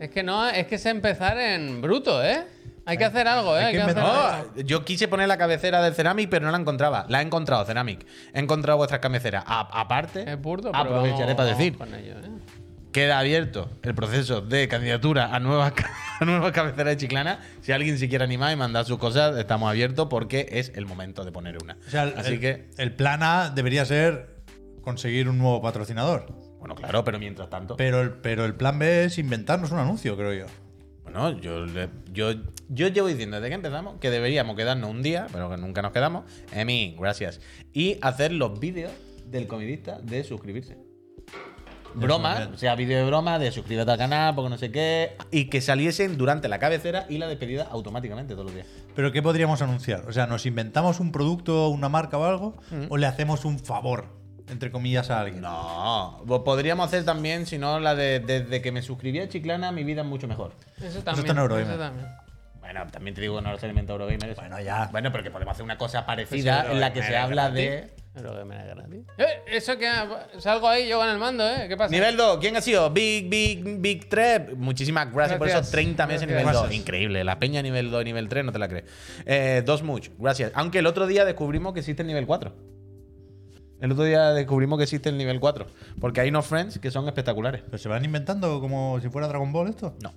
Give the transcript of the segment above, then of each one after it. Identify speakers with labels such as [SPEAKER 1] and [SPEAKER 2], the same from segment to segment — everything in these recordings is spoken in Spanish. [SPEAKER 1] Es que no, es que es empezar en bruto, ¿eh? Hay que hacer algo, ¿eh? Hay que hacer algo.
[SPEAKER 2] No, yo quise poner la cabecera del Ceramic, pero no la encontraba. La he encontrado, Ceramic. He encontrado vuestras cabeceras. A- aparte,
[SPEAKER 1] Es burdo, pero vamos-
[SPEAKER 2] aprovecharé Ah, para decir.
[SPEAKER 1] vamos con ello, ¿eh?
[SPEAKER 2] Queda abierto el proceso de candidatura a nuevas, ca- a nuevas cabeceras de Chiclana. Si alguien se quiere animar y mandar sus cosas, estamos abiertos porque es el momento de poner una.
[SPEAKER 3] O sea, el-
[SPEAKER 2] Así
[SPEAKER 3] el-
[SPEAKER 2] que,
[SPEAKER 3] el plan A debería ser conseguir un nuevo patrocinador.
[SPEAKER 2] bueno, claro, pero mientras tanto.
[SPEAKER 3] Pero el, pero el plan B es inventarnos un anuncio, creo yo.
[SPEAKER 2] Bueno, yo, le- yo, yo llevo diciendo desde que empezamos que deberíamos quedarnos un día, pero que nunca nos quedamos. Emi, gracias. Y hacer los vídeos del comidista de suscribirse. Bromas, o sea, vídeo de broma, de suscríbete al canal, porque no sé qué. Y que saliesen durante la cabecera y la despedida automáticamente todos los días.
[SPEAKER 3] Pero ¿qué podríamos anunciar? O sea, ¿nos inventamos un producto, una marca o algo? ¿O le hacemos un favor, entre comillas, a alguien?
[SPEAKER 2] Mm. No, pues podríamos hacer también, si no, la de desde que me suscribí a Chiclana, mi vida es mucho mejor.
[SPEAKER 1] Eso
[SPEAKER 3] está en
[SPEAKER 1] también.
[SPEAKER 3] Eurogamer.
[SPEAKER 1] eso también.
[SPEAKER 2] Bueno, también te digo que no los alimentos Eurogamer. eso.
[SPEAKER 3] Bueno, ya.
[SPEAKER 2] Bueno, pero que podemos hacer una cosa parecida
[SPEAKER 1] Pues
[SPEAKER 2] en la que se
[SPEAKER 3] Eurogamer,
[SPEAKER 2] habla
[SPEAKER 3] gratis.
[SPEAKER 2] de.
[SPEAKER 1] Eurogamer es gratis. Eh, eso que salgo ahí yo con el mando, ¿eh? ¿Qué pasa?
[SPEAKER 2] Nivel 2, ¿quién ha sido? Big, Big, Big Trep. Muchísimas gracias, por
[SPEAKER 1] Gracias.
[SPEAKER 2] esos 30 meses
[SPEAKER 1] Gracias.
[SPEAKER 2] nivel 2.
[SPEAKER 3] Gracias.
[SPEAKER 2] Increíble, la peña nivel 2 y nivel 3, no te la crees. Eh, dos much, gracias. Aunque el otro día descubrimos que existe el nivel 4. El otro día descubrimos que existe el nivel 4. Porque hay unos friends que son espectaculares.
[SPEAKER 3] ¿Pero se van inventando como si fuera Dragon Ball esto?
[SPEAKER 2] No.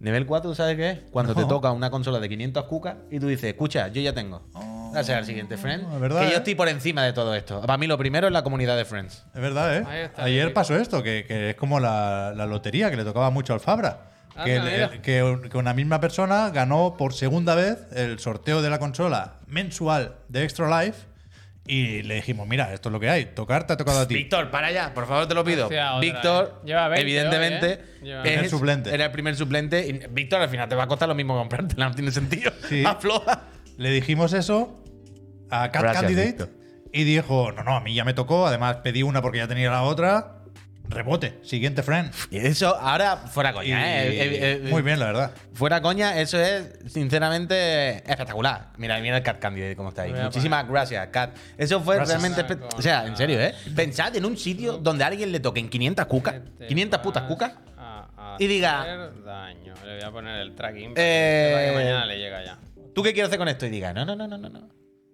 [SPEAKER 2] Nivel 4, ¿sabes qué es? Cuando te
[SPEAKER 3] No.
[SPEAKER 2] toca una consola de 500 cucas y tú dices, escucha, yo ya tengo. Gracias al siguiente friend.
[SPEAKER 3] es verdad,
[SPEAKER 2] que yo
[SPEAKER 3] ¿eh?
[SPEAKER 2] estoy por encima de todo esto. Para mí lo primero es la comunidad de friends.
[SPEAKER 3] Es verdad,
[SPEAKER 1] Ahí
[SPEAKER 3] ¿eh?
[SPEAKER 1] está,
[SPEAKER 3] Ayer
[SPEAKER 1] Eric.
[SPEAKER 3] pasó esto, que, que es como la, la lotería que le tocaba mucho al Fabra.
[SPEAKER 1] Anda,
[SPEAKER 3] Que, el-
[SPEAKER 1] Ah, mira.
[SPEAKER 3] el- que un- que una misma persona ganó por segunda vez el sorteo de la consola mensual de Extra Life y le dijimos, mira, esto es lo que hay, tocar te ha tocado a ti.
[SPEAKER 2] Víctor, para allá, por favor, te lo pido.
[SPEAKER 1] Hostia, otra
[SPEAKER 2] Víctor,
[SPEAKER 1] vez. Lleva 20
[SPEAKER 2] evidentemente,
[SPEAKER 1] hoy, ¿eh? Lleva 20.
[SPEAKER 2] es-
[SPEAKER 3] Primer suplente.
[SPEAKER 2] era el primer suplente. Y Víctor, al final te va a costar lo mismo comprártela, no tiene sentido.
[SPEAKER 3] Sí.
[SPEAKER 2] Afloja.
[SPEAKER 3] Le dijimos eso a Cat
[SPEAKER 2] Gracias,
[SPEAKER 3] Candidate
[SPEAKER 2] Víctor.
[SPEAKER 3] y dijo, no, no, a mí ya me tocó, además pedí una porque ya tenía la otra, rebote, siguiente friend.
[SPEAKER 2] Y eso, ahora, fuera
[SPEAKER 3] Y-
[SPEAKER 2] coña, ¿eh? Eh, eh, eh,
[SPEAKER 3] muy bien, la verdad.
[SPEAKER 2] Fuera coña, eso es sinceramente espectacular. Mira, mira el Cat Candidate cómo está ahí.
[SPEAKER 1] Voy a
[SPEAKER 2] Muchísimas gracias, Cat. Eso fue
[SPEAKER 3] Gracias.
[SPEAKER 2] realmente espe- O sea, en serio, ¿eh? Pensad en un sitio donde a alguien le toquen 500 cucas,
[SPEAKER 1] Que te
[SPEAKER 2] 500 putas
[SPEAKER 1] vas
[SPEAKER 2] cucas.
[SPEAKER 1] a
[SPEAKER 2] y diga-
[SPEAKER 1] hacer Daño. Le voy a poner el tracking.
[SPEAKER 2] Eh,
[SPEAKER 1] para que mañana le llega ya.
[SPEAKER 2] ¿Tú qué quieres hacer con esto? Y diga, no, no, no, no, no, no.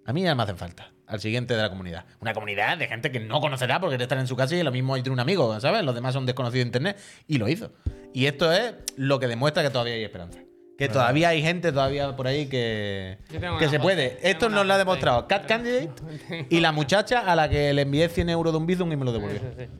[SPEAKER 2] A mí ya me hacen falta. Al siguiente de la comunidad. Una comunidad de gente que no conocerá porque estar en su casa y lo mismo hay un amigo, ¿sabes? Los demás son desconocidos de internet. Y lo hizo. Y esto es lo que demuestra que todavía hay esperanza. Que todavía hay gente todavía por ahí que,
[SPEAKER 1] Yo tengo
[SPEAKER 2] que
[SPEAKER 1] una
[SPEAKER 2] se
[SPEAKER 1] foto,
[SPEAKER 2] puede.
[SPEAKER 1] tengo
[SPEAKER 2] Esto
[SPEAKER 1] una
[SPEAKER 2] nos lo
[SPEAKER 1] foto
[SPEAKER 2] ha
[SPEAKER 1] ahí.
[SPEAKER 2] demostrado Cat Candidate y la muchacha a la que le envié 100 euros de un bizum y me lo devolvió.
[SPEAKER 1] Sí, sí, sí.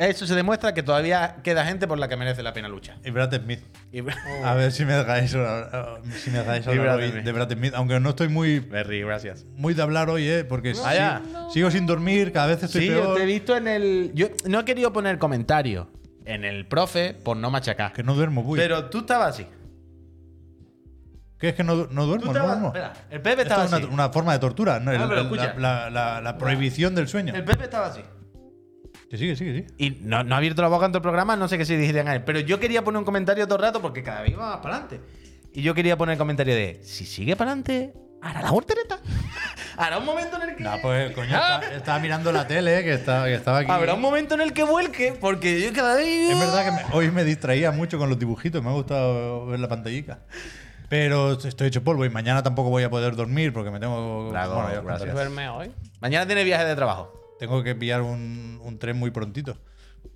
[SPEAKER 2] Eso se demuestra que todavía queda gente por la que merece la pena luchar.
[SPEAKER 3] Y Brad Smith.
[SPEAKER 2] Y-
[SPEAKER 1] Oh,
[SPEAKER 3] A ver si me dejáis, hablar- oh, si me dejáis
[SPEAKER 2] Y
[SPEAKER 3] hablar
[SPEAKER 2] Brad
[SPEAKER 3] hoy
[SPEAKER 2] Smith.
[SPEAKER 3] de Brad Smith, aunque no estoy muy,
[SPEAKER 2] Berry, gracias.
[SPEAKER 3] muy de hablar hoy, ¿eh? porque sí-
[SPEAKER 2] Vaya.
[SPEAKER 3] sigo sin dormir, cada vez estoy
[SPEAKER 2] Sí, yo
[SPEAKER 3] peor.
[SPEAKER 2] te he visto en el. Yo no he querido poner comentario en el profe por no machacar.
[SPEAKER 3] Que no duermo, uy.
[SPEAKER 2] Pero tú estabas así.
[SPEAKER 3] ¿Qué es que no, du- no
[SPEAKER 2] Tú
[SPEAKER 3] duermo? No
[SPEAKER 2] estabas-
[SPEAKER 3] duermo.
[SPEAKER 2] espera, el
[SPEAKER 3] Esto
[SPEAKER 2] Pepe estaba
[SPEAKER 3] es una,
[SPEAKER 2] así.
[SPEAKER 3] una forma de tortura, ¿no? El-
[SPEAKER 2] Ah, pero
[SPEAKER 3] el-
[SPEAKER 2] escucha.
[SPEAKER 3] la, la- la- la prohibición del sueño.
[SPEAKER 2] El Pepe estaba así.
[SPEAKER 3] Que sí, que sí, que sí.
[SPEAKER 2] Y no, no ha abierto la boca en todo el programa, no sé qué se dirían a él. Pero yo quería poner un comentario todo el rato porque cada vez iba más para adelante. Y yo quería poner el comentario de: si sigue para adelante, hará la voltereta. hará un momento en el que.
[SPEAKER 3] No, pues coño, está- estaba mirando la tele, eh, que estaba, que estaba aquí.
[SPEAKER 2] Habrá un momento en el que vuelque, porque yo cada vez.
[SPEAKER 3] Es verdad que me- hoy me distraía mucho con los dibujitos, me ha gustado ver la pantallica. Pero estoy hecho polvo y mañana tampoco voy a poder dormir porque me tengo,
[SPEAKER 2] Bravo,
[SPEAKER 3] bueno, ya os
[SPEAKER 2] gracias.
[SPEAKER 3] contaré.
[SPEAKER 1] Duerme hoy.
[SPEAKER 2] Mañana tiene viaje de trabajo.
[SPEAKER 3] tengo que pillar un, un tren muy prontito.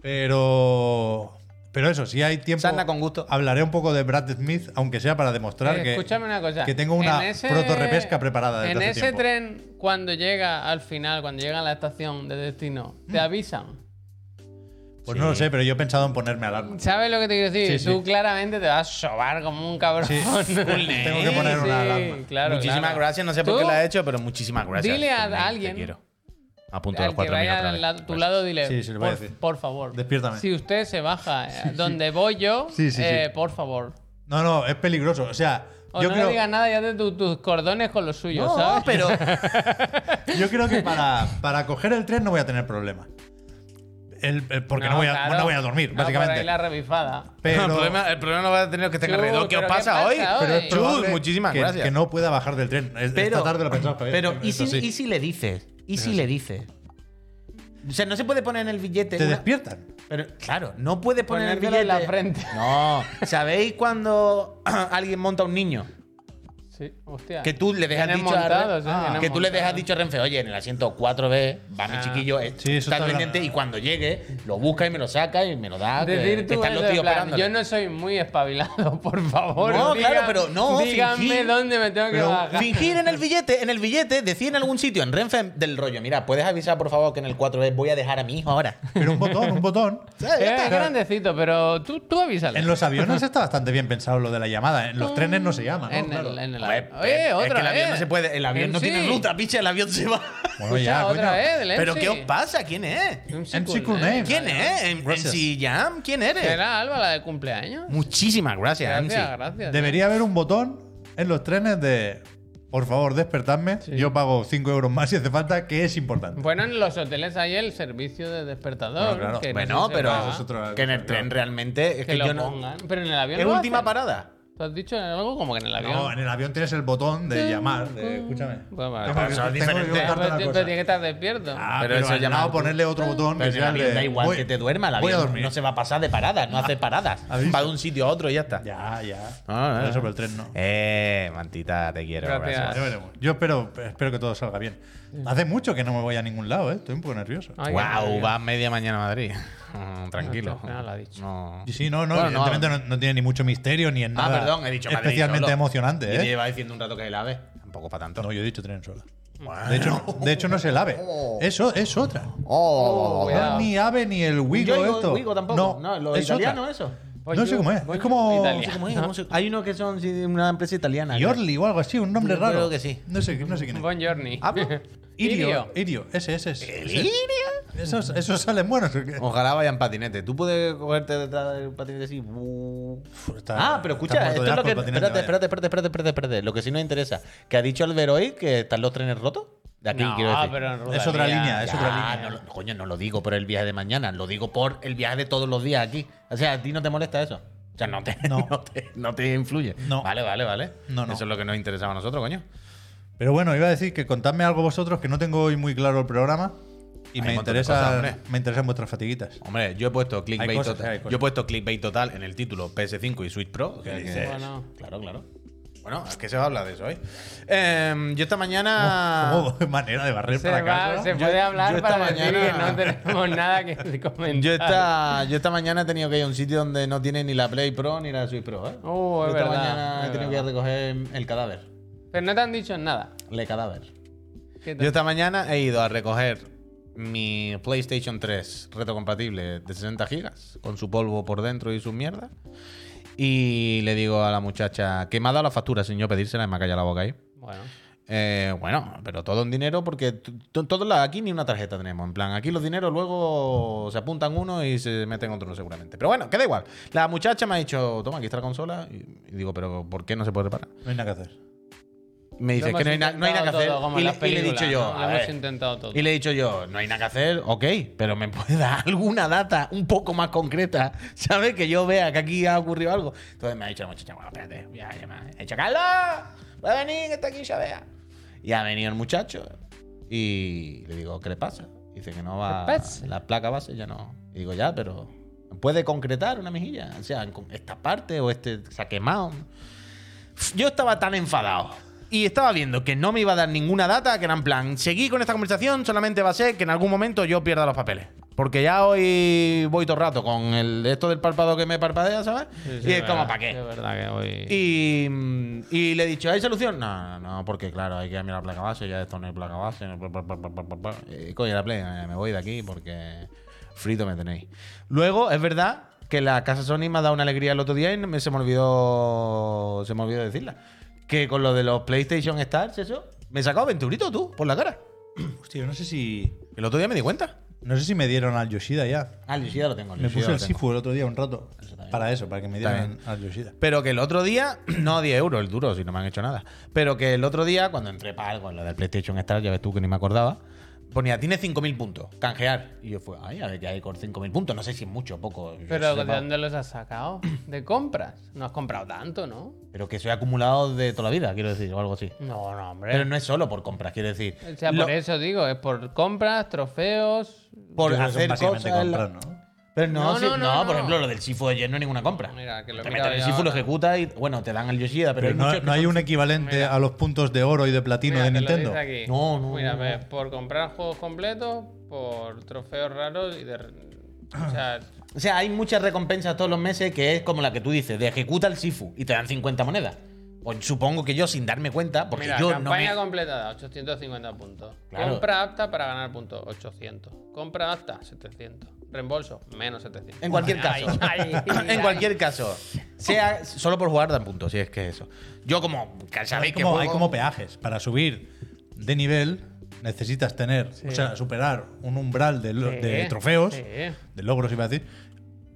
[SPEAKER 3] Pero. Pero eso, si hay tiempo.
[SPEAKER 2] Sarna con gusto.
[SPEAKER 3] Hablaré un poco de Brad Smith, aunque sea para demostrar
[SPEAKER 1] Eh,
[SPEAKER 3] que.
[SPEAKER 1] escúchame una cosa.
[SPEAKER 3] Que tengo una
[SPEAKER 1] En ese-
[SPEAKER 3] proto-repesca preparada desde
[SPEAKER 1] En
[SPEAKER 3] hace
[SPEAKER 1] ese
[SPEAKER 3] tiempo.
[SPEAKER 1] tren, cuando llega al final, cuando llega a la estación de destino, te
[SPEAKER 3] Mm.
[SPEAKER 1] avisan.
[SPEAKER 3] Pues no lo sé, pero yo he pensado en ponerme alarma.
[SPEAKER 1] ¿Sabes lo que te quiero decir?
[SPEAKER 3] Sí,
[SPEAKER 1] Tú
[SPEAKER 3] sí.
[SPEAKER 1] claramente te vas a sobar como un cabrón.
[SPEAKER 3] Sí. Tengo que poner una alarma.
[SPEAKER 1] claro,
[SPEAKER 2] muchísimas
[SPEAKER 1] claro.
[SPEAKER 2] gracias, no sé por
[SPEAKER 1] Tú,
[SPEAKER 2] qué la he hecho, pero muchísimas gracias.
[SPEAKER 1] dile a
[SPEAKER 2] También te
[SPEAKER 1] alguien
[SPEAKER 2] quiero. A punto de
[SPEAKER 1] al
[SPEAKER 2] las
[SPEAKER 1] que
[SPEAKER 2] 4
[SPEAKER 1] vaya
[SPEAKER 2] minutos.
[SPEAKER 1] al la- tu lado, dile.
[SPEAKER 3] Sí, sí, le voy a
[SPEAKER 1] por,
[SPEAKER 3] decir.
[SPEAKER 1] por favor.
[SPEAKER 3] Despiértame.
[SPEAKER 1] Si usted se baja eh, donde voy yo,
[SPEAKER 3] Sí, sí, sí.
[SPEAKER 1] eh, por favor.
[SPEAKER 3] No, no, es peligroso. O sea,
[SPEAKER 1] O
[SPEAKER 3] yo,
[SPEAKER 1] no
[SPEAKER 3] creo,
[SPEAKER 1] le digas nada ya de tu- tus cordones con los suyos,
[SPEAKER 2] No,
[SPEAKER 1] ¿sabes?
[SPEAKER 2] pero
[SPEAKER 3] yo creo que para, para coger el tren no voy a tener problema. El- el- porque no, voy a,
[SPEAKER 1] claro.
[SPEAKER 3] no voy a dormir,
[SPEAKER 1] No, por
[SPEAKER 3] básicamente.
[SPEAKER 1] ahí la revifada.
[SPEAKER 3] Pero,
[SPEAKER 2] el, problema, el problema no va a tener que estar
[SPEAKER 1] Chus,
[SPEAKER 2] alrededor. ¿Qué os
[SPEAKER 1] ¿pero qué
[SPEAKER 2] pasa
[SPEAKER 1] pasa
[SPEAKER 2] hoy?
[SPEAKER 1] hoy?
[SPEAKER 3] pero es
[SPEAKER 2] Chus,
[SPEAKER 3] probable
[SPEAKER 2] muchísimas
[SPEAKER 3] que,
[SPEAKER 2] gracias.
[SPEAKER 3] que no pueda bajar del tren. Es- Esta tarde lo he pensado.
[SPEAKER 2] pero ¿y,
[SPEAKER 3] esto
[SPEAKER 2] si,
[SPEAKER 3] sí.
[SPEAKER 2] y si le dices? ¿Y si le dices? O sea, no se puede poner en el billete.
[SPEAKER 3] Te
[SPEAKER 2] una-
[SPEAKER 3] despiertan.
[SPEAKER 2] Pero claro, no puedes poner el
[SPEAKER 1] Ponértelo
[SPEAKER 2] billete
[SPEAKER 1] en la frente.
[SPEAKER 2] No. ¿Sabéis cuando alguien monta un niño?
[SPEAKER 1] Sí, hostia.
[SPEAKER 2] Que tú le dejas
[SPEAKER 1] Vienen
[SPEAKER 2] dicho a Ren-
[SPEAKER 1] montados, eh,
[SPEAKER 2] Ah,
[SPEAKER 1] vienen
[SPEAKER 2] que tú le
[SPEAKER 1] montados.
[SPEAKER 2] dejas dicho a Renfe, oye, en el asiento 4B, va mi
[SPEAKER 1] Ah.
[SPEAKER 2] chiquillo, eh,
[SPEAKER 3] Sí, eso
[SPEAKER 2] está
[SPEAKER 3] está
[SPEAKER 2] pendiente
[SPEAKER 3] claro.
[SPEAKER 2] y cuando llegue lo busca y me lo saca y me lo da. que-
[SPEAKER 1] Decir
[SPEAKER 2] que,
[SPEAKER 1] tú
[SPEAKER 2] están los
[SPEAKER 1] eso, en
[SPEAKER 2] tíos
[SPEAKER 1] plan,
[SPEAKER 2] esperándole.
[SPEAKER 1] yo no soy muy espabilado, por favor.
[SPEAKER 2] No,
[SPEAKER 1] diga-
[SPEAKER 2] claro, pero no,
[SPEAKER 1] Díganme
[SPEAKER 2] fingir.
[SPEAKER 1] dónde me tengo que
[SPEAKER 2] Pero
[SPEAKER 1] bajar.
[SPEAKER 2] fingir en el billete, en el billete, decir en algún sitio, en Renfe, del rollo, mira, puedes avisar por favor que en el 4B voy a dejar a mi hijo ahora.
[SPEAKER 3] Pero un botón, un botón.
[SPEAKER 2] ¿Sabes? Ya
[SPEAKER 1] Es
[SPEAKER 2] está.
[SPEAKER 1] Eh, grandecito, pero tú, tú avísale.
[SPEAKER 3] En los aviones está bastante bien pensado lo de la llamada. En los trenes no se llama. ¿no?
[SPEAKER 1] En
[SPEAKER 3] Claro.
[SPEAKER 1] el, en el
[SPEAKER 2] Joder,
[SPEAKER 1] avión. Oye,
[SPEAKER 2] eh, es
[SPEAKER 1] otra
[SPEAKER 2] que el avión
[SPEAKER 1] vez.
[SPEAKER 2] no se puede, el avión
[SPEAKER 1] En
[SPEAKER 2] no tiene
[SPEAKER 1] sí.
[SPEAKER 2] ruta, picha, el avión se va.
[SPEAKER 3] Bueno,
[SPEAKER 1] Escucha,
[SPEAKER 3] ya,
[SPEAKER 1] otra eh,
[SPEAKER 3] coño.
[SPEAKER 1] vez, del
[SPEAKER 2] Pero ¿qué os
[SPEAKER 1] MC.
[SPEAKER 2] pasa? ¿Quién es?
[SPEAKER 1] Un
[SPEAKER 3] MC
[SPEAKER 1] circle
[SPEAKER 3] Cool
[SPEAKER 1] name.
[SPEAKER 3] name.
[SPEAKER 2] ¿Quién es? ¿En, en
[SPEAKER 3] Gracias.
[SPEAKER 2] Jam? ¿Quién eres?
[SPEAKER 1] ¿Será eh. Alba la de cumpleaños?
[SPEAKER 2] Muchísimas gracias,
[SPEAKER 1] Gracias,
[SPEAKER 2] Ansi.
[SPEAKER 1] gracias.
[SPEAKER 3] Debería haber un botón en los trenes de por favor, despertadme.
[SPEAKER 1] Sí.
[SPEAKER 3] Yo pago 5 euros más si hace falta, que es importante.
[SPEAKER 1] Bueno, en los hoteles hay el servicio de despertador.
[SPEAKER 3] Bueno, claro.
[SPEAKER 1] que no
[SPEAKER 2] Bueno,
[SPEAKER 1] sé si se
[SPEAKER 2] pero
[SPEAKER 1] paga,
[SPEAKER 3] eso es otro- otra
[SPEAKER 2] que en el
[SPEAKER 3] cosa,
[SPEAKER 2] tren
[SPEAKER 3] claro.
[SPEAKER 2] realmente es
[SPEAKER 1] que,
[SPEAKER 2] que,
[SPEAKER 1] lo
[SPEAKER 2] yo no.
[SPEAKER 1] pongan. Pero en el avión.
[SPEAKER 2] ¿Es
[SPEAKER 1] no
[SPEAKER 2] última
[SPEAKER 1] hacen.
[SPEAKER 2] parada?
[SPEAKER 1] ¿Tú has dicho algo como que en el avión?
[SPEAKER 3] No, en el avión tienes el botón de llamar. de, escúchame.
[SPEAKER 1] Bueno, vale.
[SPEAKER 3] Tengo que-
[SPEAKER 2] Pero eso
[SPEAKER 3] tengo
[SPEAKER 2] es
[SPEAKER 3] que
[SPEAKER 2] diferente.
[SPEAKER 1] pero,
[SPEAKER 3] contarte una
[SPEAKER 1] ti- pero
[SPEAKER 3] cosa.
[SPEAKER 1] tiene que estar despierto.
[SPEAKER 3] Ah,
[SPEAKER 2] Pero
[SPEAKER 3] pero,
[SPEAKER 2] eso
[SPEAKER 3] al
[SPEAKER 2] llama-
[SPEAKER 3] lado ponerle otro botón.
[SPEAKER 2] Pero
[SPEAKER 3] que
[SPEAKER 2] en el
[SPEAKER 3] sea el
[SPEAKER 2] avión
[SPEAKER 3] de,
[SPEAKER 2] da igual
[SPEAKER 3] voy-
[SPEAKER 2] que te duerma, el
[SPEAKER 3] Voy a
[SPEAKER 2] avión
[SPEAKER 3] dormir.
[SPEAKER 2] no se va a pasar de parada, no hace paradas.
[SPEAKER 3] Aviso.
[SPEAKER 2] Va de un sitio a otro y ya está.
[SPEAKER 3] Ya, ya.
[SPEAKER 2] Ah,
[SPEAKER 3] Pero
[SPEAKER 2] eh.
[SPEAKER 3] eso por el tren no.
[SPEAKER 2] Eh, mantita, te quiero.
[SPEAKER 1] Gracias.
[SPEAKER 2] gracias.
[SPEAKER 3] Ya veremos. Yo espero, espero que todo salga bien. Hace mucho que no me voy a ningún lado, ¿eh? Estoy un poco nervioso.
[SPEAKER 2] Ah.
[SPEAKER 1] Ay, qué
[SPEAKER 2] wow,
[SPEAKER 1] nervios.
[SPEAKER 2] va media mañana a Madrid. Mm, Tranquilo.
[SPEAKER 1] No, no lo ha dicho.
[SPEAKER 2] No.
[SPEAKER 3] Y sí, no, no,
[SPEAKER 2] Bueno, no,
[SPEAKER 3] evidentemente no, no tiene ni mucho misterio ni en
[SPEAKER 2] Ah,
[SPEAKER 3] nada.
[SPEAKER 2] perdón, he dicho Madrid.
[SPEAKER 3] Especialmente
[SPEAKER 2] solo.
[SPEAKER 3] emocionante,
[SPEAKER 2] Y te
[SPEAKER 3] ¿eh?
[SPEAKER 2] lleva diciendo un rato que es el ave. Tampoco para tanto.
[SPEAKER 3] No, yo he dicho tren sola.
[SPEAKER 2] Bueno.
[SPEAKER 3] De hecho, de hecho, no es el ave. Eso es otra.
[SPEAKER 1] Oh,
[SPEAKER 3] No
[SPEAKER 1] cuidado.
[SPEAKER 3] es ni ave ni el Wigo
[SPEAKER 2] Yoigo,
[SPEAKER 3] esto.
[SPEAKER 2] Wigo tampoco. No, lo
[SPEAKER 3] es
[SPEAKER 2] italiano
[SPEAKER 3] otra.
[SPEAKER 2] eso.
[SPEAKER 1] Voy
[SPEAKER 3] no
[SPEAKER 1] yo,
[SPEAKER 3] sé cómo es.
[SPEAKER 1] voy
[SPEAKER 3] Es
[SPEAKER 1] yo,
[SPEAKER 3] como-
[SPEAKER 1] Italia.
[SPEAKER 2] ¿Cómo es? ¿Cómo se- Hay uno que son sí, de una empresa italiana. creo.
[SPEAKER 3] Yorli o algo así, un nombre
[SPEAKER 2] Yo
[SPEAKER 3] raro.
[SPEAKER 2] creo que sí.
[SPEAKER 3] No sé, no sé quién es.
[SPEAKER 1] Bon journey.
[SPEAKER 2] ¿Hablo?
[SPEAKER 3] Irio, Irio, ese, ese es.
[SPEAKER 2] ¿El
[SPEAKER 3] Ese-
[SPEAKER 2] Iria?
[SPEAKER 3] Esos, esos salen buenos. ¿o qué?
[SPEAKER 2] Ojalá vayan patinete. Tú puedes cogerte detrás del patinete así. bu-
[SPEAKER 3] Uf, está-
[SPEAKER 2] Ah, pero
[SPEAKER 3] está
[SPEAKER 2] escucha,
[SPEAKER 3] muerto
[SPEAKER 2] esto
[SPEAKER 3] de
[SPEAKER 2] es lo
[SPEAKER 3] asco
[SPEAKER 2] que.
[SPEAKER 3] el patinete,
[SPEAKER 2] Espérate,
[SPEAKER 3] vaya.
[SPEAKER 2] espérate, espérate, espérate, espérate, espérate. Lo que sí nos interesa. Que ha dicho Álvaro hoy que están los trenes rotos. De aquí,
[SPEAKER 1] No,
[SPEAKER 2] quiero decir.
[SPEAKER 1] pero en
[SPEAKER 3] Es otra
[SPEAKER 1] Rumanía.
[SPEAKER 2] ¿eh?
[SPEAKER 3] línea, es otra
[SPEAKER 2] Ya,
[SPEAKER 3] línea.
[SPEAKER 2] no lo- coño, no lo digo por el viaje de mañana, lo digo por el viaje de todos los días aquí. O sea, a ti no te molesta eso. O sea, no te, no.
[SPEAKER 3] No.
[SPEAKER 2] te, no te influye.
[SPEAKER 3] No.
[SPEAKER 2] Vale, vale, vale.
[SPEAKER 3] No, no.
[SPEAKER 2] Eso es lo que nos interesaba a nosotros, coño.
[SPEAKER 3] Pero bueno, iba a decir que contadme algo vosotros que no tengo hoy muy claro el programa y
[SPEAKER 2] Hay
[SPEAKER 3] me
[SPEAKER 2] un montón de
[SPEAKER 3] interesa,
[SPEAKER 2] cosas, hombre.
[SPEAKER 3] me interesan vuestras fatiguitas.
[SPEAKER 2] Hombre, yo he puesto clickbait,
[SPEAKER 3] Hay cosas,
[SPEAKER 2] total,
[SPEAKER 3] hay cosas.
[SPEAKER 2] yo he puesto clickbait total en el título PS5 y Switch Pro. que- que-
[SPEAKER 1] Bueno.
[SPEAKER 2] Claro, claro. Bueno, es que se va a hablar de eso hoy. Em, yo esta mañana.
[SPEAKER 3] ¿Cómo manera de barrer
[SPEAKER 1] Se,
[SPEAKER 3] para
[SPEAKER 1] va-
[SPEAKER 3] casa?
[SPEAKER 1] se
[SPEAKER 2] Yo-
[SPEAKER 1] puede hablar
[SPEAKER 2] yo esta
[SPEAKER 1] para decir que
[SPEAKER 2] mañana-
[SPEAKER 1] no tenemos nada que comentar.
[SPEAKER 2] Yo esta, yo esta mañana he tenido que ir a un sitio donde no tiene ni la Play Pro ni la Switch Pro, ¿eh?
[SPEAKER 1] Oh, es
[SPEAKER 2] Yo esta
[SPEAKER 1] verdad,
[SPEAKER 2] mañana
[SPEAKER 1] es
[SPEAKER 2] he tenido que ir a
[SPEAKER 1] verdad.
[SPEAKER 2] recoger el cadáver.
[SPEAKER 1] Pero no te han dicho nada.
[SPEAKER 2] Le cadáver.
[SPEAKER 1] ¿Qué te-
[SPEAKER 2] Yo esta mañana he ido a recoger mi PlayStation 3 retrocompatible de 60 gigas con su polvo por dentro y su mierda. Y le digo a la muchacha que me ha dado la factura sin yo pedírsela y me ha callado la boca ahí.
[SPEAKER 1] Bueno.
[SPEAKER 2] Eh, bueno, pero todo en dinero porque t- t- todos la- aquí ni una tarjeta tenemos. En plan, aquí los dineros luego se apuntan uno y se meten otro seguramente. Pero bueno, queda igual. La muchacha me ha dicho, toma, aquí está la consola. Y, y digo, pero ¿por qué no se puede reparar?
[SPEAKER 3] No hay nada que hacer.
[SPEAKER 2] Me dice
[SPEAKER 1] Lo
[SPEAKER 2] que no hay,
[SPEAKER 1] hemos
[SPEAKER 2] na- no hay nada que
[SPEAKER 1] intentado
[SPEAKER 2] hacer.
[SPEAKER 1] todo, como
[SPEAKER 2] Y
[SPEAKER 1] en
[SPEAKER 2] le,
[SPEAKER 1] las
[SPEAKER 2] y le he dicho
[SPEAKER 1] películas,
[SPEAKER 2] yo,
[SPEAKER 1] ¿no? Lo
[SPEAKER 2] a
[SPEAKER 1] hemos
[SPEAKER 2] ver.
[SPEAKER 1] intentado todo.
[SPEAKER 2] Y le he dicho yo, no hay nada que hacer, ok, pero me puede dar alguna data un poco más concreta, ¿sabes? Que yo vea que aquí ha ocurrido algo. Entonces me ha dicho la muchacha, bueno, espérate, voy a llamar. He dicho, Carlos, voy a venir, que está aquí, ya vea. Y ha venido el muchacho y le digo, ¿qué le pasa? Dice que no va.
[SPEAKER 1] ¿Qué pasa?
[SPEAKER 2] La placa base ya no. Y digo, ya, pero. ¿Puede concretar una mejilla? O sea, con esta parte o este se ha quemado. Yo estaba tan enfadado. Y estaba viendo que no me iba a dar ninguna data, que era en plan, seguí con esta conversación, solamente va a ser que en algún momento yo pierda los papeles. Porque ya hoy voy todo el rato con el, esto del párpado que me parpadea, ¿sabes?
[SPEAKER 1] Sí, sí,
[SPEAKER 2] y es como,
[SPEAKER 1] verdad,
[SPEAKER 2] ¿para qué?
[SPEAKER 1] Es verdad que hoy.
[SPEAKER 2] Y, mm, y le he dicho, ¿hay solución? No, no, no, porque claro, hay que cambiar la placa base, ya esto no hay placa base. no, pa, pa, pa, pa, pa, pa. Eh, coño, la play, eh, me voy de aquí porque frito me tenéis. Luego, es verdad que la casa Sony me ha dado una alegría el otro día y me- se me olvidó, se me olvidó decirla. Que con lo de los PlayStation Stars, eso, me he sacado 20 euritos tú, por la cara.
[SPEAKER 3] Hostia, yo no sé si.
[SPEAKER 2] El otro día me di cuenta.
[SPEAKER 3] No sé si me dieron al Yoshida ya.
[SPEAKER 2] Ah, el Yoshida lo tengo.
[SPEAKER 3] Me
[SPEAKER 2] Yoshida
[SPEAKER 3] puse
[SPEAKER 2] lo
[SPEAKER 3] el
[SPEAKER 2] tengo.
[SPEAKER 3] Sifu el otro día un rato. para eso, para que me dieran
[SPEAKER 2] También.
[SPEAKER 3] al Yoshida.
[SPEAKER 2] Pero que el otro día, no 10 euros el duro, si no me han hecho nada. Pero que el otro día, cuando entré para algo en lo del PlayStation Star, ya ves tú que ni me acordaba, ponía, tiene 5.000 puntos, canjear. Y yo fue, ay, a ver qué hay con 5.000 puntos. No sé si es mucho o poco. yo
[SPEAKER 1] Pero ¿de
[SPEAKER 2] sepa.
[SPEAKER 1] dónde los has sacado? ¿De compras? No has comprado tanto, ¿no?
[SPEAKER 2] Pero que soy acumulado de toda la vida, quiero decir, o algo así.
[SPEAKER 1] No, no, hombre.
[SPEAKER 2] Pero no es solo por compras, quiero decir.
[SPEAKER 1] Eh. o sea,
[SPEAKER 2] lo-
[SPEAKER 1] por eso digo, es por compras, trofeos.
[SPEAKER 2] por
[SPEAKER 3] Yo creo que son
[SPEAKER 2] hacer
[SPEAKER 3] básicamente
[SPEAKER 2] cosas.
[SPEAKER 3] comprar,
[SPEAKER 2] la-
[SPEAKER 3] ¿no?
[SPEAKER 2] Pero no,
[SPEAKER 1] No,
[SPEAKER 2] sí-
[SPEAKER 1] no, no,
[SPEAKER 2] no,
[SPEAKER 1] no.
[SPEAKER 2] por ejemplo, lo del Shifu de ayer no es ninguna compra.
[SPEAKER 1] Mira, que lo he
[SPEAKER 2] Te
[SPEAKER 1] mirado
[SPEAKER 2] metes en
[SPEAKER 1] yo
[SPEAKER 2] el Shifu, lo
[SPEAKER 1] ahora.
[SPEAKER 2] ejecutas y, bueno, te dan el Yoshida,
[SPEAKER 3] Pero
[SPEAKER 2] pero, hay
[SPEAKER 3] no,
[SPEAKER 2] muchos que
[SPEAKER 3] no hay
[SPEAKER 2] son-
[SPEAKER 3] un equivalente a los puntos de oro y de platino
[SPEAKER 1] Mira,
[SPEAKER 3] de
[SPEAKER 1] te lo dice
[SPEAKER 3] Nintendo.
[SPEAKER 1] aquí.
[SPEAKER 2] No, no,
[SPEAKER 1] Mira,
[SPEAKER 2] no,
[SPEAKER 1] ves,
[SPEAKER 2] no.
[SPEAKER 1] por comprar juegos completos, por trofeos raros y de. O sea,
[SPEAKER 2] O sea, hay muchas recompensas todos los meses que es como la que tú dices, de ejecuta el Shifu y te dan 50 monedas. Pues supongo que yo, sin darme cuenta, porque
[SPEAKER 1] mira,
[SPEAKER 2] yo no me...
[SPEAKER 1] campaña completada, 850 puntos.
[SPEAKER 2] Claro.
[SPEAKER 1] Compra apta para ganar puntos, 800. Compra apta, 700. Reembolso, menos 700.
[SPEAKER 2] En cualquier caso. en cualquier caso. Sea solo por jugar dan puntos, si es que es eso. Yo como que
[SPEAKER 3] Hay
[SPEAKER 2] sabéis que
[SPEAKER 3] como, hay
[SPEAKER 2] juego-
[SPEAKER 3] como peajes. Para subir de nivel necesitas tener, o sea, superar un umbral de, lo-
[SPEAKER 1] Sí,
[SPEAKER 3] de trofeos,
[SPEAKER 1] sí.
[SPEAKER 3] de logros iba a decir,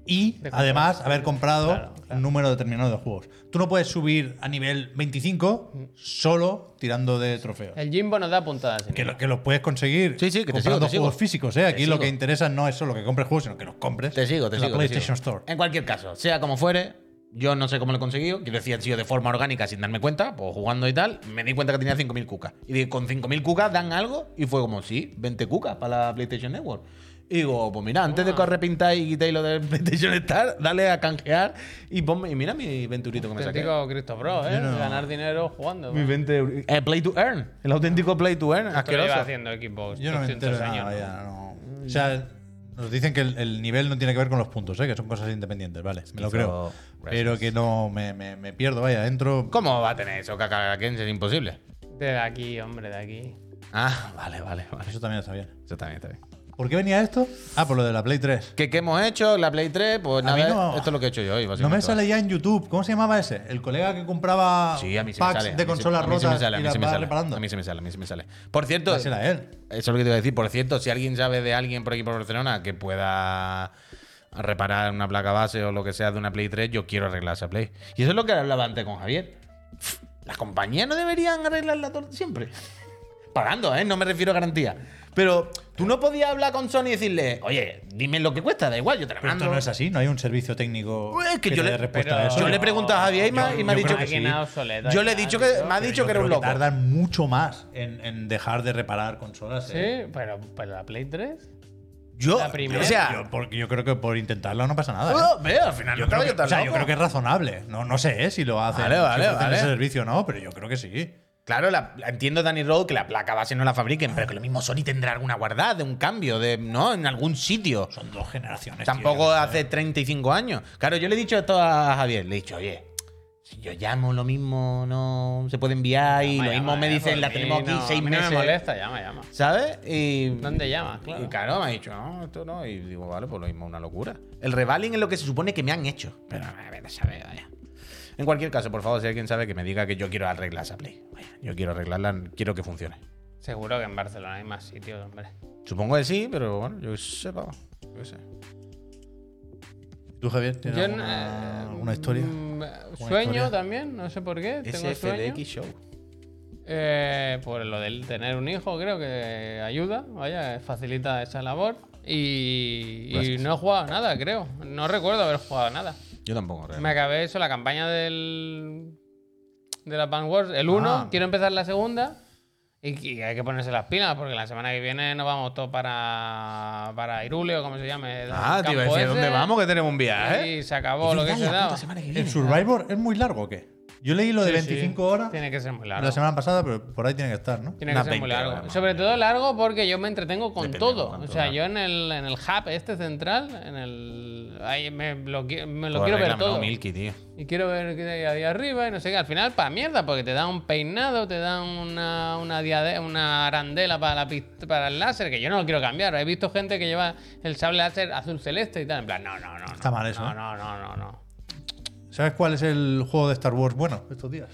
[SPEAKER 3] y
[SPEAKER 1] De comprar.
[SPEAKER 3] además haber comprado
[SPEAKER 1] Claro, claro.
[SPEAKER 3] un número determinado de juegos. Tú no puedes subir a nivel
[SPEAKER 1] Mm.
[SPEAKER 3] 25 solo tirando de trofeos.
[SPEAKER 1] El Jimbo nos da puntadas. sin
[SPEAKER 3] Que,
[SPEAKER 1] ir.
[SPEAKER 3] lo- que los puedes conseguir
[SPEAKER 2] Sí, sí, que te sigo,
[SPEAKER 3] comprando
[SPEAKER 2] te sigo.
[SPEAKER 3] juegos físicos, ¿eh? Aquí
[SPEAKER 2] Te
[SPEAKER 3] lo
[SPEAKER 2] sigo.
[SPEAKER 3] que interesa no es solo que compres juegos, sino que los compres
[SPEAKER 2] Te sigo, te
[SPEAKER 3] en
[SPEAKER 2] sigo.
[SPEAKER 3] la
[SPEAKER 2] te sigo. Eh,
[SPEAKER 3] PlayStation Store.
[SPEAKER 2] En cualquier caso, sea como fuere, yo no sé cómo lo he conseguido. Quiero decir, han sido de forma orgánica, sin darme cuenta, pues jugando y tal. Me di cuenta que tenía 5.000 cucas. Y dije, con 5.000 cucas dan algo. Y fue como, sí, 20 cucas para la PlayStation Network. Y digo, pues mira, antes de que arrepintáis y quitéis lo del PlayStation Star, dale a canjear y ponme. Y mira mi venturito que me saqué.
[SPEAKER 1] Auténtico Cristo Pro, ¿eh? Ganar dinero jugando.
[SPEAKER 2] Mi 20 euros. Eh, play to earn. El auténtico play to earn.
[SPEAKER 1] Esto lo lleva
[SPEAKER 2] Asqueroso.
[SPEAKER 1] haciendo Xbox
[SPEAKER 3] Yo no me
[SPEAKER 1] 200
[SPEAKER 3] entero de
[SPEAKER 1] años. ¿no?
[SPEAKER 3] nada, ya, no. O sea, nos dicen que el, el nivel no tiene que ver con los puntos, ¿eh? que son cosas independientes, vale, me lo
[SPEAKER 2] Esquizo,
[SPEAKER 3] creo.
[SPEAKER 2] gracias.
[SPEAKER 3] Pero que no me, me- me pierdo, vaya, entro.
[SPEAKER 2] ¿Cómo va a tener eso, Kakarakense? Es imposible.
[SPEAKER 1] De aquí, hombre, de aquí.
[SPEAKER 2] Ah, vale, vale, vale.
[SPEAKER 3] Eso también está bien.
[SPEAKER 2] Eso también está bien.
[SPEAKER 3] ¿Por qué venía esto? Ah, por lo de la Play 3.
[SPEAKER 2] ¿Qué, qué hemos hecho? La Play 3, pues
[SPEAKER 3] A
[SPEAKER 2] nada,
[SPEAKER 3] mí no-
[SPEAKER 2] esto es lo que he hecho yo hoy,
[SPEAKER 3] No
[SPEAKER 2] básicamente.
[SPEAKER 3] me sale ya en YouTube. ¿Cómo se llamaba ese? El colega que compraba
[SPEAKER 2] Sí, a mí sí me
[SPEAKER 3] packs
[SPEAKER 2] sale. a mí
[SPEAKER 3] de
[SPEAKER 2] sí-
[SPEAKER 3] consolas
[SPEAKER 2] a mí
[SPEAKER 3] rotas
[SPEAKER 2] sí me sale, a
[SPEAKER 3] y
[SPEAKER 2] mí
[SPEAKER 3] las
[SPEAKER 2] sí me
[SPEAKER 3] va
[SPEAKER 2] sale,
[SPEAKER 3] reparando.
[SPEAKER 2] A mí sí me sale, a mí sí me sale. Por cierto,
[SPEAKER 3] Ah, será él.
[SPEAKER 2] eso es lo que te iba a decir. Por cierto, si alguien sabe de alguien por aquí por Barcelona que pueda reparar una placa base o lo que sea de una Play 3, yo quiero arreglar esa Play. Y eso es lo que hablaba antes con Javier. Las compañías no deberían arreglarla todo siempre. Pagando, ¿eh? No me refiero a garantía. Pero tú no podías hablar con Sony y decirle, oye, dime lo que cuesta, da igual, yo te la
[SPEAKER 3] Pero
[SPEAKER 2] mando.
[SPEAKER 3] esto no es así, no hay un servicio técnico
[SPEAKER 2] Pues es que yo
[SPEAKER 3] te
[SPEAKER 2] le-
[SPEAKER 3] dé respuesta
[SPEAKER 1] pero-
[SPEAKER 3] a eso.
[SPEAKER 2] Yo le he preguntado a Javier y me ha- y me ha
[SPEAKER 3] yo
[SPEAKER 2] dicho
[SPEAKER 3] creo que sí.
[SPEAKER 1] Máquina obsoleta
[SPEAKER 2] Yo le he
[SPEAKER 1] ya,
[SPEAKER 2] dicho que
[SPEAKER 1] tío.
[SPEAKER 2] me ha
[SPEAKER 3] Pero
[SPEAKER 2] dicho
[SPEAKER 3] yo
[SPEAKER 2] que era un
[SPEAKER 3] creo
[SPEAKER 2] loco.
[SPEAKER 3] tardan mucho más en, en dejar de reparar consolas. ¿eh?
[SPEAKER 1] Sí, pero, pero la Play 3.
[SPEAKER 2] Yo,
[SPEAKER 1] La primera.
[SPEAKER 2] o
[SPEAKER 3] yo,
[SPEAKER 2] sea,
[SPEAKER 3] porque yo creo que por intentarlo no pasa nada. ¿eh?
[SPEAKER 2] no, veo, al final
[SPEAKER 3] Yo
[SPEAKER 2] no
[SPEAKER 3] creo,
[SPEAKER 2] estaba
[SPEAKER 3] que,
[SPEAKER 2] yo tan
[SPEAKER 3] o sea, yo
[SPEAKER 2] loco.
[SPEAKER 3] creo que es razonable. No, no sé eh, si lo hacen,
[SPEAKER 2] Vale, vale,
[SPEAKER 3] si ofrecen
[SPEAKER 2] vale.
[SPEAKER 3] ese servicio o no, pero yo creo que sí.
[SPEAKER 2] Claro, la- la- entiendo, Danny Road, que la placa base no la fabriquen, pero que lo mismo Sony tendrá alguna guardada, de un cambio, de no, en algún sitio.
[SPEAKER 3] Son dos generaciones. tío,
[SPEAKER 2] Tampoco
[SPEAKER 3] yo qué sé.
[SPEAKER 2] hace 35 años. Claro, yo le he dicho esto a Javier, le he dicho, oye, si yo llamo lo mismo, no se puede enviar y lo
[SPEAKER 1] Llama,
[SPEAKER 2] mismo me
[SPEAKER 1] llama,
[SPEAKER 2] dicen,
[SPEAKER 1] por
[SPEAKER 2] la
[SPEAKER 1] mí,
[SPEAKER 2] tenemos aquí
[SPEAKER 1] no, a
[SPEAKER 2] seis
[SPEAKER 1] mí No me
[SPEAKER 2] meses.
[SPEAKER 1] molesta, llama, llama.
[SPEAKER 2] ¿Sabes? Y.
[SPEAKER 1] ¿Dónde llamas? Claro.
[SPEAKER 2] Y claro, me ha dicho, no, esto no. Y digo, vale, pues lo mismo, una locura. El revaling es lo que se supone que me han hecho. Pero a ver, a saber, vaya. En cualquier caso, por favor, si alguien sabe que me diga que yo quiero arreglar esa play. Vaya, yo quiero arreglarla, quiero que funcione.
[SPEAKER 1] Seguro que en Barcelona hay más sitios, hombre.
[SPEAKER 2] Supongo que sí, pero bueno, yo qué sé, pavo. Yo qué sé.
[SPEAKER 3] ¿Tú, Javier, tienes
[SPEAKER 1] Yo
[SPEAKER 2] eh,
[SPEAKER 3] alguna,
[SPEAKER 1] no-
[SPEAKER 3] alguna historia?
[SPEAKER 1] mm,
[SPEAKER 3] ¿Alguna
[SPEAKER 1] Sueño
[SPEAKER 3] historia?
[SPEAKER 1] también, no sé por qué. Tengo sueño.
[SPEAKER 2] SFDX Show.
[SPEAKER 1] Eh, por lo del tener un hijo, creo que ayuda, vaya, facilita esa labor. Y, y
[SPEAKER 3] Pues
[SPEAKER 2] Gracias.
[SPEAKER 1] no he jugado nada, creo. No recuerdo haber jugado nada.
[SPEAKER 2] Yo tampoco, realmente.
[SPEAKER 1] Me acabé eso, la campaña del. de la Pan Wars, el 1.
[SPEAKER 3] Ah.
[SPEAKER 1] Quiero empezar la segunda. Y, y hay que ponerse las pilas, porque la semana que viene nos vamos todos para. para Irule o como se llame. el
[SPEAKER 2] Ah, te iba
[SPEAKER 1] campo
[SPEAKER 2] a decir,
[SPEAKER 1] ese,
[SPEAKER 2] ¿dónde vamos? Que tenemos un viaje. ¿eh?
[SPEAKER 1] Y se acabó lo que se daba.
[SPEAKER 3] ¿El Survivor es muy largo o qué? Yo leí lo de
[SPEAKER 1] Sí, sí.
[SPEAKER 3] 25 horas
[SPEAKER 1] Tiene que ser muy largo.
[SPEAKER 3] la semana pasada, pero por ahí tiene que estar, ¿no?
[SPEAKER 1] Tiene
[SPEAKER 2] Unas
[SPEAKER 1] que ser muy
[SPEAKER 2] 20
[SPEAKER 1] largo.
[SPEAKER 2] horas más,
[SPEAKER 1] Sobre
[SPEAKER 2] hombre.
[SPEAKER 1] todo largo porque yo me entretengo con
[SPEAKER 2] Depende de
[SPEAKER 1] todo.
[SPEAKER 2] cuánto,
[SPEAKER 1] o sea,
[SPEAKER 2] claro.
[SPEAKER 1] yo en el, en el hub este central, en el. ahí me lo, qui- me lo
[SPEAKER 2] Pues
[SPEAKER 1] quiero ver
[SPEAKER 2] arréglamelo,
[SPEAKER 1] todo.
[SPEAKER 2] Milky, tío.
[SPEAKER 1] Y quiero ver qué hay ahí arriba y no sé qué. Al final, pa' mierda, porque te dan un peinado, te dan una, una, diade- una arandela para, la pist- para el láser, que yo no lo quiero cambiar. He visto gente que lleva el sable láser azul celeste y tal. En plan, no, no, no. no.
[SPEAKER 3] Está mal eso,
[SPEAKER 1] No,
[SPEAKER 3] ¿eh?
[SPEAKER 1] no, no, no. no.
[SPEAKER 3] ¿Sabes cuál es el juego de Star Wars bueno estos días?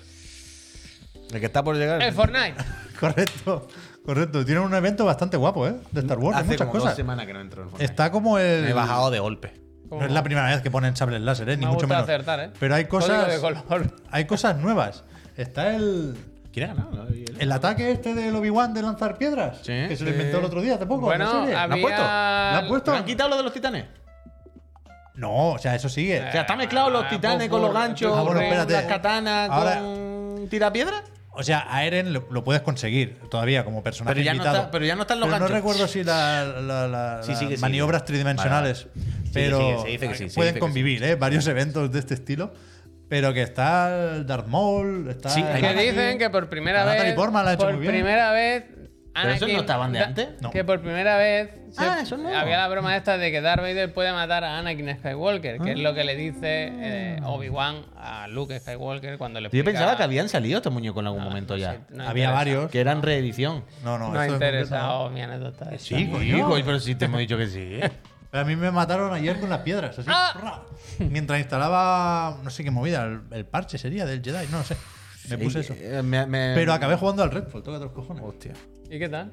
[SPEAKER 2] El que está por llegar.
[SPEAKER 1] El Fortnite.
[SPEAKER 3] Correcto, correcto. Tienen un evento bastante guapo, ¿eh? De Star Wars, hay
[SPEAKER 2] Hace
[SPEAKER 3] muchas
[SPEAKER 2] como dos
[SPEAKER 3] cosas.
[SPEAKER 2] semanas que no entro en Fortnite.
[SPEAKER 3] Está como el.
[SPEAKER 2] Me he bajado de golpe.
[SPEAKER 3] No es la primera vez que ponen sables láser, ¿eh? ni
[SPEAKER 1] Me ha
[SPEAKER 3] mucho
[SPEAKER 1] gustado
[SPEAKER 3] menos.
[SPEAKER 1] acertar, ¿eh?
[SPEAKER 3] Pero hay
[SPEAKER 1] Código
[SPEAKER 3] cosas,
[SPEAKER 1] de color.
[SPEAKER 3] hay cosas nuevas. Está el,
[SPEAKER 2] ¿Quién ha ganado?
[SPEAKER 3] El ataque este del Obi-Wan de lanzar piedras,
[SPEAKER 2] Sí,
[SPEAKER 3] que se lo
[SPEAKER 2] sí.
[SPEAKER 3] inventó el otro día, hace poco. en la
[SPEAKER 1] Bueno,
[SPEAKER 3] serie.
[SPEAKER 2] ha-
[SPEAKER 1] había...
[SPEAKER 2] han puesto?
[SPEAKER 3] ¿La han puesto?
[SPEAKER 2] ¿Esto? ¿Han quitado lo de los titanes?
[SPEAKER 3] No, o sea, eso sigue.
[SPEAKER 2] O sea, ¿está mezclado los
[SPEAKER 1] Ah,
[SPEAKER 2] titanes
[SPEAKER 1] por-
[SPEAKER 2] con los
[SPEAKER 1] por-
[SPEAKER 2] ganchos,
[SPEAKER 3] Ah, bueno,
[SPEAKER 2] con
[SPEAKER 3] espérate.
[SPEAKER 2] las katanas,
[SPEAKER 3] Ahora-
[SPEAKER 2] con tirapiedra?
[SPEAKER 3] O sea, a Eren lo, lo puedes conseguir todavía como personaje
[SPEAKER 2] Pero ya no
[SPEAKER 3] invitado.
[SPEAKER 2] está- pero ya no están los
[SPEAKER 3] Pero
[SPEAKER 2] ganchos.
[SPEAKER 3] No recuerdo si la- la- la-
[SPEAKER 2] Sí,
[SPEAKER 3] las
[SPEAKER 2] sigue, sigue.
[SPEAKER 3] maniobras tridimensionales.
[SPEAKER 2] Vale, vale. Sí,
[SPEAKER 3] Pero
[SPEAKER 2] sigue, se dice que sí, se
[SPEAKER 3] pueden
[SPEAKER 2] dice que
[SPEAKER 3] convivir, ¿eh? Varios eventos de este estilo. Pero que está el Darth Maul, está.
[SPEAKER 2] Sí,
[SPEAKER 3] el
[SPEAKER 2] hay
[SPEAKER 1] Que
[SPEAKER 3] Anakin.
[SPEAKER 1] dicen que por primera
[SPEAKER 3] La
[SPEAKER 1] vez.
[SPEAKER 3] Natalie Portman la ha hecho
[SPEAKER 1] por
[SPEAKER 3] muy bien.
[SPEAKER 1] primera vez.
[SPEAKER 2] Pero esos no estaban de
[SPEAKER 1] Da-
[SPEAKER 2] antes.
[SPEAKER 3] No.
[SPEAKER 1] Que por primera vez se-
[SPEAKER 2] Ah, eso no.
[SPEAKER 1] había la broma esta de que Darth Vader puede matar a Anakin Skywalker, que es lo que le dice eh, Obi-Wan a Luke Skywalker cuando le
[SPEAKER 2] Yo
[SPEAKER 1] explica-
[SPEAKER 2] pensaba que habían salido estos muñecos en algún momento
[SPEAKER 1] No sé,
[SPEAKER 2] ya.
[SPEAKER 1] no
[SPEAKER 3] Había
[SPEAKER 1] interesa.
[SPEAKER 3] varios.
[SPEAKER 2] Que eran reedición.
[SPEAKER 3] No, no,
[SPEAKER 1] No,
[SPEAKER 3] esto
[SPEAKER 1] ha
[SPEAKER 3] en concreto no.
[SPEAKER 1] interesado mi anécdota. esa.
[SPEAKER 3] Sí, coño.
[SPEAKER 2] pero sí te hemos dicho que sí.
[SPEAKER 3] Pero a mí me mataron ayer con las piedras, así.
[SPEAKER 2] Ah.
[SPEAKER 3] ra. Mientras instalaba, no sé qué movida, el, el parche sería del Jedi, no lo sé. Me puse eso.
[SPEAKER 2] Eh, me- me-
[SPEAKER 3] Pero acabé jugando al Redfall, tócate los cojones.
[SPEAKER 2] Hostia.
[SPEAKER 1] ¿Y qué tal?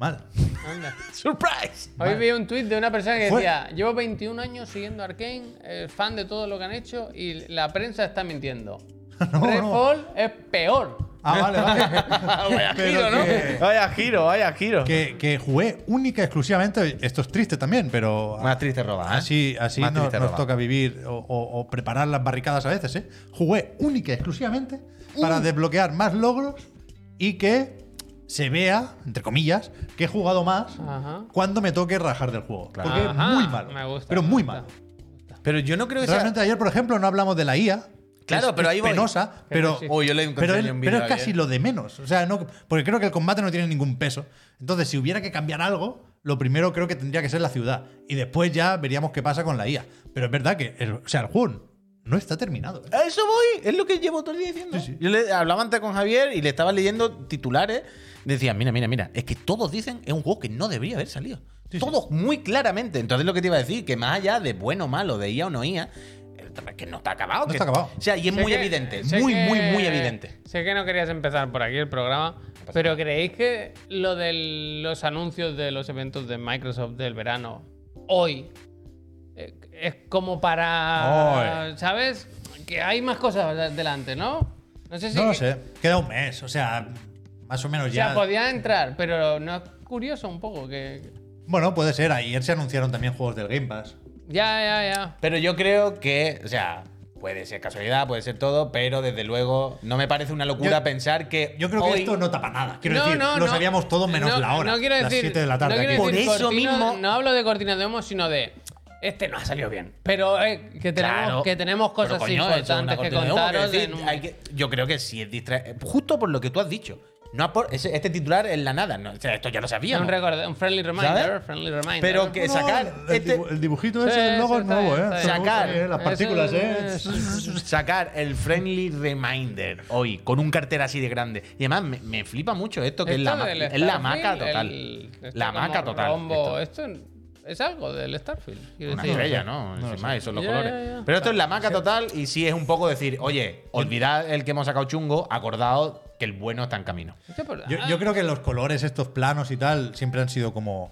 [SPEAKER 3] Mal.
[SPEAKER 1] Anda.
[SPEAKER 2] ¡Surprise!
[SPEAKER 1] Hoy vi un tuit de una persona que
[SPEAKER 3] Fue-
[SPEAKER 1] decía, llevo 21 años siguiendo Arkane, eh, fan de todo lo que han hecho y la prensa está mintiendo.
[SPEAKER 3] No, no.
[SPEAKER 1] Redfall es peor.
[SPEAKER 3] Ah, vale, vale.
[SPEAKER 2] Vaya
[SPEAKER 3] Pero
[SPEAKER 2] giro, ¿no?
[SPEAKER 3] que-
[SPEAKER 2] Vaya giro, vaya giro.
[SPEAKER 3] que, que jugué única y exclusivamente. Esto es triste también, pero.
[SPEAKER 2] Más triste roba, ¿eh?
[SPEAKER 3] Así, así
[SPEAKER 2] Más
[SPEAKER 3] no-
[SPEAKER 2] triste
[SPEAKER 3] nos
[SPEAKER 2] roba.
[SPEAKER 3] toca vivir o, o- o preparar las barricadas a veces, ¿eh? Jugué única y exclusivamente
[SPEAKER 2] Uh.
[SPEAKER 3] para desbloquear más logros y que se vea, entre comillas, que he jugado más
[SPEAKER 1] Ajá.
[SPEAKER 3] cuando me toque rajar del juego.
[SPEAKER 2] Claro.
[SPEAKER 3] Porque
[SPEAKER 1] Ajá,
[SPEAKER 3] es muy malo.
[SPEAKER 1] me gusta,
[SPEAKER 3] pero
[SPEAKER 1] me
[SPEAKER 3] muy
[SPEAKER 1] gusta.
[SPEAKER 3] malo.
[SPEAKER 2] Pero yo no creo que sea.
[SPEAKER 3] Realmente ayer, por ejemplo, no hablamos de la IA. que
[SPEAKER 2] Claro,
[SPEAKER 3] es-
[SPEAKER 2] pero
[SPEAKER 3] es
[SPEAKER 2] ahí voy.
[SPEAKER 3] penosa, pero,
[SPEAKER 1] sí.
[SPEAKER 2] Uy, yo le encontré
[SPEAKER 3] pero,
[SPEAKER 2] ahí
[SPEAKER 3] es,
[SPEAKER 2] un
[SPEAKER 3] pero es
[SPEAKER 2] vídeo
[SPEAKER 3] casi
[SPEAKER 2] ayer.
[SPEAKER 3] lo de menos. O sea, no, porque creo que el combate no tiene ningún peso. Entonces, si hubiera que cambiar algo, lo primero creo que tendría que ser la ciudad. Y después ya veríamos qué pasa con la IA. Pero es verdad que el, o sea, el juego no está terminado. ¿eh?
[SPEAKER 2] A eso voy, es lo que llevo todo el día diciendo. Yo le hablaba antes con Javier y le estaba leyendo titulares. Decía, mira, mira, mira, es que todos dicen es un juego que no debería haber salido. todos muy claramente. Entonces lo que te iba a decir, que más allá de bueno o malo, de IA o no IA, el tema es que no está acabado.
[SPEAKER 3] No
[SPEAKER 2] que-
[SPEAKER 3] está acabado.
[SPEAKER 2] O sea, y es
[SPEAKER 1] Sé
[SPEAKER 2] muy
[SPEAKER 1] que-
[SPEAKER 2] evidente,
[SPEAKER 1] sé
[SPEAKER 2] muy,
[SPEAKER 1] que-
[SPEAKER 2] muy, muy evidente.
[SPEAKER 1] Sé que no querías empezar por aquí el programa, pero ¿creéis que lo de los anuncios de los eventos de Microsoft del verano hoy eh, es como para. ¿Sabes? Que hay más cosas delante, ¿no? No sé si.
[SPEAKER 3] No lo sé. Queda un mes, o sea, más o menos
[SPEAKER 1] O sea,
[SPEAKER 3] ya.
[SPEAKER 1] podía entrar, pero no es curioso un poco que.
[SPEAKER 3] Bueno, puede ser. Ayer se anunciaron también juegos del Game Pass.
[SPEAKER 1] Ya, ya, ya.
[SPEAKER 2] Pero yo creo que, o sea, puede ser casualidad, puede ser todo, pero desde luego no me parece una locura
[SPEAKER 3] Yo-
[SPEAKER 2] pensar que.
[SPEAKER 3] Yo creo
[SPEAKER 2] hoy-
[SPEAKER 3] que esto no tapa nada. Quiero
[SPEAKER 1] No,
[SPEAKER 3] decir,
[SPEAKER 1] no,
[SPEAKER 3] lo
[SPEAKER 1] no.
[SPEAKER 3] sabíamos todos menos
[SPEAKER 1] No,
[SPEAKER 3] la hora.
[SPEAKER 1] No quiero decir,
[SPEAKER 3] las 7 de la tarde.
[SPEAKER 1] no quiero
[SPEAKER 3] aquí.
[SPEAKER 2] Por
[SPEAKER 1] decir
[SPEAKER 2] eso
[SPEAKER 1] cortina-
[SPEAKER 2] mismo-
[SPEAKER 1] No hablo de cortinas de humo, sino de. Este no ha salido bien. Pero eh, que, tenemos,
[SPEAKER 2] Claro.
[SPEAKER 1] que tenemos cosas
[SPEAKER 2] Pero, coño, eso es una
[SPEAKER 1] importantes que
[SPEAKER 2] cortina de humo,
[SPEAKER 1] contaros.
[SPEAKER 2] quiero decir,
[SPEAKER 1] en un-
[SPEAKER 2] hay que- yo creo que sí es distra- Justo por lo que tú has dicho. No apor- ese- este titular es la nada. no, o sea, esto ya lo
[SPEAKER 1] un,
[SPEAKER 2] sabíamos.
[SPEAKER 1] record- un friendly reminder.
[SPEAKER 2] ¿Sabes?
[SPEAKER 1] friendly reminder.
[SPEAKER 2] Pero que
[SPEAKER 3] No,
[SPEAKER 2] sacar.
[SPEAKER 3] el,
[SPEAKER 2] este-
[SPEAKER 3] dibu- el dibujito
[SPEAKER 1] Sí,
[SPEAKER 3] ese del
[SPEAKER 1] sí,
[SPEAKER 3] logo es
[SPEAKER 1] está
[SPEAKER 3] nuevo,
[SPEAKER 1] bien,
[SPEAKER 3] ¿eh?
[SPEAKER 1] está
[SPEAKER 3] Eso me gusta,
[SPEAKER 2] bien.
[SPEAKER 3] ¿eh? Las
[SPEAKER 1] Eso
[SPEAKER 3] partículas,
[SPEAKER 1] es-
[SPEAKER 3] ¿eh?
[SPEAKER 2] sacar el friendly reminder hoy con un cartel así de grande. Y además me, me flipa mucho esto que es la,
[SPEAKER 1] Esto
[SPEAKER 2] ma-
[SPEAKER 1] del
[SPEAKER 2] es la
[SPEAKER 1] Starfield,
[SPEAKER 2] maca total.
[SPEAKER 1] el- este
[SPEAKER 2] la maca
[SPEAKER 1] como
[SPEAKER 2] total.
[SPEAKER 1] rombo, este,
[SPEAKER 2] esto.
[SPEAKER 1] esto es algo del Starfield. quiero
[SPEAKER 2] Una
[SPEAKER 1] decir.
[SPEAKER 2] estrella, ¿no?
[SPEAKER 3] No
[SPEAKER 2] Sin
[SPEAKER 3] lo
[SPEAKER 2] más, y son los
[SPEAKER 1] Ya,
[SPEAKER 2] colores.
[SPEAKER 1] ya, ya.
[SPEAKER 2] Pero esto es la maca total y sí es un poco decir, oye, olvidad el que hemos sacado chungo, acordado que el bueno está en camino.
[SPEAKER 1] Esto por- Ah,
[SPEAKER 3] Yo, yo creo que los colores, estos planos y tal, siempre han sido como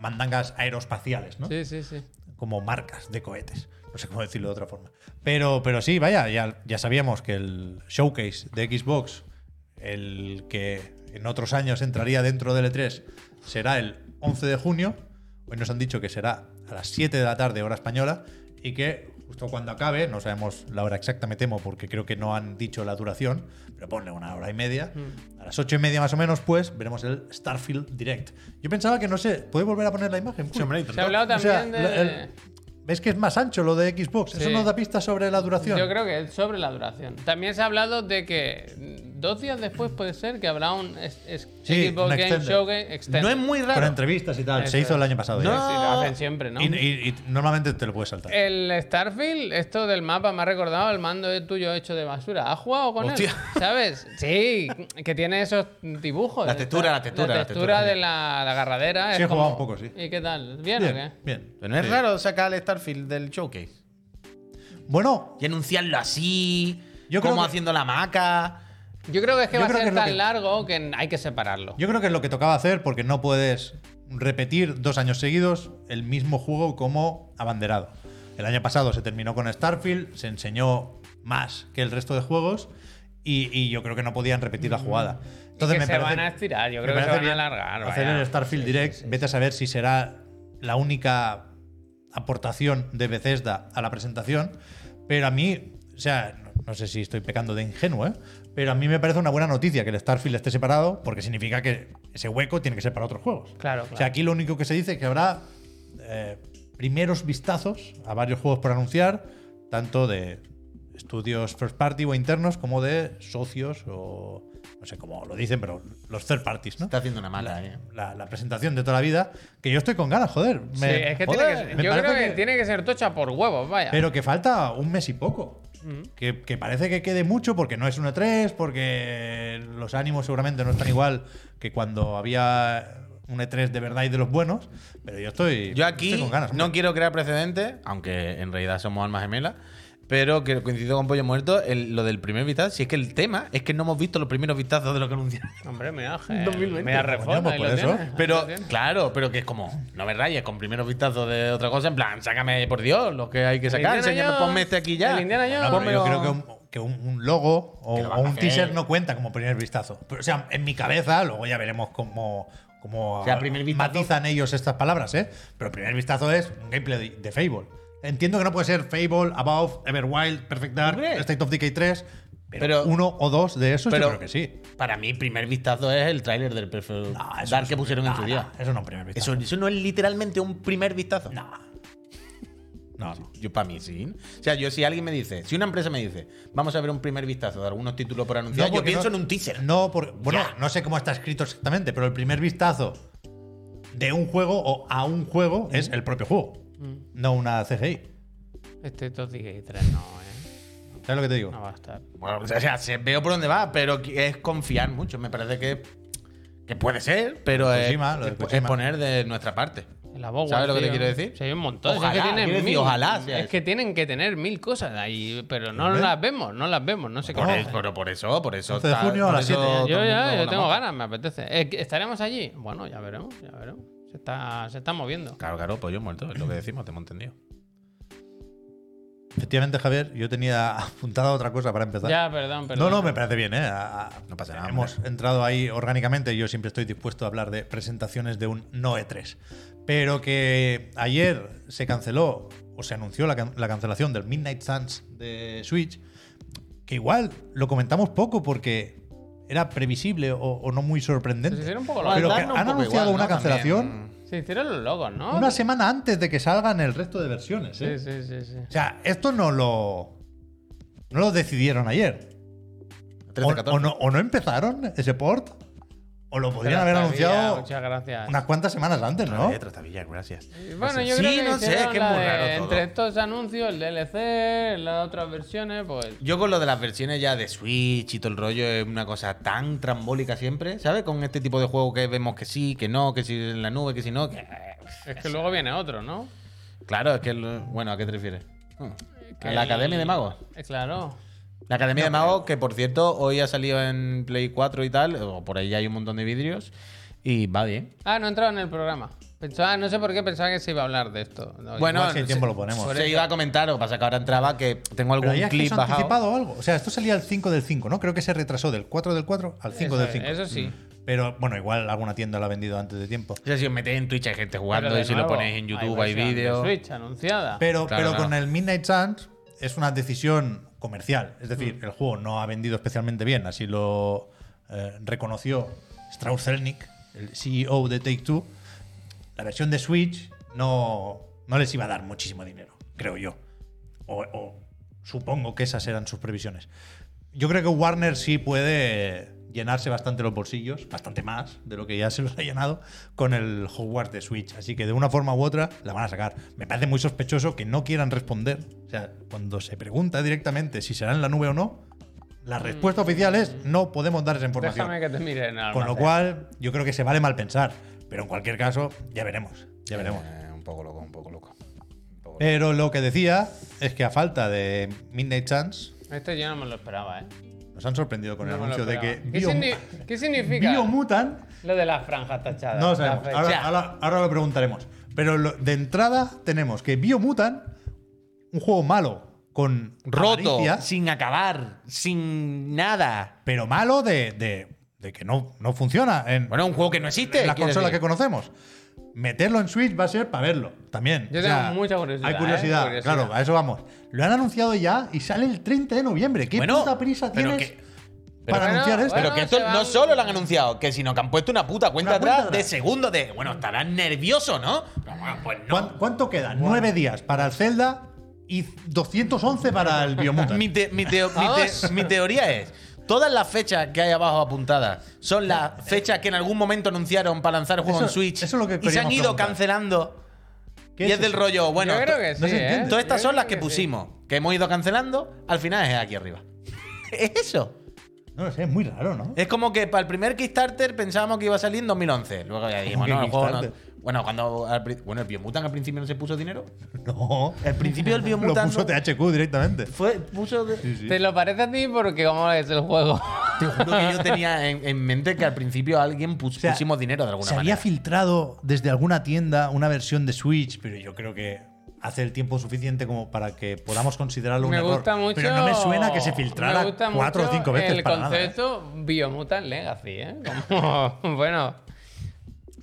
[SPEAKER 3] mandangas aeroespaciales, ¿no?
[SPEAKER 1] Sí, sí, sí.
[SPEAKER 3] Como marcas de cohetes. No sé cómo decirlo de otra forma. Pero, pero sí, vaya, ya, ya sabíamos que el showcase de Xbox, el que en otros años entraría dentro del E3, será el 11 de junio. Hoy nos han dicho que será a las 7 de la tarde, hora española, y que justo cuando acabe, no sabemos la hora exacta, me temo, porque creo que no han dicho la duración, pero ponle una hora y media. A las 8 y media más o menos, pues, veremos el Starfield Direct. Yo pensaba que no sé, ¿puedes volver a poner la imagen? Uy.
[SPEAKER 1] Se ha hablado
[SPEAKER 3] O sea,
[SPEAKER 1] también
[SPEAKER 3] la-
[SPEAKER 1] de.
[SPEAKER 3] el- ¿Ves que es más ancho lo de Xbox? ¿Eso
[SPEAKER 1] Sí.
[SPEAKER 3] nos da pistas sobre la duración?
[SPEAKER 1] Yo creo que es sobre la duración. También se ha hablado de que mm, dos días después puede ser que habrá un es- es-
[SPEAKER 3] Sí,
[SPEAKER 1] Xbox
[SPEAKER 3] un
[SPEAKER 1] Game
[SPEAKER 3] extended.
[SPEAKER 1] Showcase extended.
[SPEAKER 2] No es muy
[SPEAKER 3] Con
[SPEAKER 2] raro.
[SPEAKER 3] entrevistas y tal.
[SPEAKER 1] Eso
[SPEAKER 3] Se hizo
[SPEAKER 1] es.
[SPEAKER 3] el año pasado.
[SPEAKER 1] Sí,
[SPEAKER 3] ya.
[SPEAKER 2] No.
[SPEAKER 1] lo hacen siempre, ¿no? Eh,
[SPEAKER 3] Y, y- y normalmente te lo puedes saltar.
[SPEAKER 1] El Starfield, esto del mapa me ha recordado el mando de tuyo hecho de basura. ¿Has jugado con
[SPEAKER 2] Hostia.
[SPEAKER 1] él? ¿Sabes? Sí, que tiene esos dibujos.
[SPEAKER 2] La textura, la textura,
[SPEAKER 1] La
[SPEAKER 2] la
[SPEAKER 1] textura
[SPEAKER 2] textura.
[SPEAKER 1] de la, la agarradera.
[SPEAKER 3] Sí,
[SPEAKER 1] es
[SPEAKER 3] he jugado
[SPEAKER 1] como-
[SPEAKER 3] un poco, sí.
[SPEAKER 1] ¿Y qué tal? ¿Bien, o qué?
[SPEAKER 3] bien, bien.
[SPEAKER 2] Pero no es
[SPEAKER 3] Sí.
[SPEAKER 2] raro sacar el Starfield del showcase.
[SPEAKER 3] Bueno,
[SPEAKER 2] Y anunciarlo así,
[SPEAKER 3] Yo creo
[SPEAKER 2] como
[SPEAKER 3] que-
[SPEAKER 2] haciendo la maca.
[SPEAKER 1] Yo creo que es que
[SPEAKER 3] Yo
[SPEAKER 1] va a
[SPEAKER 3] creo
[SPEAKER 1] ser
[SPEAKER 3] que es lo
[SPEAKER 1] tan
[SPEAKER 3] que-
[SPEAKER 1] largo que hay que separarlo.
[SPEAKER 3] yo creo que es lo que tocaba hacer porque no puedes repetir dos años seguidos el mismo juego como abanderado. El año pasado se terminó con Starfield, se enseñó más que el resto de juegos. y, y yo creo que no podían repetir la jugada.
[SPEAKER 1] Entonces
[SPEAKER 3] Entonces
[SPEAKER 1] Mm. que
[SPEAKER 3] me
[SPEAKER 1] se
[SPEAKER 3] parece,
[SPEAKER 1] van a estirar, yo
[SPEAKER 3] me
[SPEAKER 1] creo que se
[SPEAKER 3] parece
[SPEAKER 1] van a
[SPEAKER 3] bien
[SPEAKER 1] alargar.
[SPEAKER 3] hacer
[SPEAKER 1] vaya.
[SPEAKER 3] el Starfield
[SPEAKER 1] Sí, sí,
[SPEAKER 3] Direct,
[SPEAKER 1] sí.
[SPEAKER 3] vete a saber si será la única aportación de Bethesda a la presentación, pero a mí, o sea, no, no sé si estoy pecando de ingenuo, ¿eh? pero a mí me parece una buena noticia que el Starfield esté separado, porque significa que ese hueco tiene que ser para otros juegos.
[SPEAKER 1] Claro,
[SPEAKER 3] O sea,
[SPEAKER 1] claro.
[SPEAKER 3] aquí lo único que se dice es que habrá eh, primeros vistazos a varios juegos por anunciar, tanto de estudios first party o internos como de socios o no sé cómo lo dicen, pero los third parties, ¿no?
[SPEAKER 2] Está haciendo una mala, eh.
[SPEAKER 3] La, la presentación de toda la vida, que yo estoy con ganas, joder. Me,
[SPEAKER 1] Sí, es que
[SPEAKER 3] joder,
[SPEAKER 1] tiene que
[SPEAKER 3] me
[SPEAKER 1] ser, yo creo
[SPEAKER 3] parece
[SPEAKER 1] que, tiene que ser tocha por huevos, vaya.
[SPEAKER 3] Pero que falta un mes y poco. Que, que parece que quede mucho porque no es un E3, porque los ánimos seguramente no están igual que cuando había un E3 de verdad y de los buenos. Pero yo estoy,
[SPEAKER 2] Yo aquí
[SPEAKER 3] estoy con ganas.
[SPEAKER 2] no
[SPEAKER 3] hombre.
[SPEAKER 2] quiero crear precedentes, aunque en realidad somos almas gemelas, pero que coincido con Pollo Muerto, el- lo del primer vistazo, si es que el tema es que no hemos visto los primeros vistazos de lo que anunciaron.
[SPEAKER 1] Hombre, mira, Ángel,
[SPEAKER 2] 2020.
[SPEAKER 1] mira
[SPEAKER 3] Coño,
[SPEAKER 1] reforma. ahí
[SPEAKER 3] pues
[SPEAKER 1] lo
[SPEAKER 3] por eso.
[SPEAKER 1] tienes, ahí lo
[SPEAKER 2] Pero,
[SPEAKER 1] tienes.
[SPEAKER 2] claro, pero que es como, no me rayes con primeros vistazos de otra cosa, en plan, sácame por Dios los que hay que sacar,
[SPEAKER 1] Indiana
[SPEAKER 2] enséñame,
[SPEAKER 1] Jones,
[SPEAKER 2] ponme este aquí ya.
[SPEAKER 1] el Indiana Jones.
[SPEAKER 3] No, pero yo
[SPEAKER 2] Pónmelo.
[SPEAKER 3] creo que un, que un- un logo o,
[SPEAKER 2] Que lo
[SPEAKER 3] o
[SPEAKER 2] van a
[SPEAKER 3] un teaser
[SPEAKER 2] hacer.
[SPEAKER 3] no cuenta como primer vistazo. Pero, o sea, en mi cabeza, luego ya veremos cómo, cómo
[SPEAKER 2] O sea, primer vistazo-
[SPEAKER 3] matizan ellos estas palabras, ¿eh? Pero primer vistazo es un gameplay de, de Fable. Entiendo que no puede ser Fable, Above, Everwild, Perfect Dark,
[SPEAKER 2] Hombre.
[SPEAKER 3] State of Decay 3, pero,
[SPEAKER 2] Pero-
[SPEAKER 3] uno o dos de esos
[SPEAKER 2] pero-
[SPEAKER 3] yo creo que sí.
[SPEAKER 2] Para mí, primer vistazo es el tráiler del Perfect
[SPEAKER 3] No, eso
[SPEAKER 2] Dark
[SPEAKER 3] no es
[SPEAKER 2] que
[SPEAKER 3] un-
[SPEAKER 2] pusieron en
[SPEAKER 3] no,
[SPEAKER 2] su
[SPEAKER 3] no,
[SPEAKER 2] día.
[SPEAKER 3] eso no es un primer
[SPEAKER 2] Eso,
[SPEAKER 3] vistazo.
[SPEAKER 2] eso no es literalmente un primer vistazo.
[SPEAKER 3] No. No, no.
[SPEAKER 2] Yo para mí sí. O sea, yo si alguien me dice, si una empresa me dice, vamos a ver un primer vistazo de algunos títulos por anunciar, yo
[SPEAKER 3] porque
[SPEAKER 2] pienso
[SPEAKER 3] no-
[SPEAKER 2] en un teaser.
[SPEAKER 3] No, porque, bueno,
[SPEAKER 2] Ya.
[SPEAKER 3] no sé cómo está escrito exactamente, pero el primer vistazo de un juego o a un juego es el propio juego,
[SPEAKER 2] Mm.
[SPEAKER 3] no una CGI.
[SPEAKER 1] Este Totti Gate 3 no, eh.
[SPEAKER 3] ¿Sabes lo que te digo?
[SPEAKER 2] Ah,
[SPEAKER 1] No va a estar.
[SPEAKER 2] Bueno, o sea, se- veo por dónde va, pero que- es confiar mucho. Me parece que, que puede ser, pero es,
[SPEAKER 3] Kojima, lo de
[SPEAKER 2] es po- es
[SPEAKER 3] Kojima.
[SPEAKER 2] poner de nuestra parte.
[SPEAKER 1] El Abowal,
[SPEAKER 2] ¿Sabes lo que te
[SPEAKER 1] tío.
[SPEAKER 2] quiero decir?
[SPEAKER 1] Sí, hay un montón. Si
[SPEAKER 2] Ojalá,
[SPEAKER 1] es que tienen
[SPEAKER 2] quiero decir,
[SPEAKER 1] mil,
[SPEAKER 2] ojalá sea
[SPEAKER 1] Es
[SPEAKER 2] eso.
[SPEAKER 1] que tienen que tener mil cosas ahí, pero no
[SPEAKER 3] ¿Ves?
[SPEAKER 1] las vemos, no las vemos, no sé qué.
[SPEAKER 2] Por
[SPEAKER 3] No.
[SPEAKER 2] el- pero por eso, por eso.
[SPEAKER 3] 11 de junio a
[SPEAKER 2] por
[SPEAKER 3] las
[SPEAKER 2] eso
[SPEAKER 3] 7.
[SPEAKER 2] todo
[SPEAKER 1] Yo
[SPEAKER 2] el mundo
[SPEAKER 1] ya, yo
[SPEAKER 2] con la
[SPEAKER 1] tengo
[SPEAKER 2] moto.
[SPEAKER 1] ganas, me apetece. Eh, ¿Estaremos allí? Bueno, ya veremos, ya veremos. Se está, se está moviendo.
[SPEAKER 2] Claro, claro, pollo muerto, es lo que decimos, te hemos entendido.
[SPEAKER 3] Efectivamente, Javier, yo tenía apuntada otra cosa para empezar.
[SPEAKER 1] Ya, perdón,
[SPEAKER 3] no,
[SPEAKER 1] perdón.
[SPEAKER 3] no, me parece bien, ¿eh? A- a-
[SPEAKER 2] No pasa nada,
[SPEAKER 3] Hemos entrado ahí orgánicamente. Yo siempre estoy dispuesto a hablar de presentaciones de un no E3. Pero que ayer se canceló o se anunció la, can- la cancelación del Midnight Suns de Switch, que igual lo comentamos poco porque era previsible o, o no muy
[SPEAKER 1] Pues
[SPEAKER 3] sorprendente.
[SPEAKER 1] hicieron un poco los-
[SPEAKER 3] Pero que
[SPEAKER 2] Al darnos un
[SPEAKER 3] han
[SPEAKER 2] poco
[SPEAKER 3] anunciado
[SPEAKER 2] igual,
[SPEAKER 3] una
[SPEAKER 2] ¿no?
[SPEAKER 3] cancelación
[SPEAKER 2] También.
[SPEAKER 1] Se hicieron los logos, ¿no?
[SPEAKER 3] una semana antes de que salgan el resto de versiones. ¿eh?
[SPEAKER 1] Ah. Sí, sí, sí, sí.
[SPEAKER 3] O sea, esto no lo, no lo decidieron ayer.
[SPEAKER 2] 13,
[SPEAKER 3] O,
[SPEAKER 2] 14.
[SPEAKER 3] o no, o no empezaron ese port, o lo
[SPEAKER 1] Gracias,
[SPEAKER 3] podrían haber
[SPEAKER 1] Villa,
[SPEAKER 3] anunciado
[SPEAKER 1] Muchas gracias.
[SPEAKER 3] unas cuantas semanas antes, ¿no?
[SPEAKER 2] Otra tabilla, gracias.
[SPEAKER 1] Bueno, yo
[SPEAKER 2] sí,
[SPEAKER 1] creo que
[SPEAKER 2] no sé, es
[SPEAKER 1] hicieron
[SPEAKER 2] que es
[SPEAKER 1] la
[SPEAKER 2] muy
[SPEAKER 1] de-
[SPEAKER 2] raro todo.
[SPEAKER 1] entre estos anuncios, el DLC, las otras versiones, pues.
[SPEAKER 2] Yo con lo de las versiones ya de Switch y todo el rollo es una cosa tan trambólica siempre, ¿sabes? Con este tipo de juego que vemos que sí, que no, que si en la nube, que si no. que-
[SPEAKER 1] Es que luego viene otro, ¿no?
[SPEAKER 2] Claro, es que... el- Bueno, ¿a qué te refieres? Hmm.
[SPEAKER 1] Que
[SPEAKER 2] ¿A la
[SPEAKER 1] el-
[SPEAKER 2] Academia de Magos?
[SPEAKER 1] Eh, Claro.
[SPEAKER 2] La Academia de
[SPEAKER 3] eh.
[SPEAKER 2] Magos, que por cierto, hoy ha salido en Play 4 y tal, o por ahí ya hay un montón de vidrios, y va bien.
[SPEAKER 1] Ah, no he entrado en el programa. Pensaba, no sé por qué pensaba que se iba a hablar de esto. No,
[SPEAKER 2] Bueno,
[SPEAKER 3] igual si hay tiempo
[SPEAKER 2] se-
[SPEAKER 3] lo ponemos.
[SPEAKER 1] Por
[SPEAKER 2] Se
[SPEAKER 1] eso.
[SPEAKER 2] iba a comentar, lo que pasa es que ahora entraba que tengo
[SPEAKER 3] Pero
[SPEAKER 2] algún
[SPEAKER 3] ya es que
[SPEAKER 2] clip
[SPEAKER 3] eso ha
[SPEAKER 2] bajado.
[SPEAKER 3] anticipado algo. O sea, esto salía el 5 del 5, ¿no? Creo que se retrasó del 4 del 4 al 5
[SPEAKER 1] eso,
[SPEAKER 3] del 5.
[SPEAKER 1] Eso sí.
[SPEAKER 2] Mm.
[SPEAKER 3] Pero bueno, igual alguna tienda lo ha vendido antes de tiempo.
[SPEAKER 2] O sea, si os metéis en Twitch hay gente jugando,
[SPEAKER 1] Pero de
[SPEAKER 2] y si
[SPEAKER 1] nuevo,
[SPEAKER 2] lo ponéis en YouTube hay
[SPEAKER 1] versión de
[SPEAKER 2] vídeos.
[SPEAKER 1] Switch anunciada.
[SPEAKER 3] Pero,
[SPEAKER 2] Claro,
[SPEAKER 3] pero
[SPEAKER 2] claro.
[SPEAKER 3] con el Midnight Suns es una decisión comercial. Es decir, el juego no ha vendido especialmente bien. Así lo eh, reconoció Strauss Zelnick, el CEO de Take Two. La versión de Switch no, no les iba a dar muchísimo dinero, creo yo. O, o supongo que esas eran sus previsiones. Yo creo que Warner sí puede llenarse bastante los bolsillos, bastante más de lo que ya se los ha llenado con el Hogwarts de Switch. Así que de una forma u otra la van a sacar. Me parece muy sospechoso que no quieran responder. O sea, cuando se pregunta directamente si será en la nube o no, la respuesta oficial es no podemos dar esa información.
[SPEAKER 1] Mm. Déjame que te mire en el
[SPEAKER 3] Con lo
[SPEAKER 1] almacén.
[SPEAKER 3] cual, yo creo que se vale mal pensar. Pero en cualquier caso, ya veremos. Ya veremos.
[SPEAKER 2] Eh, un poco loco, un poco loco. Un poco loco.
[SPEAKER 3] Pero lo que decía es que a falta de Midnight Chance,
[SPEAKER 1] Este yo no me lo esperaba, ¿eh?
[SPEAKER 3] nos han sorprendido con el
[SPEAKER 1] No me lo
[SPEAKER 3] anuncio de que
[SPEAKER 1] esperaba. ¿Qué,
[SPEAKER 3] Biom-
[SPEAKER 1] signi- qué significa
[SPEAKER 3] Biomutant.
[SPEAKER 1] lo de las franjas tachadas?
[SPEAKER 3] No lo
[SPEAKER 1] La
[SPEAKER 3] sabemos.
[SPEAKER 1] fecha.
[SPEAKER 3] Ahora, ahora- ahora lo preguntaremos. Pero lo- de entrada tenemos que Biomutant, un juego malo con
[SPEAKER 2] Roto,
[SPEAKER 3] avaricia,
[SPEAKER 2] sin acabar, sin nada.
[SPEAKER 3] pero malo de, de- de que no, no funciona en,
[SPEAKER 2] Bueno, un juego que no
[SPEAKER 3] en
[SPEAKER 2] existe.
[SPEAKER 3] la
[SPEAKER 2] quiero
[SPEAKER 3] consola
[SPEAKER 2] decir.
[SPEAKER 3] que conocemos. Meterlo en Switch va a ser para verlo también.
[SPEAKER 1] Yo
[SPEAKER 3] O sea,
[SPEAKER 1] tengo mucha curiosidad,
[SPEAKER 3] Hay
[SPEAKER 1] ¿eh?
[SPEAKER 3] curiosidad,
[SPEAKER 1] Curiosidad.
[SPEAKER 3] claro, a eso vamos. Lo han anunciado ya y sale el 30 de noviembre. ¿Qué
[SPEAKER 2] Bueno,
[SPEAKER 3] puta prisa
[SPEAKER 2] pero
[SPEAKER 3] tienes
[SPEAKER 2] que-
[SPEAKER 3] para
[SPEAKER 1] pero-
[SPEAKER 3] anunciar esto?
[SPEAKER 2] Pero
[SPEAKER 1] Bueno,
[SPEAKER 2] que esto
[SPEAKER 1] se van-
[SPEAKER 2] no solo lo han anunciado, que sino que han puesto una puta cuenta,
[SPEAKER 3] Una cuenta
[SPEAKER 2] atrás, de
[SPEAKER 3] atrás.
[SPEAKER 2] segundos de, bueno, estarás nervioso, ¿no? Pero bueno, pues no.
[SPEAKER 3] ¿Cuán- ¿Cuánto quedan? Nueve días para el Zelda y 211 para el Biomutant.
[SPEAKER 2] Mi, te- mi teo- mi te-
[SPEAKER 1] Vamos.
[SPEAKER 2] mi teoría es, todas las fechas que hay abajo apuntadas son las fechas que en algún momento anunciaron para lanzar el juego
[SPEAKER 3] Eh, Eso-
[SPEAKER 2] en Switch
[SPEAKER 3] eso es lo que
[SPEAKER 2] y se han
[SPEAKER 3] queríamos
[SPEAKER 2] ido
[SPEAKER 3] preguntar.
[SPEAKER 2] cancelando.
[SPEAKER 3] ¿Qué
[SPEAKER 2] Y
[SPEAKER 3] es
[SPEAKER 2] es del
[SPEAKER 3] eso?
[SPEAKER 2] rollo, bueno,
[SPEAKER 1] yo creo
[SPEAKER 2] to-
[SPEAKER 1] que sí.
[SPEAKER 3] no se
[SPEAKER 1] ¿eh?
[SPEAKER 3] entiende.
[SPEAKER 2] todas estas
[SPEAKER 1] Yo
[SPEAKER 2] son las que
[SPEAKER 1] creo sí.
[SPEAKER 2] pusimos, que hemos ido cancelando, al final es aquí arriba. es eso.
[SPEAKER 3] No lo sé, es muy raro, ¿no?
[SPEAKER 2] Es como que para el primer Kickstarter pensábamos que iba a salir en 2011. Luego ya dijimos,
[SPEAKER 3] que
[SPEAKER 2] no, el juego no-
[SPEAKER 3] Kickstarter?
[SPEAKER 2] Bueno, cuando. al pri- bueno, el Biomutant al principio no se puso dinero.
[SPEAKER 3] No.
[SPEAKER 2] Al principio el
[SPEAKER 3] Lo
[SPEAKER 2] Biomutant.
[SPEAKER 3] puso
[SPEAKER 2] no-
[SPEAKER 3] THQ directamente.
[SPEAKER 2] fue, puso. de-
[SPEAKER 3] Sí, sí.
[SPEAKER 1] ¿Te lo parece a ti? Porque como es el juego.
[SPEAKER 2] Te juro que yo tenía en, en mente que al principio alguien pus-
[SPEAKER 3] sea,
[SPEAKER 2] pusimos dinero de alguna
[SPEAKER 3] Se había
[SPEAKER 2] manera.
[SPEAKER 3] filtrado desde alguna tienda una versión de Switch, pero yo creo que hace el tiempo suficiente como para que podamos considerarlo un
[SPEAKER 1] me
[SPEAKER 3] error.
[SPEAKER 1] gusta mucho.
[SPEAKER 3] pero no me suena que se filtrara
[SPEAKER 1] me gusta
[SPEAKER 3] cuatro o
[SPEAKER 1] mucho
[SPEAKER 3] cinco veces
[SPEAKER 1] El
[SPEAKER 3] para nada, ¿eh?
[SPEAKER 1] concepto Biomutant Legacy, ¿eh? Como, bueno.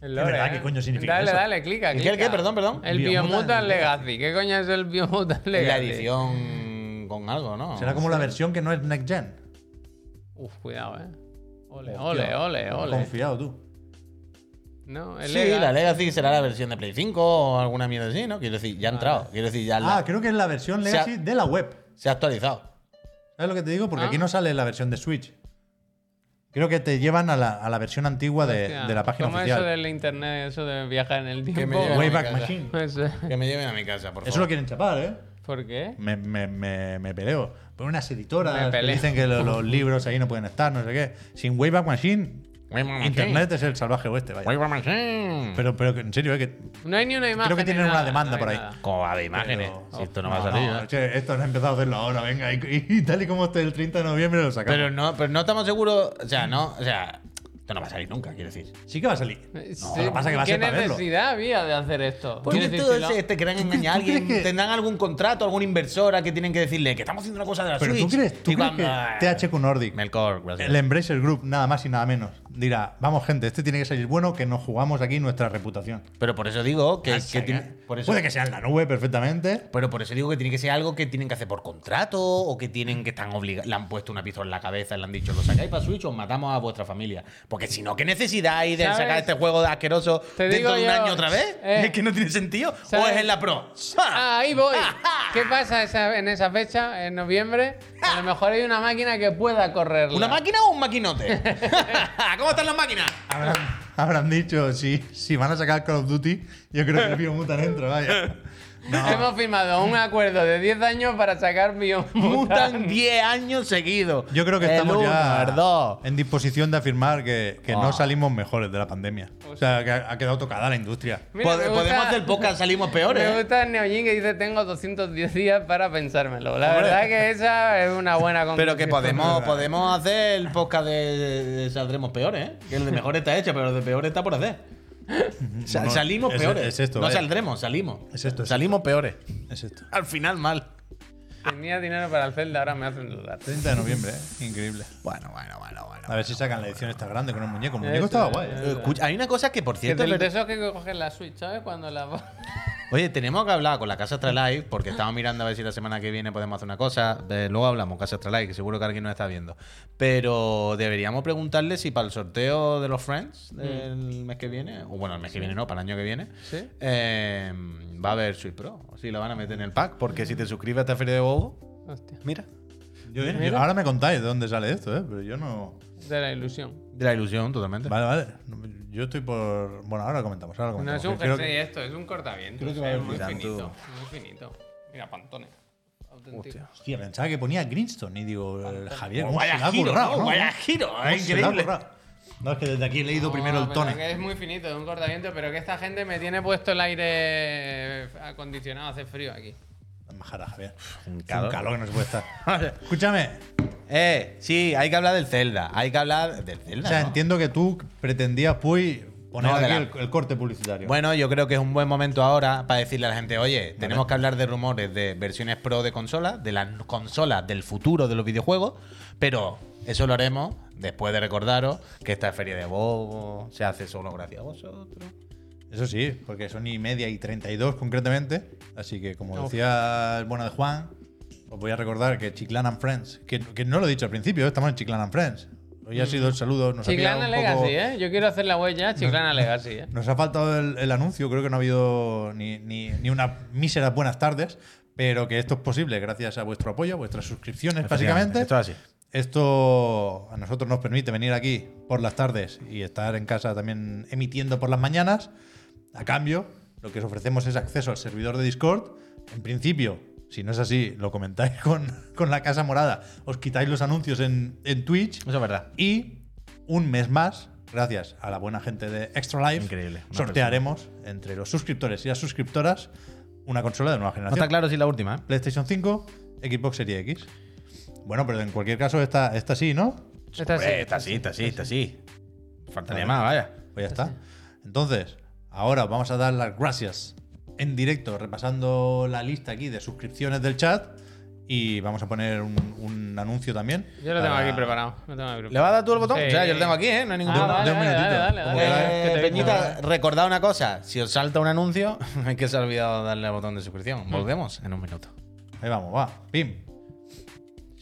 [SPEAKER 1] Es
[SPEAKER 3] verdad, ¿qué coño significa
[SPEAKER 1] Dale,
[SPEAKER 3] eso?
[SPEAKER 1] dale, clica,
[SPEAKER 2] ¿El qué,
[SPEAKER 1] clica.
[SPEAKER 2] el qué? Perdón, perdón.
[SPEAKER 1] El
[SPEAKER 3] Biomutant
[SPEAKER 1] Biomutant
[SPEAKER 3] Legacy.
[SPEAKER 1] Legacy. ¿Qué coño es el Biomutant
[SPEAKER 2] Es
[SPEAKER 1] Legacy?
[SPEAKER 2] la edición con algo, ¿no?
[SPEAKER 3] eh. Será como la versión que no es Next Gen.
[SPEAKER 1] Uf, cuidado, ¿eh? Ole,
[SPEAKER 3] Hostia,
[SPEAKER 1] ole, ole, ole.
[SPEAKER 3] Confiado tú.
[SPEAKER 1] No, el
[SPEAKER 2] Sí,
[SPEAKER 1] Legacy.
[SPEAKER 2] la Legacy será la versión de Play 5 o alguna mierda así, ¿no? Quiero decir, ya ha entrado. Quiero decir, ya la-
[SPEAKER 3] Ah, creo que es la versión
[SPEAKER 2] sea-
[SPEAKER 3] Legacy de la web.
[SPEAKER 2] se ha actualizado.
[SPEAKER 3] ¿Sabes lo que te digo? Porque
[SPEAKER 1] Ah.
[SPEAKER 3] aquí no sale la versión de Switch. Creo que te llevan a la, a la versión antigua de,
[SPEAKER 1] Hostia,
[SPEAKER 3] de la página
[SPEAKER 1] ¿cómo
[SPEAKER 3] oficial.
[SPEAKER 1] eso del internet, eso de viajar en el tiempo?
[SPEAKER 2] lleve a mi
[SPEAKER 3] Wayback
[SPEAKER 2] casa.
[SPEAKER 3] Machine.
[SPEAKER 1] Eso-
[SPEAKER 2] Que me lleven a mi casa, por favor.
[SPEAKER 3] Eso lo quieren chapar, ¿eh?
[SPEAKER 1] ¿Por qué?
[SPEAKER 3] Me, me, me, me peleo. Por unas editoras
[SPEAKER 1] Me
[SPEAKER 3] que
[SPEAKER 1] peleo.
[SPEAKER 3] dicen que lo- los libros ahí no pueden estar, no sé qué. Sin Wayback Machine,
[SPEAKER 2] Wayback Machine.
[SPEAKER 3] Internet es el salvaje oeste, vaya.
[SPEAKER 2] Wayback Machine.
[SPEAKER 3] Pero, pero que en serio, ¿eh? que
[SPEAKER 1] No hay ni una imagen.
[SPEAKER 3] creo que
[SPEAKER 1] ni
[SPEAKER 3] tienen una
[SPEAKER 1] nada,
[SPEAKER 3] demanda
[SPEAKER 1] no hay
[SPEAKER 3] por ahí.
[SPEAKER 1] nada.
[SPEAKER 2] Como va de imágenes.
[SPEAKER 3] Pero-
[SPEAKER 2] si esto no, va a salir. ¿eh?
[SPEAKER 3] che, esto no ha empezado a hacerlo ahora, venga. Y, y tal y como esté el 30 de noviembre lo sacamos.
[SPEAKER 2] pero no, pero no estamos seguros. O sea, no, o sea, esto no va a salir nunca, quiero decir.
[SPEAKER 3] sí que va a salir.
[SPEAKER 1] Eh, Sí,
[SPEAKER 3] lo que pasa es que va a
[SPEAKER 1] ¿Qué
[SPEAKER 3] ser para verlo.
[SPEAKER 1] necesidad había de hacer esto?
[SPEAKER 2] Porque
[SPEAKER 1] Quiero decir,
[SPEAKER 2] todo
[SPEAKER 1] si lo-
[SPEAKER 2] Pues ese- este te querrán engañar a alguien,
[SPEAKER 3] ¿Tú crees que-
[SPEAKER 2] tendrán algún contrato, algún inversora que tienen que decirle que estamos haciendo una cosa de la
[SPEAKER 3] Pero tú
[SPEAKER 2] Switch.
[SPEAKER 3] crees, tú
[SPEAKER 2] Y
[SPEAKER 3] crees
[SPEAKER 2] cuando- eh,
[SPEAKER 3] que THQ Nordic,
[SPEAKER 2] Melkor, gracias.
[SPEAKER 3] el Embracer Group, nada más y nada menos, dirá: Vamos, gente, este tiene que salir bueno, que nos jugamos aquí nuestra reputación.
[SPEAKER 2] Pero por eso digo
[SPEAKER 3] Ah,
[SPEAKER 2] que, que tiene- Ah, ¿eh? por eso,
[SPEAKER 3] Puede que sea en la nube perfectamente.
[SPEAKER 2] pero por eso digo que tiene que ser algo que tienen que hacer por contrato o que tienen que están obligados. Le han puesto una pistola en la cabeza y le han dicho, lo sacáis para Switch o os matamos a vuestra familia. Porque si no, ¿qué necesidad hay de
[SPEAKER 1] ¿Sabes?
[SPEAKER 2] sacar este juego de asqueroso
[SPEAKER 1] Te
[SPEAKER 2] dentro
[SPEAKER 1] digo
[SPEAKER 2] de un
[SPEAKER 1] yo,
[SPEAKER 2] año otra vez?
[SPEAKER 1] eh.
[SPEAKER 2] es que no tiene sentido. O
[SPEAKER 1] ¿Sabes?
[SPEAKER 2] es en la Pro.
[SPEAKER 1] Ah, ahí voy. ¿Qué pasa esa- en esa fecha, en noviembre? A lo mejor hay una máquina que pueda correrla.
[SPEAKER 2] ¿Una máquina o un maquinote? ¿Cómo están las máquinas?
[SPEAKER 3] Habrán, habrán dicho, si, si van a sacar Call of Duty, yo creo que el Biomutant entra, vaya. No,
[SPEAKER 1] Hemos firmado un acuerdo de 10 años para sacar
[SPEAKER 2] Mutan
[SPEAKER 1] Biomutant.
[SPEAKER 2] 10 años seguidos.
[SPEAKER 3] yo creo que estamos
[SPEAKER 2] el uno,
[SPEAKER 3] ya
[SPEAKER 2] El 2.
[SPEAKER 3] en disposición de afirmar que, que
[SPEAKER 2] Ah. Oh,
[SPEAKER 3] no salimos mejores de la pandemia. O sea, que ha ha quedado tocada la industria.
[SPEAKER 1] Mira, me gusta-
[SPEAKER 2] Podemos hacer podcast, salimos
[SPEAKER 3] ¿eh?
[SPEAKER 1] Me
[SPEAKER 2] peores. ¿eh?
[SPEAKER 1] gusta el Neojin que dice tengo 210 días para pensármelo. La verdad que esa es una buena
[SPEAKER 2] Pero
[SPEAKER 1] conclusión.
[SPEAKER 2] que podemos, podemos hacer el podcast de, de Saldremos Peores, ¿eh? Que el de mejor está hecho, pero el de peor está por hacer. Sa-
[SPEAKER 3] Bueno,
[SPEAKER 2] salimos
[SPEAKER 3] es-
[SPEAKER 2] peores.
[SPEAKER 3] es esto,
[SPEAKER 2] no
[SPEAKER 3] vaya.
[SPEAKER 2] saldremos, salimos.
[SPEAKER 3] Es esto, es
[SPEAKER 2] salimos peores.
[SPEAKER 3] Es esto.
[SPEAKER 2] Al final, mal.
[SPEAKER 1] Tenía dinero para el Zelda, ahora me hacen dudar.
[SPEAKER 3] 30 de noviembre, ¿eh? Increíble.
[SPEAKER 2] Bueno, bueno, bueno, bueno.
[SPEAKER 3] A ver si sacan la edición esta grande con un muñeco. El muñeco estaba guay. ¿eh?
[SPEAKER 2] Eh, escucha, hay una cosa que, por
[SPEAKER 1] Que
[SPEAKER 2] cierto,
[SPEAKER 1] de,
[SPEAKER 2] es
[SPEAKER 1] de
[SPEAKER 2] verdad-
[SPEAKER 1] esos que cogen la Switch, ¿sabes? Cuando la...
[SPEAKER 2] Oye, tenemos que hablar con la Casa Astralife porque estamos mirando a ver si la semana que viene podemos hacer una cosa. Eh, luego hablamos, Casa Astralife, que seguro que alguien nos está viendo. Pero deberíamos preguntarle si para el sorteo de los Friends del
[SPEAKER 3] Mm.
[SPEAKER 2] mes que viene, o bueno, el mes que viene no, para el año que viene,
[SPEAKER 1] Sí.
[SPEAKER 2] eh, va a haber Switch Pro. Si la van a meter en el pack, porque si te suscribes a esta feria de bobo,
[SPEAKER 1] Hostia,
[SPEAKER 2] mira,
[SPEAKER 3] Yo- eh, yo- ahora me contáis de dónde sale esto, ¿eh? Pero yo no.
[SPEAKER 1] de la ilusión.
[SPEAKER 2] de la ilusión totalmente.
[SPEAKER 3] Vale, vale. No, Yo estoy por. Bueno, ahora lo comentamos. Ahora lo
[SPEAKER 1] No
[SPEAKER 3] comentamos.
[SPEAKER 1] es un
[SPEAKER 3] Creo
[SPEAKER 1] jersey
[SPEAKER 3] que-
[SPEAKER 1] esto, es un cortavientos.
[SPEAKER 3] creo que va a
[SPEAKER 1] es
[SPEAKER 3] haber
[SPEAKER 1] muy
[SPEAKER 3] tanto.
[SPEAKER 1] finito, muy finito. Mira, Pantone. Auténtico.
[SPEAKER 2] Hostia.
[SPEAKER 3] Hostia, pensaba que ponía Greenstone y digo, el Javier, ¿cómo se
[SPEAKER 2] Oh, Vaya
[SPEAKER 3] la ha
[SPEAKER 2] giro,
[SPEAKER 3] currado,
[SPEAKER 2] ¿no?
[SPEAKER 3] no?
[SPEAKER 2] Vaya giro,
[SPEAKER 3] ¿Cómo
[SPEAKER 2] es
[SPEAKER 3] se la ha
[SPEAKER 2] increíble.
[SPEAKER 3] currado? No, es que desde aquí he leído
[SPEAKER 1] No,
[SPEAKER 3] primero el
[SPEAKER 1] pero
[SPEAKER 3] tono.
[SPEAKER 1] que es muy finito, es un cortavientos, pero que esta gente me tiene puesto el aire acondicionado, hace frío aquí.
[SPEAKER 3] Majara, Javier.
[SPEAKER 2] Un
[SPEAKER 3] Hace Un calor que no se puede estar. Escúchame,
[SPEAKER 2] Eh, sí, hay que hablar del Zelda. Hay que hablar del
[SPEAKER 3] o
[SPEAKER 2] Zelda.
[SPEAKER 3] sea,
[SPEAKER 2] ¿no?
[SPEAKER 3] entiendo que tú pretendías, Puy, Poner
[SPEAKER 2] No, de
[SPEAKER 3] aquí
[SPEAKER 2] la-
[SPEAKER 3] el, el corte publicitario.
[SPEAKER 2] Bueno, yo creo que es un buen momento ahora para decirle a la gente, oye, tenemos que hablar de rumores de versiones pro de consolas, de las consolas del futuro de los videojuegos, pero eso lo haremos después de recordaros que esta feria de bobo se hace solo gracias a vosotros.
[SPEAKER 3] Eso sí, porque son y media y 32 concretamente. Así que, como decía el bueno de Juan, os voy a recordar que Chiclan and Friends, que, que no lo he dicho al principio, estamos en Chiclan and Friends. Hoy ha sido el saludo. Nos
[SPEAKER 1] Mm. Chiclana
[SPEAKER 3] ha pillado un
[SPEAKER 1] Legacy,
[SPEAKER 3] poco-
[SPEAKER 1] ¿eh? Yo quiero hacer la web ya, Chiclana Legacy, ¿eh?
[SPEAKER 3] Nos ha faltado el, el anuncio, creo que no ha habido ni, ni, ni unas míseras buenas tardes, pero que esto es posible gracias a vuestro apoyo, a vuestras suscripciones, básicamente.
[SPEAKER 2] Esto es así.
[SPEAKER 3] Esto a nosotros nos permite venir aquí por las tardes y estar en casa también emitiendo por las mañanas. A cambio, lo que os ofrecemos es acceso al servidor de Discord. En principio, si no es así, lo comentáis con, con la Casa Morada, os quitáis los anuncios en, en Twitch
[SPEAKER 2] Eso es verdad.
[SPEAKER 3] y un mes más, gracias a la buena gente de Extra Life,
[SPEAKER 2] Increíble, una
[SPEAKER 3] sortearemos entre los suscriptores y las suscriptoras una consola de nueva
[SPEAKER 2] No
[SPEAKER 3] generación.
[SPEAKER 2] está claro si es la última, ¿eh?
[SPEAKER 3] PlayStation 5, Xbox Series X. Bueno, pero en cualquier caso, esta, esta sí, ¿no?
[SPEAKER 1] Esta sí.
[SPEAKER 2] Hombre, está así, está así, está así. Faltaría más, vaya.
[SPEAKER 3] Pues ya está. Entonces, ahora os vamos a dar las gracias en directo, repasando la lista aquí de suscripciones del chat. Y vamos a poner un, un anuncio también.
[SPEAKER 1] Yo lo tengo
[SPEAKER 3] para-
[SPEAKER 1] aquí preparado. Lo tengo aquí
[SPEAKER 2] ¿Le
[SPEAKER 1] preparado.
[SPEAKER 2] vas a dar tú el botón?
[SPEAKER 1] Sí.
[SPEAKER 2] O sea, yo lo tengo aquí, ¿eh? No hay ningún
[SPEAKER 1] Ah,
[SPEAKER 2] problema.
[SPEAKER 1] vale,
[SPEAKER 3] de un
[SPEAKER 1] vale,
[SPEAKER 3] minutito.
[SPEAKER 1] dale, dale,
[SPEAKER 3] Como
[SPEAKER 1] dale,
[SPEAKER 3] que-
[SPEAKER 1] que te
[SPEAKER 2] Eh,
[SPEAKER 1] he
[SPEAKER 2] Peñita,
[SPEAKER 1] visto.
[SPEAKER 2] recordad una cosa. Si os salta un anuncio, es que se ha olvidado darle al botón de
[SPEAKER 1] Mm.
[SPEAKER 2] suscripción. Volvemos en un minuto.
[SPEAKER 3] Ahí vamos, va. Pim.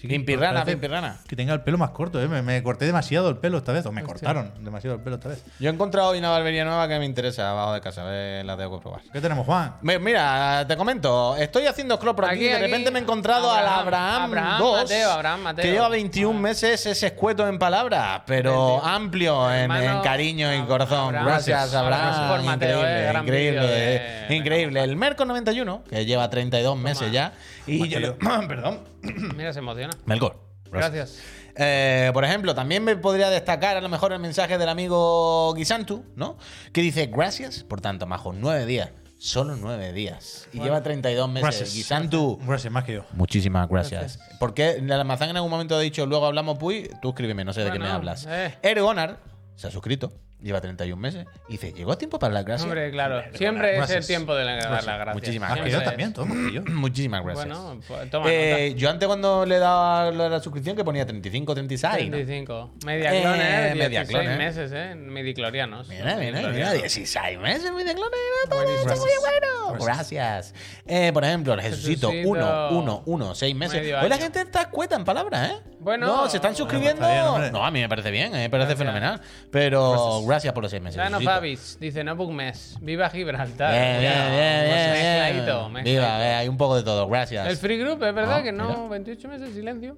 [SPEAKER 2] Pimpirrana,
[SPEAKER 3] parece-
[SPEAKER 2] pimpirrana.
[SPEAKER 3] Que tenga el pelo más corto, ¿eh? Me, me corté demasiado el pelo esta vez. O me cortaron demasiado el pelo esta vez.
[SPEAKER 2] Yo he encontrado hoy una barbería nueva que me interesa abajo de casa. A ver, la tengo que probar.
[SPEAKER 3] ¿Qué tenemos, Juan?
[SPEAKER 2] Mi- Mira, te comento, estoy haciendo scroll por aquí,
[SPEAKER 1] Aquí,
[SPEAKER 2] y de
[SPEAKER 1] aquí.
[SPEAKER 2] repente me he encontrado al Abraham,
[SPEAKER 1] Abraham, Abraham
[SPEAKER 2] 2,
[SPEAKER 1] Mateo, Abraham Mateo.
[SPEAKER 2] que lleva 21 meses, es escueto en palabras, pero
[SPEAKER 1] Perfecto.
[SPEAKER 2] amplio en,
[SPEAKER 1] Hermano,
[SPEAKER 2] en cariño y
[SPEAKER 1] Ab-
[SPEAKER 2] corazón.
[SPEAKER 1] Abraham,
[SPEAKER 2] Gracias, Abraham.
[SPEAKER 1] Abraham por Mateo, eh, gran
[SPEAKER 2] increíble,
[SPEAKER 1] vídeo de-
[SPEAKER 2] eh, increíble. El Merco 91, que lleva 32 meses ya, y yo le- Perdón.
[SPEAKER 1] Mira, se emociona.
[SPEAKER 2] Melkor.
[SPEAKER 1] Gracias.
[SPEAKER 2] Eh, por ejemplo, también me podría destacar a lo mejor el mensaje del amigo Guisantu, ¿no? Que dice, gracias por tanto, majo, nueve días. Solo nueve días. Y lleva 32 meses.
[SPEAKER 3] Gracias.
[SPEAKER 2] Guisantu,
[SPEAKER 3] Gracias, más que yo.
[SPEAKER 2] muchísimas gracias. Porque el almazán en algún momento ha dicho, luego hablamos, Puy, tú escríbeme, no sé de qué
[SPEAKER 1] No,
[SPEAKER 2] me
[SPEAKER 1] no,
[SPEAKER 2] hablas.
[SPEAKER 1] eh.
[SPEAKER 2] Ergonar se ha suscrito, lleva 31 meses. Y dice, llegó a tiempo para hablar, gracias.
[SPEAKER 1] Hombre, claro. Siempre es el
[SPEAKER 3] Gracias.
[SPEAKER 1] tiempo de la- dar las gracias.
[SPEAKER 2] Muchísimas
[SPEAKER 3] Más que
[SPEAKER 1] Siempre
[SPEAKER 3] yo
[SPEAKER 1] es-
[SPEAKER 3] también, todo más que yo.
[SPEAKER 2] Muchísimas gracias.
[SPEAKER 1] Bueno, pues, toma
[SPEAKER 2] Eh, yo antes cuando le daba lo de la suscripción que ponía 35, 36.
[SPEAKER 1] nota.
[SPEAKER 2] ¿no?
[SPEAKER 1] 35. Media
[SPEAKER 2] Eh,
[SPEAKER 1] clon, eh.
[SPEAKER 2] media
[SPEAKER 1] 16
[SPEAKER 2] clon, eh.
[SPEAKER 1] meses, eh. Midiclorianos.
[SPEAKER 2] Mira, mira, mira,
[SPEAKER 1] Midiclorianos.
[SPEAKER 2] 16 meses, muy de clones, todo
[SPEAKER 1] Buenísimo.
[SPEAKER 2] esto, muy bueno. Gracias. Eh, por ejemplo, el Jesucito,
[SPEAKER 1] Jesucito.
[SPEAKER 2] 1, 1, 1, 6 meses.
[SPEAKER 1] Medio
[SPEAKER 2] Hoy la
[SPEAKER 1] año.
[SPEAKER 2] gente está cueta en palabras, ¿eh?
[SPEAKER 1] Bueno.
[SPEAKER 2] no, se están suscribiendo.
[SPEAKER 3] está bien, hombre.
[SPEAKER 2] no, a mí me parece bien, eh, me parece
[SPEAKER 1] Gracias.
[SPEAKER 2] fenomenal. Pero gracias, por los 6 meses.
[SPEAKER 1] Dano
[SPEAKER 2] Jesucito.
[SPEAKER 1] Favis dice, no mes. Viva Gibraltar.
[SPEAKER 2] Bien, bien,
[SPEAKER 1] Cuidado. pues,
[SPEAKER 2] bien, bien,
[SPEAKER 1] Mezcladito,
[SPEAKER 2] bien.
[SPEAKER 1] mezcladito.
[SPEAKER 2] Viva, eh, hay un poco de todo, gracias.
[SPEAKER 1] El Free Group, es verdad
[SPEAKER 2] Ah,
[SPEAKER 1] que no. 28 meses, silencio.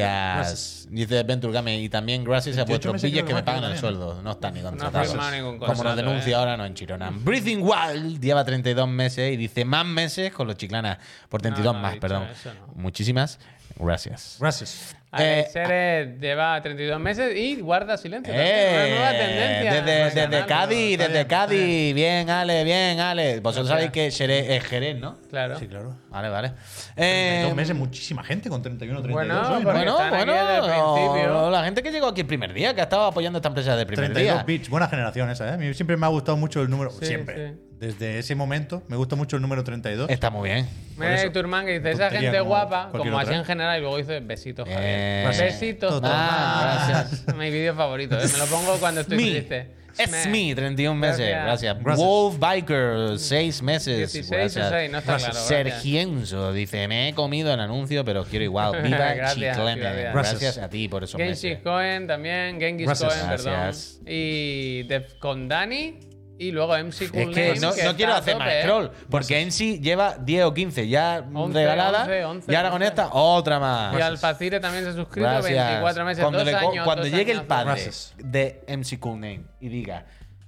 [SPEAKER 2] Gracias. Dice Venturgame. Y también gracias a
[SPEAKER 3] 28
[SPEAKER 2] vuestros
[SPEAKER 3] meses
[SPEAKER 2] billes
[SPEAKER 3] creo
[SPEAKER 2] que
[SPEAKER 3] que
[SPEAKER 2] me
[SPEAKER 3] más que
[SPEAKER 2] pagan el
[SPEAKER 3] también.
[SPEAKER 2] sueldo. No están ni
[SPEAKER 1] firmado
[SPEAKER 2] contratados.
[SPEAKER 1] ningún
[SPEAKER 2] Como nos
[SPEAKER 1] contrato,
[SPEAKER 2] denuncia
[SPEAKER 1] eh.
[SPEAKER 2] ahora, no en Chirona. Breathing Wild lleva 32 meses y dice más meses con los chiclanas. Por 32
[SPEAKER 1] no he
[SPEAKER 2] más,
[SPEAKER 1] dicho
[SPEAKER 2] perdón.
[SPEAKER 1] eso, no. Ah,
[SPEAKER 2] Muchísimas gracias.
[SPEAKER 3] Gracias.
[SPEAKER 2] Eh,
[SPEAKER 1] Alex Eres lleva 32 meses y guarda silencio.
[SPEAKER 2] Eh,
[SPEAKER 1] Una nueva tendencia.
[SPEAKER 2] desde, desde
[SPEAKER 1] nacional,
[SPEAKER 2] Cádiz,
[SPEAKER 3] está
[SPEAKER 2] desde
[SPEAKER 3] bien, está
[SPEAKER 2] Cádiz. Bien, Ale, bien, Ale. Vosotros sabéis que Xeré es Jerez, ¿no?
[SPEAKER 1] pero- Claro.
[SPEAKER 3] Sí, claro.
[SPEAKER 2] Vale, vale.
[SPEAKER 3] En
[SPEAKER 2] Eh,
[SPEAKER 3] dos meses, muchísima gente con 31 o 32
[SPEAKER 1] Bueno,
[SPEAKER 3] hoy, ¿no?
[SPEAKER 1] porque
[SPEAKER 2] Bueno,
[SPEAKER 1] están aquí
[SPEAKER 2] bueno,
[SPEAKER 1] desde el principio.
[SPEAKER 2] la gente que llegó aquí el primer día, que ha estado apoyando esta empresa desde el primer
[SPEAKER 3] 32
[SPEAKER 2] día.
[SPEAKER 3] bits, buena generación esa, ¿eh? A mí siempre me ha gustado mucho el número.
[SPEAKER 1] Sí,
[SPEAKER 3] siempre.
[SPEAKER 1] sí.
[SPEAKER 3] Desde ese momento me gusta mucho el número 32.
[SPEAKER 2] Está muy bien.
[SPEAKER 1] Mira
[SPEAKER 3] eso.
[SPEAKER 1] el Turman que dice, esa
[SPEAKER 3] Tontería
[SPEAKER 1] gente
[SPEAKER 3] como
[SPEAKER 1] guapa,
[SPEAKER 3] cualquier
[SPEAKER 1] como así
[SPEAKER 3] otra.
[SPEAKER 1] en general, y luego dice besitos, Javier.
[SPEAKER 2] Eh,
[SPEAKER 1] besitos,
[SPEAKER 3] Toto,
[SPEAKER 1] Tomás.
[SPEAKER 2] gracias.
[SPEAKER 1] Mi vídeo favorito, eh, me lo pongo cuando estoy triste.
[SPEAKER 2] Es me, 31 meses. Gracias.
[SPEAKER 1] Gracias.
[SPEAKER 3] Gracias.
[SPEAKER 2] Wolf Biker, 6 meses.
[SPEAKER 1] 16 o
[SPEAKER 2] Gracias.
[SPEAKER 1] 6, no está
[SPEAKER 3] Gracias.
[SPEAKER 1] claro. gracias.
[SPEAKER 2] Sergienzo dice: Me he comido el anuncio, pero quiero igual. Viva
[SPEAKER 1] Gracias,
[SPEAKER 2] Chiclana.
[SPEAKER 1] viva, viva.
[SPEAKER 2] Gracias.
[SPEAKER 3] Gracias
[SPEAKER 2] a ti por esos
[SPEAKER 1] Genghis
[SPEAKER 2] meses.
[SPEAKER 1] Cohen también, Genghis
[SPEAKER 3] Gracias.
[SPEAKER 1] Cohen,
[SPEAKER 2] Gracias.
[SPEAKER 1] perdón. Y Def con Dani y luego MC Cool
[SPEAKER 2] Es que
[SPEAKER 1] Name,
[SPEAKER 2] no, no
[SPEAKER 1] está
[SPEAKER 2] quiero
[SPEAKER 1] a
[SPEAKER 2] hacer
[SPEAKER 1] tope,
[SPEAKER 2] más
[SPEAKER 1] eh.
[SPEAKER 2] scroll, porque en sí lleva 10 o 15 ya
[SPEAKER 1] 11,
[SPEAKER 2] regalada.
[SPEAKER 1] 11, 11,
[SPEAKER 2] y ahora con
[SPEAKER 1] 11.
[SPEAKER 2] esta, otra más.
[SPEAKER 1] Y Alpacire también se ha suscrito,
[SPEAKER 2] Gracias.
[SPEAKER 1] 24 meses,
[SPEAKER 2] Cuando,
[SPEAKER 1] dos
[SPEAKER 2] le co-
[SPEAKER 1] años,
[SPEAKER 2] cuando
[SPEAKER 1] dos
[SPEAKER 2] llegue el
[SPEAKER 1] años.
[SPEAKER 2] padre
[SPEAKER 3] Gracias.
[SPEAKER 2] de MC Cool Name y diga,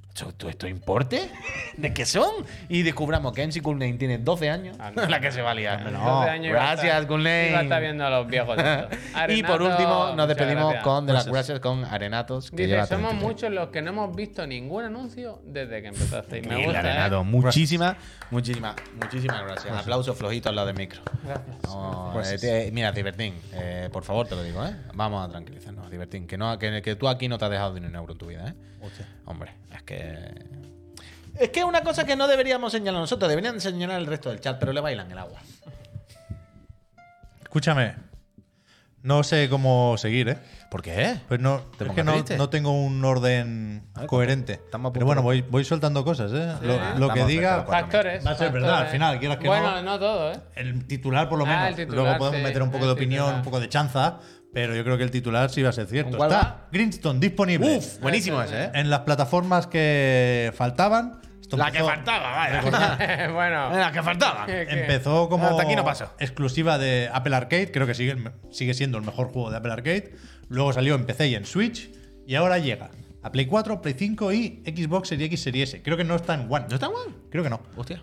[SPEAKER 2] "¿Esto- ¿esto, esto importe? ¿De qué son? Y descubramos que MC Cool Name tiene 12 años,
[SPEAKER 1] Ah,
[SPEAKER 2] la que se va a liar.
[SPEAKER 1] Entonces,
[SPEAKER 3] No,
[SPEAKER 1] año iba a
[SPEAKER 2] gracias,
[SPEAKER 1] estar-
[SPEAKER 2] Good Name.
[SPEAKER 1] Iba a estar viendo a los viejos. estos.
[SPEAKER 2] y por
[SPEAKER 1] Arenato,
[SPEAKER 2] último, nos
[SPEAKER 1] muchas
[SPEAKER 2] despedimos
[SPEAKER 1] gracias.
[SPEAKER 2] con de las gracias con Arenatos. Que
[SPEAKER 1] Dice,
[SPEAKER 2] lleva
[SPEAKER 1] somos
[SPEAKER 2] 33.
[SPEAKER 1] muchos los que no hemos visto ningún anuncio desde que empezaste. Y me
[SPEAKER 2] Increíble,
[SPEAKER 1] gusta, ¿eh?
[SPEAKER 2] Arenatos. Muchísimas, muchísimas, muchísimas gracias. Aplausos flojitos al lado del micro.
[SPEAKER 1] Gracias.
[SPEAKER 2] No,
[SPEAKER 3] Gracias.
[SPEAKER 2] eh, te- mira, Divertín, eh, por favor te lo digo, ¿eh? Vamos a tranquilizarnos, Divertín. Que, no, que, que tú aquí no te has dejado ni un euro en tu vida, ¿eh?
[SPEAKER 3] Hostia.
[SPEAKER 2] Hombre, es que que. Es que es una cosa que no deberíamos señalar nosotros, deberían señalar el resto del chat, pero le bailan el agua.
[SPEAKER 3] Escúchame. No sé cómo seguir, ¿eh?
[SPEAKER 2] ¿Por qué?
[SPEAKER 3] Pues no,
[SPEAKER 2] ¿Te
[SPEAKER 3] es
[SPEAKER 2] pongas
[SPEAKER 3] que no,
[SPEAKER 2] triste?
[SPEAKER 3] no tengo un orden
[SPEAKER 2] Ah,
[SPEAKER 3] coherente.
[SPEAKER 2] estamos a punto
[SPEAKER 3] Pero bueno,
[SPEAKER 2] de-
[SPEAKER 3] voy, voy soltando cosas, ¿eh?
[SPEAKER 1] Ah,
[SPEAKER 3] Lo, lo que
[SPEAKER 2] estamos
[SPEAKER 3] diga,
[SPEAKER 2] cerca de
[SPEAKER 1] Factores.
[SPEAKER 3] Va a ser
[SPEAKER 1] factores.
[SPEAKER 3] verdad, al final, quieras que
[SPEAKER 1] bueno,
[SPEAKER 3] no.
[SPEAKER 1] no todo, ¿eh?
[SPEAKER 3] el titular por lo
[SPEAKER 1] Ah,
[SPEAKER 3] menos.
[SPEAKER 1] el titular,
[SPEAKER 3] Luego podemos
[SPEAKER 1] sí,
[SPEAKER 3] meter un poco
[SPEAKER 1] el
[SPEAKER 3] de opinión,
[SPEAKER 1] titular.
[SPEAKER 3] un poco de chanza, pero yo creo que el titular sí va a ser cierto.
[SPEAKER 2] ¿Cuál
[SPEAKER 3] Está
[SPEAKER 2] va?
[SPEAKER 3] Greenstone disponible
[SPEAKER 2] Uf, buenísimo ese, ¿eh?
[SPEAKER 3] en las plataformas que faltaban. Esto
[SPEAKER 2] La que
[SPEAKER 3] empezó-
[SPEAKER 2] faltaba, vaya.
[SPEAKER 3] Recordad,
[SPEAKER 1] bueno.
[SPEAKER 2] La que faltaba.
[SPEAKER 1] ¿qué- qué?
[SPEAKER 3] Empezó como
[SPEAKER 2] Hasta aquí no paso.
[SPEAKER 3] exclusiva de Apple Arcade, creo que sigue, sigue siendo el mejor juego de Apple Arcade. Luego salió en PC y en Switch, y ahora llega a Play 4, Play 5 y Xbox Series X, Series S. Creo que no está en One.
[SPEAKER 2] ¿No está mal?
[SPEAKER 3] Creo que no.
[SPEAKER 2] Hostia.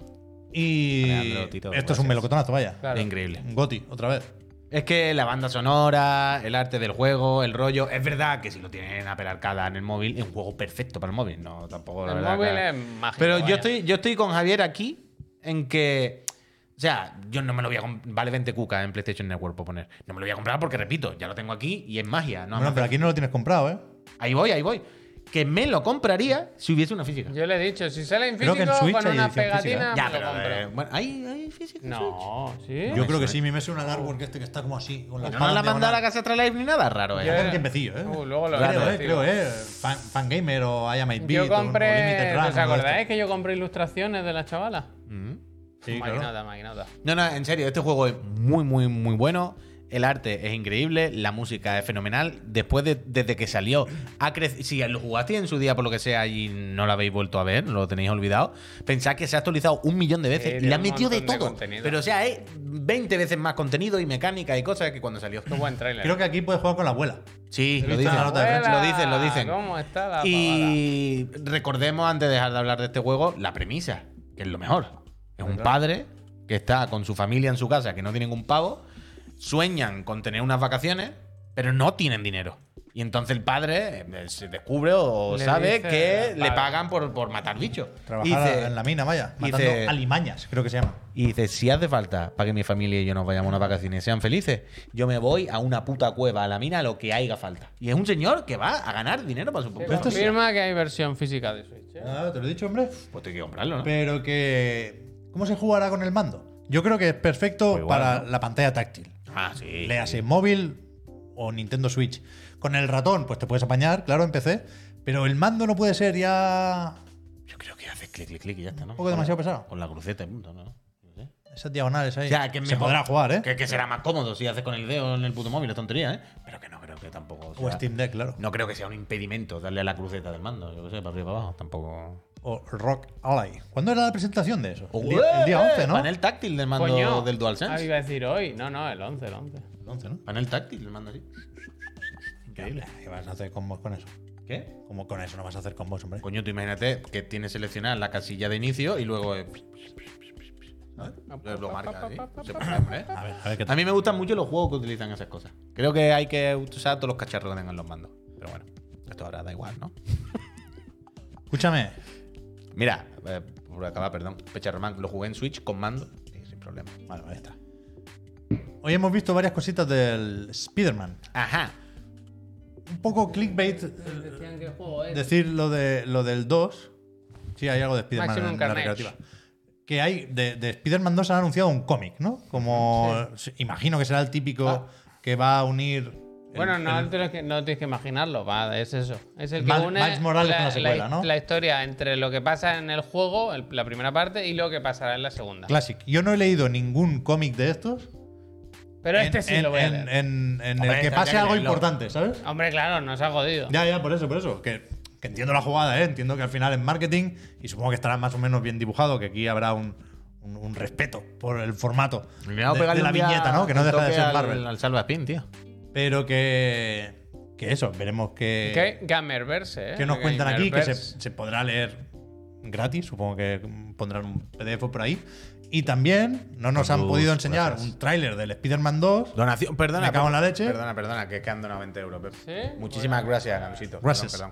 [SPEAKER 3] Y
[SPEAKER 2] Alejandro, Tito,
[SPEAKER 3] esto es un
[SPEAKER 2] gracias.
[SPEAKER 3] melocotonazo, vaya.
[SPEAKER 1] Claro.
[SPEAKER 2] Increíble.
[SPEAKER 3] Un Goti, otra vez.
[SPEAKER 2] Es que la banda sonora, el arte del juego, el rollo. Es verdad que si lo tienen Apple Arcade en el móvil, es un juego perfecto para el móvil. No, tampoco. la
[SPEAKER 1] El
[SPEAKER 2] verdad,
[SPEAKER 1] móvil
[SPEAKER 2] claro.
[SPEAKER 1] es mágico,
[SPEAKER 2] Pero
[SPEAKER 1] vaya.
[SPEAKER 2] yo estoy, yo estoy con Javier aquí en que. O sea, yo no me lo voy a comprar. Vale 20 cucas en PlayStation Network por poner. No me lo voy a comprar porque, repito, ya lo tengo aquí y es magia. Ah, No,
[SPEAKER 3] Bueno,
[SPEAKER 2] no,
[SPEAKER 3] pero aquí no lo tienes comprado, ¿eh?
[SPEAKER 2] Ahí voy, ahí voy. Que me lo compraría si hubiese una física.
[SPEAKER 1] Yo le he dicho, si sale en
[SPEAKER 3] Creo
[SPEAKER 1] físico,
[SPEAKER 3] que en Switch
[SPEAKER 1] con
[SPEAKER 3] hay
[SPEAKER 1] una
[SPEAKER 3] edición física,
[SPEAKER 1] pegatina,
[SPEAKER 3] ¿eh?
[SPEAKER 2] ya,
[SPEAKER 1] me lo
[SPEAKER 2] pero.
[SPEAKER 1] compro.
[SPEAKER 2] eh, bueno, ¿hay, hay física. en Switch?
[SPEAKER 1] no, sí.
[SPEAKER 3] Yo creo que
[SPEAKER 2] suena.
[SPEAKER 3] sí, a mí me suena el árbol que este que está como así, con la
[SPEAKER 2] Pero no la mandó a la casa Astralife ni nada raro,
[SPEAKER 1] Yo-
[SPEAKER 2] ¿eh?
[SPEAKER 3] Un tiempecillo, ¿eh?
[SPEAKER 1] Uh, luego lo
[SPEAKER 3] creo,
[SPEAKER 1] verás,
[SPEAKER 3] eh,
[SPEAKER 1] tío.
[SPEAKER 3] creo, eh. Fan, Fangamer o I Am It Beat
[SPEAKER 1] Yo
[SPEAKER 3] o- o Limited
[SPEAKER 1] compré. eh?
[SPEAKER 3] Run,
[SPEAKER 1] ¿Os
[SPEAKER 3] uno de
[SPEAKER 1] acordáis
[SPEAKER 3] estos.
[SPEAKER 1] que yo compré ilustraciones de la chavala?
[SPEAKER 2] Mm.
[SPEAKER 3] Sí, claro.
[SPEAKER 1] maquinota, maquinota.
[SPEAKER 2] No, no, en serio, este juego es muy, muy, muy bueno. El arte es increíble, la música es fenomenal. Después de, desde que salió, ha crecido. Si lo jugasteis en su día por lo que sea y no lo habéis vuelto a ver, lo tenéis olvidado, pensad que se ha actualizado un millón de
[SPEAKER 1] Sí,
[SPEAKER 2] veces y
[SPEAKER 1] tiene
[SPEAKER 2] le han
[SPEAKER 1] un
[SPEAKER 2] metido de
[SPEAKER 1] montón de
[SPEAKER 2] todo.
[SPEAKER 1] contenido.
[SPEAKER 2] Pero o sea, es 20 veces más contenido y mecánica y cosas que cuando salió.
[SPEAKER 1] Qué buen trailer.
[SPEAKER 3] Creo que aquí puedes jugar con la abuela.
[SPEAKER 2] Sí,
[SPEAKER 3] He
[SPEAKER 2] lo
[SPEAKER 3] visto
[SPEAKER 2] dicen,
[SPEAKER 3] la nota de
[SPEAKER 2] lo dicen, lo dicen.
[SPEAKER 1] ¿Cómo está la pavada?
[SPEAKER 2] Y recordemos, antes de dejar de hablar de este juego, la premisa, que es lo mejor. Es un padre que está con su familia en su casa, que no tiene ningún pavo, sueñan con tener unas vacaciones, pero no tienen dinero. Y entonces el padre eh, se descubre o
[SPEAKER 1] Le
[SPEAKER 2] sabe
[SPEAKER 1] dice,
[SPEAKER 2] que le
[SPEAKER 1] vale.
[SPEAKER 2] pagan por, por matar bichos. Y
[SPEAKER 3] Trabajar
[SPEAKER 2] dice,
[SPEAKER 3] en la mina, vaya. Matando
[SPEAKER 2] dice-
[SPEAKER 3] alimañas, creo que se llama.
[SPEAKER 2] y dice, si hace falta para que mi familia y yo nos vayamos a unas vacaciones y sean felices, yo me voy a una puta cueva, a la mina, a lo que haga falta. Y es un señor que va a ganar dinero para su
[SPEAKER 1] Se
[SPEAKER 2] puta
[SPEAKER 3] esto es-
[SPEAKER 1] confirma que hay versión física de Switch. ¿eh?
[SPEAKER 3] Ah, te lo he dicho, hombre.
[SPEAKER 2] Pues hay que comprarlo, ¿no?
[SPEAKER 3] Pero que. ¿Cómo se jugará con el mando? Yo creo que es perfecto
[SPEAKER 2] igual,
[SPEAKER 3] para
[SPEAKER 2] ¿no?
[SPEAKER 3] la pantalla táctil.
[SPEAKER 2] Ah, sí.
[SPEAKER 3] Le hace móvil o Nintendo Switch. Con el ratón, pues te puedes apañar, claro, en PC. Pero el mando no puede ser ya.
[SPEAKER 2] Yo creo que haces clic, clic, clic y ya está, ¿no?
[SPEAKER 3] Un poco demasiado pesado.
[SPEAKER 2] Con la cruceta y punto, ¿no? No sé.
[SPEAKER 3] Esas diagonales ahí.
[SPEAKER 2] O sea, que
[SPEAKER 3] se
[SPEAKER 2] mejor-
[SPEAKER 3] podrá jugar, ¿eh?
[SPEAKER 2] Que, que será más cómodo si haces con el dedo en el puto móvil, es tontería, ¿eh? Pero que no creo que tampoco.
[SPEAKER 3] O
[SPEAKER 2] sea-
[SPEAKER 3] Steam Deck, claro.
[SPEAKER 2] No creo que sea un impedimento darle a la cruceta del mando, yo qué sé, para arriba y para abajo, tampoco.
[SPEAKER 3] O Rock Ally. ¿Cuándo era la presentación de eso?
[SPEAKER 2] O
[SPEAKER 3] el, día, el día 11, ¿no?
[SPEAKER 2] Panel táctil del mando
[SPEAKER 1] Coño.
[SPEAKER 2] del
[SPEAKER 1] Ah,
[SPEAKER 2] DualSense.
[SPEAKER 1] iba a decir hoy. No, no, el 11, el 11.
[SPEAKER 3] El 11, ¿no?
[SPEAKER 2] Panel táctil del mando así. Increíble.
[SPEAKER 3] ¿Qué vas a hacer combos con eso?
[SPEAKER 2] ¿Qué?
[SPEAKER 3] Como con eso no vas a hacer combos, hombre.
[SPEAKER 2] Coño, tú imagínate que tienes seleccionada la casilla de inicio y luego. eh, lo marca, ¿sí? Se puede, hombre.
[SPEAKER 3] A ver, a ver qué
[SPEAKER 2] A
[SPEAKER 3] tal.
[SPEAKER 2] mí me gustan mucho los juegos que utilizan esas cosas. Creo que hay que usar todos los cacharros que tengan los mandos. Pero bueno, esto ahora da igual, ¿no?
[SPEAKER 3] Escúchame.
[SPEAKER 2] Mira, eh, por acabar, perdón. Pecharroman, lo jugué en Switch con mando. sí, sin problema.
[SPEAKER 3] Vale, vale, está. Hoy hemos visto varias cositas del Spider-Man.
[SPEAKER 2] Ajá.
[SPEAKER 3] Un poco clickbait eh,
[SPEAKER 1] Decían que juego es.
[SPEAKER 3] decir lo, de, lo del 2. Sí, hay algo de Spider-Man
[SPEAKER 1] Maximum
[SPEAKER 3] en la
[SPEAKER 1] Carnage.
[SPEAKER 3] recreativa. Que hay, de, de Spider-Man 2 han anunciado un cómic, ¿no? Como, s- imagino que será el típico
[SPEAKER 1] Ah.
[SPEAKER 3] que va a unir... el-
[SPEAKER 1] Bueno, no,
[SPEAKER 3] el-
[SPEAKER 1] tienes que, no tienes que imaginarlo, va, es eso. Es el que
[SPEAKER 3] Mal-
[SPEAKER 1] une
[SPEAKER 3] Miles Morales con la secuela, ¿no?
[SPEAKER 1] la historia entre lo que pasa en el juego, el- la primera parte, y lo que pasará en la segunda.
[SPEAKER 3] Classic. Yo no he leído ningún cómic de estos.
[SPEAKER 1] Pero
[SPEAKER 3] en-
[SPEAKER 1] este sí
[SPEAKER 3] en-
[SPEAKER 1] lo voy a
[SPEAKER 3] en-
[SPEAKER 1] leer.
[SPEAKER 3] en- en
[SPEAKER 2] Hombre,
[SPEAKER 3] el que
[SPEAKER 2] tendría
[SPEAKER 3] pase
[SPEAKER 2] que
[SPEAKER 3] algo
[SPEAKER 2] leerlo.
[SPEAKER 3] importante, ¿sabes?
[SPEAKER 1] Hombre, claro, nos ha jodido.
[SPEAKER 3] Ya, ya, por eso, por eso. Que, que entiendo la jugada, ¿eh? Entiendo que al final es marketing y supongo que estará más o menos bien dibujado, que aquí habrá un, un- un respeto por el formato de,
[SPEAKER 2] Me voy a
[SPEAKER 3] de
[SPEAKER 2] pegarle
[SPEAKER 3] la
[SPEAKER 2] un día
[SPEAKER 3] viñeta, ¿no? Que no
[SPEAKER 2] un
[SPEAKER 3] deja de
[SPEAKER 2] toque
[SPEAKER 3] ser
[SPEAKER 2] al-
[SPEAKER 3] Marvel.
[SPEAKER 2] Al Salva Spin, tío.
[SPEAKER 3] Pero que, que eso, veremos que,
[SPEAKER 1] Qué Gamerverse, ¿eh?
[SPEAKER 3] que nos
[SPEAKER 1] Qué
[SPEAKER 3] cuentan aquí, que se,
[SPEAKER 1] Gamerverse.
[SPEAKER 3] se podrá leer gratis, supongo que pondrán un PDF por ahí. Y también no nos han
[SPEAKER 2] Uf,
[SPEAKER 3] podido enseñar
[SPEAKER 2] gracias.
[SPEAKER 3] un tráiler del Spider-Man 2.
[SPEAKER 2] Donación, perdona.
[SPEAKER 3] Me cago en la
[SPEAKER 2] per-
[SPEAKER 3] leche.
[SPEAKER 2] Perdona, perdona, que es que han donado 20 euros. Pep.
[SPEAKER 1] ¿Sí?
[SPEAKER 2] Muchísimas gracias, Gansito.
[SPEAKER 3] Gracias.
[SPEAKER 2] Perdón,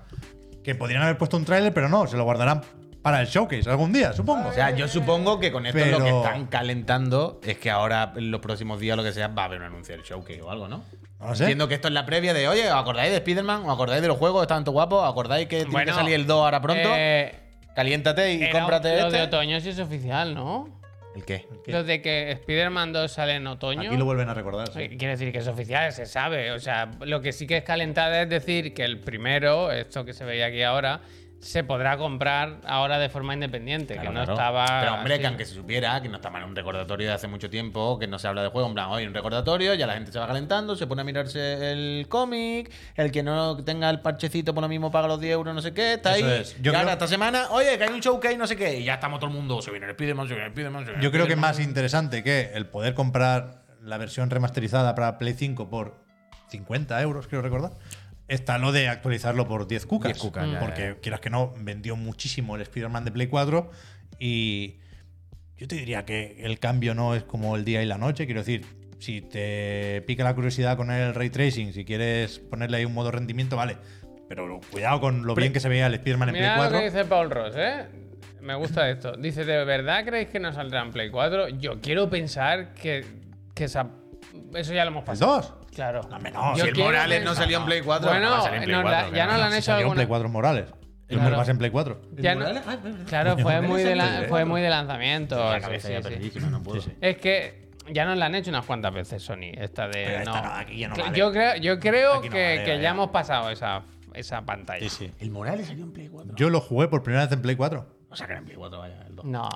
[SPEAKER 3] Que podrían haber puesto un tráiler, pero no, se lo guardarán para el showcase algún día, supongo.
[SPEAKER 2] O sea, yo supongo que con esto
[SPEAKER 3] Pero-
[SPEAKER 2] lo que están calentando es que ahora en los próximos días lo que sea va a haber un anuncio del showcase o algo, ¿no?
[SPEAKER 3] No lo sé.
[SPEAKER 2] Entiendo que esto es la previa de, oye, ¿os acordáis de Spider-Man? ¿Os acordáis de los juegos? Están tanto guapos. ¿Os acordáis que tiene que
[SPEAKER 1] Bueno,
[SPEAKER 2] salir el 2 ahora pronto?
[SPEAKER 1] Eh,
[SPEAKER 2] Caliéntate y
[SPEAKER 1] era
[SPEAKER 2] cómprate
[SPEAKER 1] lo de
[SPEAKER 2] este.
[SPEAKER 1] otoño sí es oficial, ¿no?
[SPEAKER 2] ¿El qué?
[SPEAKER 3] ¿Qué?
[SPEAKER 1] Lo de que Spider-Man 2 sale en otoño.
[SPEAKER 3] Aquí lo vuelven a recordar. sí.
[SPEAKER 1] Eh, Quiere decir que es oficial, se sabe. O sea, lo que sí que es calentada es decir que el primero, esto que se veía aquí ahora, se podrá comprar ahora de forma independiente,
[SPEAKER 2] Claro,
[SPEAKER 1] que no
[SPEAKER 2] claro.
[SPEAKER 1] estaba.
[SPEAKER 2] Pero hombre,
[SPEAKER 1] así.
[SPEAKER 2] que aunque se supiera, que no está mal un recordatorio de hace mucho tiempo, que no se habla de juego, en plan, hoy un recordatorio, ya la gente se va calentando, se pone a mirarse el cómic, el que no tenga el parchecito por lo mismo paga los 10 euros, no sé qué, está
[SPEAKER 3] Eso
[SPEAKER 2] ahí.
[SPEAKER 3] es. Yo
[SPEAKER 2] y
[SPEAKER 3] creo-
[SPEAKER 2] ahora esta semana, oye, que hay un showcase, no sé qué, y ya estamos todo el mundo, se viene el Spiderman, se viene el Spiderman, se viene el
[SPEAKER 3] Yo creo que es
[SPEAKER 2] Spiderman.
[SPEAKER 3] más interesante que el poder comprar la versión remasterizada para Play 5 por 50 euros, creo recordar. Está lo de actualizarlo por 10 cucas.
[SPEAKER 2] 10 cucas, ya,
[SPEAKER 3] porque quieras que no, vendió muchísimo el Spider-Man de Play 4. Y yo te diría que el cambio no es como el día y la noche. Quiero decir, si te pica la curiosidad con el ray tracing, si quieres ponerle ahí un modo rendimiento, vale. Pero cuidado con lo bien que se veía el Spider-Man en Play
[SPEAKER 1] Mira lo
[SPEAKER 3] 4.
[SPEAKER 1] que dice Paul Ross, ¿eh? Me gusta esto. Dice, ¿de verdad creéis que no saldrá en Play 4? Yo quiero pensar que, que esa- eso ya lo hemos
[SPEAKER 3] ¿Al
[SPEAKER 1] pasado.
[SPEAKER 3] 2?
[SPEAKER 1] Claro.
[SPEAKER 3] Pues Hombre, no,
[SPEAKER 1] Yo
[SPEAKER 2] Si el
[SPEAKER 1] quiero
[SPEAKER 2] Morales no
[SPEAKER 1] pensar-
[SPEAKER 2] salió en Play 4, no va a
[SPEAKER 1] Bueno,
[SPEAKER 2] salir en Play
[SPEAKER 1] nos la- ya
[SPEAKER 2] 4, que
[SPEAKER 1] no
[SPEAKER 2] no.
[SPEAKER 1] lo Ah, han
[SPEAKER 3] Si
[SPEAKER 1] hecho
[SPEAKER 3] salió en
[SPEAKER 1] alguna-
[SPEAKER 3] Play 4 Morales. El
[SPEAKER 1] Claro.
[SPEAKER 3] Morales en Play 4.
[SPEAKER 1] ya no- Claro, fue muy de, la- fue muy de lanzamiento.
[SPEAKER 2] La
[SPEAKER 1] sí,
[SPEAKER 2] cabeza
[SPEAKER 1] sí,
[SPEAKER 2] ya
[SPEAKER 1] sí.
[SPEAKER 2] perdidísima, no puedo.
[SPEAKER 1] Es que ya nos la han hecho unas cuantas veces Sony, esta de
[SPEAKER 3] Pero esta
[SPEAKER 1] no.
[SPEAKER 3] no, aquí ya no
[SPEAKER 1] Cla-
[SPEAKER 3] vale.
[SPEAKER 1] Yo creo, yo creo
[SPEAKER 3] Aquí no
[SPEAKER 1] que,
[SPEAKER 3] vale,
[SPEAKER 1] que
[SPEAKER 3] vale.
[SPEAKER 1] ya hemos pasado esa, esa pantalla.
[SPEAKER 2] El Morales salió en Play 4.
[SPEAKER 3] Yo lo jugué por primera vez en Play 4.
[SPEAKER 2] O sea, que era en Play 4, vaya, el 2.
[SPEAKER 1] No.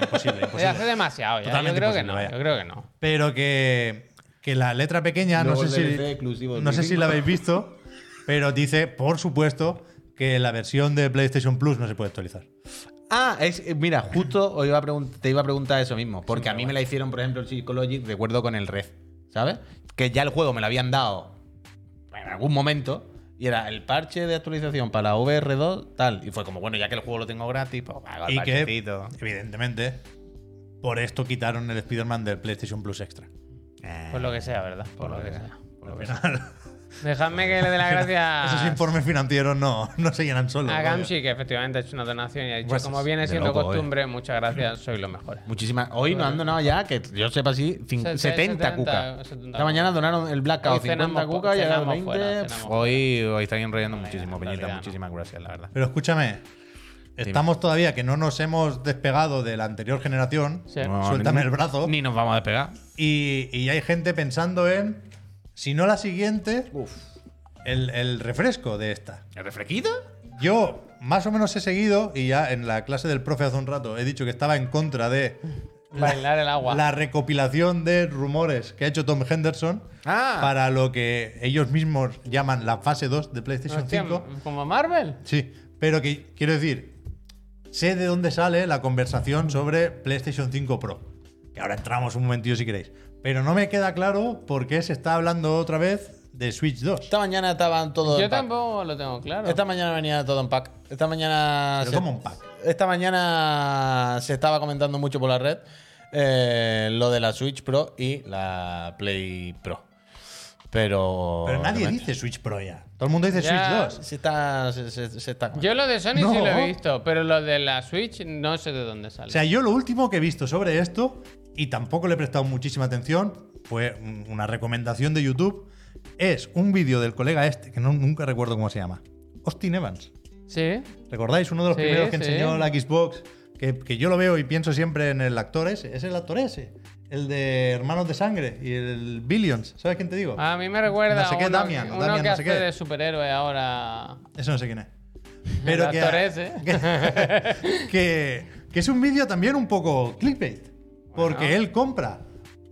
[SPEAKER 3] Imposible,
[SPEAKER 1] Ya
[SPEAKER 3] imposible.
[SPEAKER 1] hace demasiado ya. Yo
[SPEAKER 3] Totalmente
[SPEAKER 1] creo que
[SPEAKER 3] imposible,
[SPEAKER 1] no.
[SPEAKER 3] vaya.
[SPEAKER 1] Yo creo que no.
[SPEAKER 3] Pero que, que la letra pequeña, no
[SPEAKER 2] Luego
[SPEAKER 3] sé
[SPEAKER 2] el DLC
[SPEAKER 3] si,
[SPEAKER 2] exclusivo de
[SPEAKER 3] no sé
[SPEAKER 2] Play
[SPEAKER 3] si la habéis visto, pero dice, por supuesto, que la versión de PlayStation Plus no se puede actualizar.
[SPEAKER 2] Ah, es, eh, mira, justo hoy iba a pregun- te iba a preguntar eso mismo. Porque a mí me la hicieron, por ejemplo, el Psychologic, recuerdo con el Red, ¿sabes? Que ya el juego me lo habían dado en algún momento. Y era el parche de actualización para la VR2, tal. Y fue como, bueno, ya que el juego lo tengo gratis, pues hago el
[SPEAKER 3] Y que,
[SPEAKER 2] parchecito.
[SPEAKER 3] evidentemente, por esto quitaron el Spider-Man del PlayStation Plus Extra. Ah.
[SPEAKER 2] Eh,
[SPEAKER 1] Por lo que sea, ¿verdad? Por lo que sea.
[SPEAKER 2] por lo que-
[SPEAKER 1] Dejadme que le dé las gracias.
[SPEAKER 3] Esos informes financieros no, no se llenan solos.
[SPEAKER 1] A
[SPEAKER 3] vaya. Pues
[SPEAKER 1] Gamshi, que efectivamente ha hecho una donación y ha dicho,
[SPEAKER 3] Gracias.
[SPEAKER 1] como viene
[SPEAKER 2] De
[SPEAKER 1] siendo
[SPEAKER 2] loco,
[SPEAKER 1] costumbre, muchas gracias, soy lo mejor.
[SPEAKER 2] Muchísimas. Hoy nos
[SPEAKER 3] Pues-
[SPEAKER 2] han donado ya, que yo sepa así, cin-
[SPEAKER 1] Se- se-
[SPEAKER 2] 70
[SPEAKER 1] 70,
[SPEAKER 2] cucas.
[SPEAKER 1] 70
[SPEAKER 2] Esta mañana donaron el
[SPEAKER 1] Hoy
[SPEAKER 2] Blackout 50
[SPEAKER 1] cenamos fu-
[SPEAKER 2] cucas y ahora
[SPEAKER 1] cenamos
[SPEAKER 2] 20.
[SPEAKER 1] fuera,
[SPEAKER 2] Pf,
[SPEAKER 1] cenamos
[SPEAKER 2] hoy, hoy están enrollando muchísimo, Peñita.
[SPEAKER 1] realidad no.
[SPEAKER 2] Muchísimas gracias, la verdad.
[SPEAKER 3] Pero escúchame, estamos todavía que no nos hemos despegado de la anterior generación.
[SPEAKER 1] Sí.
[SPEAKER 2] No,
[SPEAKER 3] Suéltame
[SPEAKER 2] ni-
[SPEAKER 3] el brazo.
[SPEAKER 2] Ni nos vamos a despegar.
[SPEAKER 3] Y, y hay gente pensando en, si no la siguiente,
[SPEAKER 2] Uf.
[SPEAKER 3] el, el refresco de esta.
[SPEAKER 2] ¿El refresquito?
[SPEAKER 3] Yo más o menos he seguido, y ya en la clase del profe hace un rato he dicho que estaba en contra de
[SPEAKER 1] Bailar el agua.
[SPEAKER 3] la recopilación de rumores que ha hecho Tom Henderson
[SPEAKER 2] Ah.
[SPEAKER 3] para lo que ellos mismos llaman la fase 2 de PlayStation
[SPEAKER 1] Hostia,
[SPEAKER 3] 5.
[SPEAKER 1] como Marvel.
[SPEAKER 3] Sí, pero que quiero decir, sé de dónde sale la conversación sobre PlayStation 5 Pro. Que ahora entramos un momentillo si queréis. Pero no me queda claro por qué se está hablando otra vez de Switch 2.
[SPEAKER 2] Esta mañana estaban todos.
[SPEAKER 1] Yo
[SPEAKER 2] en pack.
[SPEAKER 1] tampoco lo tengo claro.
[SPEAKER 2] Esta mañana venía todo en pack. Esta mañana.
[SPEAKER 3] Pero ¿cómo un pack?
[SPEAKER 2] Esta mañana se estaba comentando mucho por la red eh, lo de la Switch Pro y la Play Pro. Pero.
[SPEAKER 3] Pero nadie
[SPEAKER 2] no me-
[SPEAKER 3] dice Switch Pro ya. Todo el mundo dice
[SPEAKER 1] Ya.
[SPEAKER 3] Switch 2.
[SPEAKER 2] Se está. Se, se- se está
[SPEAKER 1] Yo lo de Sony
[SPEAKER 3] No.
[SPEAKER 1] sí lo he visto, pero lo de la Switch no sé de dónde sale.
[SPEAKER 3] O sea, yo lo último que he visto sobre esto, y tampoco le he prestado muchísima atención, fue un- una recomendación de YouTube, es un vídeo del colega este, que no- nunca recuerdo cómo se llama, Austin Evans.
[SPEAKER 1] sí.
[SPEAKER 3] ¿Recordáis uno de los
[SPEAKER 1] Sí,
[SPEAKER 3] primeros que
[SPEAKER 1] sí.
[SPEAKER 3] enseñó la Xbox? Que, que yo lo veo y pienso siempre en el actor ese. Es el actor ese. El de Hermanos de Sangre y el Billions. ¿Sabes quién te digo?
[SPEAKER 1] Ah, A mí me recuerda
[SPEAKER 3] No sé
[SPEAKER 1] a
[SPEAKER 3] qué,
[SPEAKER 1] uno,
[SPEAKER 3] Damian,
[SPEAKER 1] uno
[SPEAKER 3] Damian,
[SPEAKER 1] que
[SPEAKER 3] no sé
[SPEAKER 1] hace
[SPEAKER 3] qué.
[SPEAKER 1] de superhéroe ahora.
[SPEAKER 3] Eso no sé quién es.
[SPEAKER 1] El
[SPEAKER 3] que,
[SPEAKER 1] actor ese.
[SPEAKER 3] que, que- que es un vídeo también un poco clickbait. Porque él compra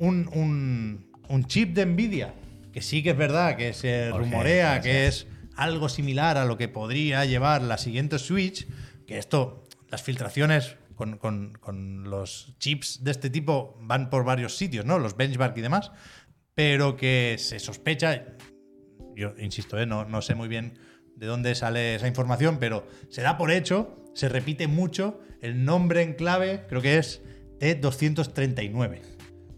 [SPEAKER 3] un, un- un chip de Nvidia. Que sí que es verdad, que se
[SPEAKER 2] Jorge,
[SPEAKER 3] rumorea que
[SPEAKER 2] gracias.
[SPEAKER 3] es algo similar a lo que podría llevar la siguiente Switch. Que esto, las filtraciones con, con- con los chips de este tipo van por varios sitios, ¿no? Los benchmark y demás. Pero que se sospecha, yo insisto, ¿eh? no, no sé muy bien de dónde sale esa información, pero se da por hecho, se repite mucho, el nombre en clave creo que es E T239.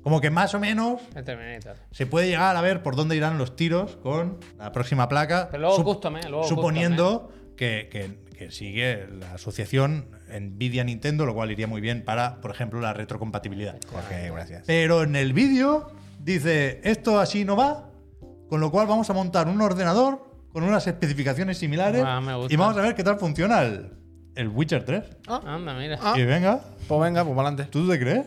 [SPEAKER 3] Como que más o menos
[SPEAKER 1] El Terminator.
[SPEAKER 3] se puede llegar a ver por dónde irán los tiros con la próxima placa,
[SPEAKER 1] Pero luego
[SPEAKER 3] sup-
[SPEAKER 1] custom, ¿eh? Luego
[SPEAKER 3] suponiendo que, que- que sigue la asociación Nvidia-Nintendo, lo cual iría muy bien para, por ejemplo, la retrocompatibilidad.
[SPEAKER 2] Jorge, gracias.
[SPEAKER 3] Pero en el vídeo dice, esto así no va, con lo cual vamos a montar un ordenador con unas especificaciones similares
[SPEAKER 1] Ah, me gusta.
[SPEAKER 3] y vamos a ver qué tal funciona el, el Witcher 3.
[SPEAKER 1] Anda, mira.
[SPEAKER 2] Ah.
[SPEAKER 3] Y venga,
[SPEAKER 2] Pues venga, pues para adelante.
[SPEAKER 3] ¿tú te crees?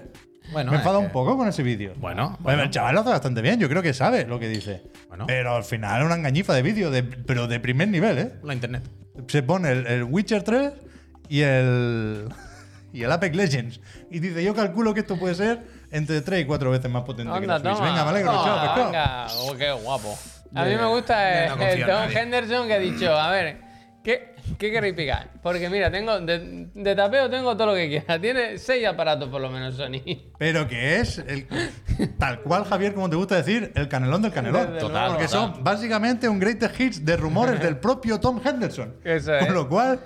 [SPEAKER 2] Bueno,
[SPEAKER 3] me
[SPEAKER 2] es
[SPEAKER 3] enfada un
[SPEAKER 2] que-
[SPEAKER 3] poco con ese vídeo.
[SPEAKER 2] Bueno,
[SPEAKER 3] Pues el chaval lo hace bastante bien, yo creo que sabe lo que dice.
[SPEAKER 2] Bueno.
[SPEAKER 3] Pero al final es una engañifa de vídeo, de- pero de primer nivel, ¿eh?
[SPEAKER 2] La internet.
[SPEAKER 3] se pone el, el Witcher 3 y el, y el Apex Legends. Y dice, yo calculo que esto puede ser entre 3 y 4 veces más potente que la
[SPEAKER 1] Anda,
[SPEAKER 3] Switch.
[SPEAKER 1] toma.
[SPEAKER 3] Venga, me alegro,
[SPEAKER 1] Toma,
[SPEAKER 3] chao, pescado.
[SPEAKER 1] venga. Oh, qué guapo. A mí
[SPEAKER 2] De-
[SPEAKER 1] me gusta
[SPEAKER 2] de
[SPEAKER 1] eh,
[SPEAKER 2] no
[SPEAKER 1] el,
[SPEAKER 2] confiar en
[SPEAKER 1] Tom
[SPEAKER 2] nadie.
[SPEAKER 1] Henderson que ha dicho, a ver, ¿qué, qué queréis picar? Porque mira, tengo de, de tapeo tengo todo lo que quiera. Tiene seis aparatos por lo menos Sony.
[SPEAKER 3] Pero que es el, tal cual, Javier, como te gusta decir, el canelón del canelón.
[SPEAKER 1] Desde
[SPEAKER 2] Total, luego.
[SPEAKER 3] Porque
[SPEAKER 2] total.
[SPEAKER 3] son básicamente un greatest hits de rumores del propio Tom Henderson.
[SPEAKER 1] Eso es.
[SPEAKER 3] Con lo cual.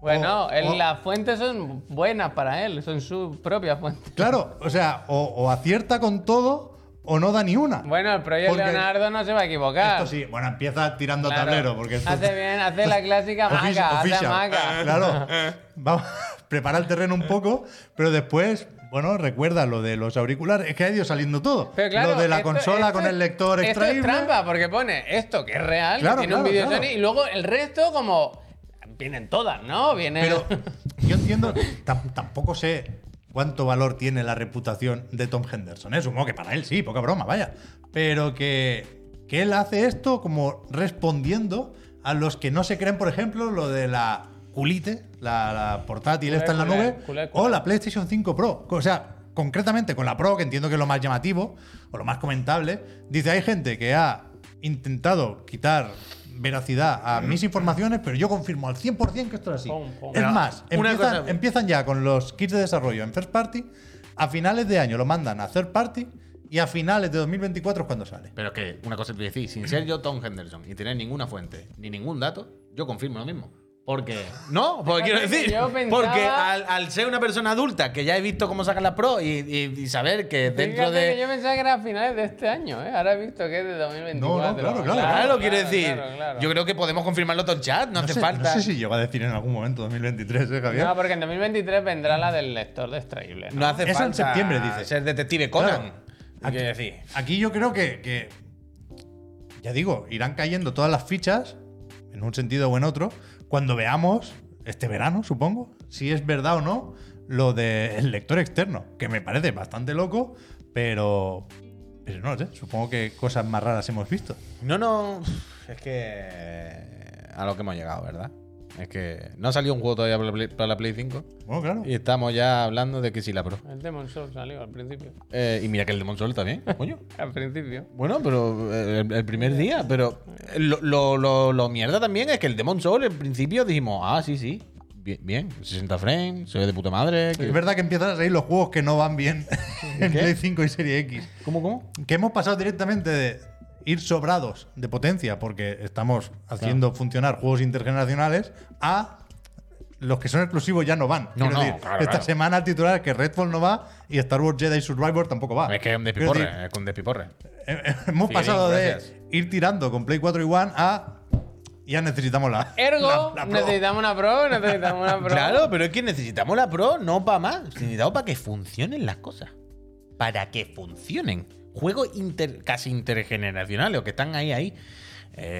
[SPEAKER 1] Bueno,
[SPEAKER 3] o-
[SPEAKER 1] el-
[SPEAKER 3] o-
[SPEAKER 1] las fuentes son buenas para él, son su propia fuente.
[SPEAKER 3] Claro, o sea, o, o acierta con todo o no da ni una.
[SPEAKER 1] Bueno, el proyecto
[SPEAKER 3] Porque-
[SPEAKER 1] Leonardo no se va a equivocar.
[SPEAKER 3] Esto sí, bueno, empieza tirando a
[SPEAKER 1] Claro.
[SPEAKER 3] tablero. Porque esto-
[SPEAKER 1] Hace bien, hace la clásica
[SPEAKER 3] Ofici-
[SPEAKER 1] maca, hace
[SPEAKER 3] official.
[SPEAKER 1] maca.
[SPEAKER 3] Ah, Claro. Vamos, prepara el terreno un poco, pero después, bueno, recuerda lo de los auriculares. Es que ha ido saliendo todo.
[SPEAKER 1] Pero claro,
[SPEAKER 3] lo de la
[SPEAKER 1] esto-
[SPEAKER 3] consola
[SPEAKER 1] esto
[SPEAKER 3] con
[SPEAKER 1] es-
[SPEAKER 3] el lector extraíble.
[SPEAKER 1] Esto es trampa, porque pone esto que es real,
[SPEAKER 3] Claro,
[SPEAKER 1] que tiene un
[SPEAKER 3] claro,
[SPEAKER 1] vídeo
[SPEAKER 3] claro.
[SPEAKER 1] Sony, y luego el resto, como. Vienen todas, ¿no? Vienen.
[SPEAKER 3] Pero yo entiendo, tam- tampoco sé cuánto valor tiene la reputación de Tom Henderson. ¿eh? Supongo que para él sí, poca broma, vaya. Pero que, que él hace esto como respondiendo a los que no se creen, por ejemplo, lo de la culite, la, la portátil
[SPEAKER 1] Culé,
[SPEAKER 3] esta en la
[SPEAKER 1] culé,
[SPEAKER 3] nube,
[SPEAKER 1] culé, culé.
[SPEAKER 3] o la PlayStation 5 Pro. O sea, concretamente con la Pro, que entiendo que es lo más llamativo o lo más comentable, dice, hay gente que ha intentado quitar veracidad a mis informaciones, pero yo confirmo al 100% que esto es así.
[SPEAKER 1] Pum, pum.
[SPEAKER 3] Es más,
[SPEAKER 2] Una
[SPEAKER 3] empiezan,
[SPEAKER 2] cosa-
[SPEAKER 3] empiezan ya con los kits de desarrollo en first party. A finales de año lo mandan a third party. Y a finales de 2024 es cuando sale.
[SPEAKER 2] Pero que una cosa te voy a decir, sin ser yo Tom Henderson y tener ninguna fuente ni ningún dato, yo confirmo lo mismo. Porque. No, porque quiero
[SPEAKER 1] Fíjate que
[SPEAKER 2] decir.
[SPEAKER 1] yo pensaba-
[SPEAKER 2] Porque al, al ser una persona adulta que ya he visto cómo sacan las pro y, y- y saber que dentro
[SPEAKER 1] Fíjate
[SPEAKER 2] de.
[SPEAKER 1] que yo pensaba que era a finales de este año, ¿eh? Ahora he visto que es de 2024.
[SPEAKER 3] No, no, claro, claro.
[SPEAKER 2] Claro, quiero
[SPEAKER 1] claro,
[SPEAKER 2] decir.
[SPEAKER 1] claro, claro.
[SPEAKER 2] Yo creo que podemos confirmarlo todo en chat, no, hace
[SPEAKER 3] sé,
[SPEAKER 2] falta.
[SPEAKER 3] sé si llegó a decir en algún momento 2023, ¿eh, Javier?
[SPEAKER 1] No, porque en 2023 vendrá la del lector de extraíble. ¿no?
[SPEAKER 2] No hace
[SPEAKER 3] Eso en
[SPEAKER 2] falta.
[SPEAKER 3] septiembre, dice.
[SPEAKER 2] Ser detective Conan.
[SPEAKER 3] Claro.
[SPEAKER 2] Hay que decir.
[SPEAKER 3] Aquí yo creo que, que- Ya digo, irán cayendo todas las fichas, en un sentido o en otro, cuando veamos, este verano, supongo, si es verdad o no, lo del lector externo, que me parece bastante loco, pero. Pero no lo sé, supongo que cosas más raras hemos visto.
[SPEAKER 2] No, no. Es que. A lo que hemos llegado, ¿verdad? Es que no ha salido un juego todavía para la Play- para la Play 5.
[SPEAKER 3] Bueno, claro.
[SPEAKER 2] Y estamos ya hablando de que si la pro.
[SPEAKER 1] El Demon Souls salió al principio.
[SPEAKER 2] Eh, y mira que el Demon Soul también, coño.
[SPEAKER 1] Al principio.
[SPEAKER 2] Bueno, pero eh, el, el primer día, pero eh, lo, lo- lo- lo mierda también es que el Demon Soul en principio dijimos, ah, sí, sí, bien, bien, 60 frames, se ve de puta madre. que-
[SPEAKER 3] Es verdad que empiezan a salir los juegos que no van bien en
[SPEAKER 2] ¿Qué?
[SPEAKER 3] Play 5 y Serie X.
[SPEAKER 2] ¿Cómo, cómo?
[SPEAKER 3] Que hemos pasado directamente de ir sobrados de potencia porque estamos haciendo funcionar juegos intergeneracionales a los que son exclusivos ya no van. Quiero
[SPEAKER 2] no,
[SPEAKER 3] decir,
[SPEAKER 2] claro,
[SPEAKER 3] esta
[SPEAKER 2] claro.
[SPEAKER 3] semana el titular es que Redfall no va y Star Wars Jedi Survivor tampoco va.
[SPEAKER 2] Es que es un
[SPEAKER 3] Quiero
[SPEAKER 2] despiporre,
[SPEAKER 3] decir, eh,
[SPEAKER 2] es con despiporre.
[SPEAKER 3] hemos
[SPEAKER 2] Figuerín,
[SPEAKER 3] pasado
[SPEAKER 2] gracias.
[SPEAKER 3] de ir tirando con Play 4 y One a ya necesitamos la.
[SPEAKER 1] Ergo,
[SPEAKER 3] la- la Pro.
[SPEAKER 1] necesitamos una pro, necesitamos una pro.
[SPEAKER 2] Claro, pero es que necesitamos la pro no para más, necesitamos para que funcionen las cosas. Para que funcionen. Juegos inter- casi intergeneracionales, o que están ahí, ahí.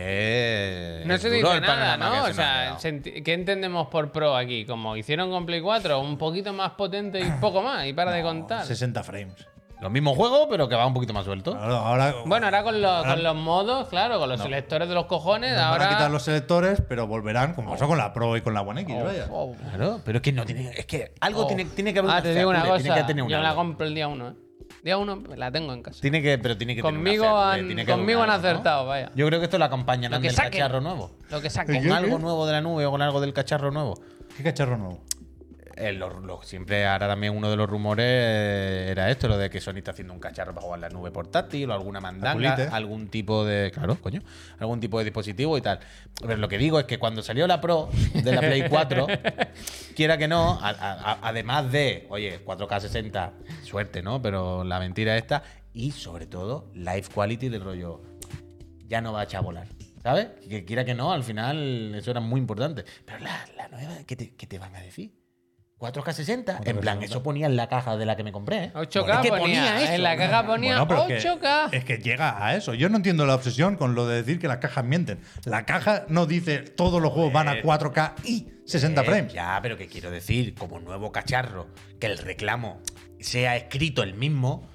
[SPEAKER 2] Eh,
[SPEAKER 1] No
[SPEAKER 2] es
[SPEAKER 1] se
[SPEAKER 2] duro
[SPEAKER 1] dice
[SPEAKER 2] el
[SPEAKER 1] nada,
[SPEAKER 2] panorama que
[SPEAKER 1] ¿no? O
[SPEAKER 2] se nos ha
[SPEAKER 1] sea,
[SPEAKER 2] quedado.
[SPEAKER 1] se enti- ¿qué entendemos por pro aquí? Como hicieron con Play 4, un poquito más potente y poco más, y para de contar.
[SPEAKER 3] 60 frames.
[SPEAKER 2] Los mismos juegos, pero que va un poquito más suelto.
[SPEAKER 3] Ahora, ahora
[SPEAKER 1] Bueno, ahora con los, con los modos, claro, con los selectores de los cojones,
[SPEAKER 3] Ah. nos van a
[SPEAKER 1] ahora.
[SPEAKER 3] quitar los selectores, pero volverán, como pasó con la Pro y con la One X.
[SPEAKER 1] Oh,
[SPEAKER 3] vaya.
[SPEAKER 1] oh.
[SPEAKER 2] Claro, pero es que no tiene. Es que algo
[SPEAKER 1] Oh.
[SPEAKER 2] tiene, tiene que haber
[SPEAKER 1] Ah, te digo una
[SPEAKER 2] feature,
[SPEAKER 1] cosa.
[SPEAKER 2] tiene que tener
[SPEAKER 1] Yo
[SPEAKER 2] una
[SPEAKER 1] me la
[SPEAKER 2] algo.
[SPEAKER 1] compro el día 1, ¿eh? Día 1 la tengo en casa.
[SPEAKER 2] Tiene que, pero tiene que tener una
[SPEAKER 1] Conmigo
[SPEAKER 2] feature,
[SPEAKER 1] han-
[SPEAKER 2] tiene que haber
[SPEAKER 1] conmigo
[SPEAKER 2] un
[SPEAKER 1] han
[SPEAKER 2] algo, ¿no?
[SPEAKER 1] acertado, vaya.
[SPEAKER 2] Yo creo que esto lo acompañarán
[SPEAKER 1] Lo que
[SPEAKER 2] del
[SPEAKER 1] saquen.
[SPEAKER 2] cacharro nuevo.
[SPEAKER 1] Lo que
[SPEAKER 3] ¿Qué,
[SPEAKER 1] saque.
[SPEAKER 2] Con
[SPEAKER 3] qué?
[SPEAKER 2] algo nuevo de la nube o con algo del cacharro nuevo.
[SPEAKER 3] ¿Qué cacharro nuevo?
[SPEAKER 2] Eh, lo- lo- siempre ahora también uno de los rumores eh, era esto, lo de que Sony está haciendo un cacharro para jugar en la nube portátil o alguna mandanga,
[SPEAKER 3] Pulite.
[SPEAKER 2] algún tipo de, claro, coño, algún tipo de dispositivo y tal. Pero lo que digo es que cuando salió la Pro de la Play 4, quiera que no, a- a- a- además de, oye, 4K60, suerte, ¿no? Pero la mentira esta y sobre todo life quality del rollo ya no va a echar a volar. ¿sabes? ¿Sabes? Que quiera que no, al final eso era muy importante. Pero la, la nueva, ¿qué te, qué te van a decir? 4K60. En plan,
[SPEAKER 3] 4K60.
[SPEAKER 2] eso ponía en la caja de la que me compré. ¿eh?
[SPEAKER 1] 8K
[SPEAKER 2] Bueno, es que
[SPEAKER 1] ponía,
[SPEAKER 2] eso.
[SPEAKER 1] en la caja ponía
[SPEAKER 3] Bueno, pero que-
[SPEAKER 1] 8K.
[SPEAKER 3] es que llega a eso. Yo no entiendo la obsesión con lo de decir que las cajas mienten. La caja no dice todos los juegos van a 4K y 60
[SPEAKER 2] Eh,
[SPEAKER 3] frames.
[SPEAKER 2] Ya, pero que quiero decir, como nuevo cacharro, que el reclamo sea escrito el mismo,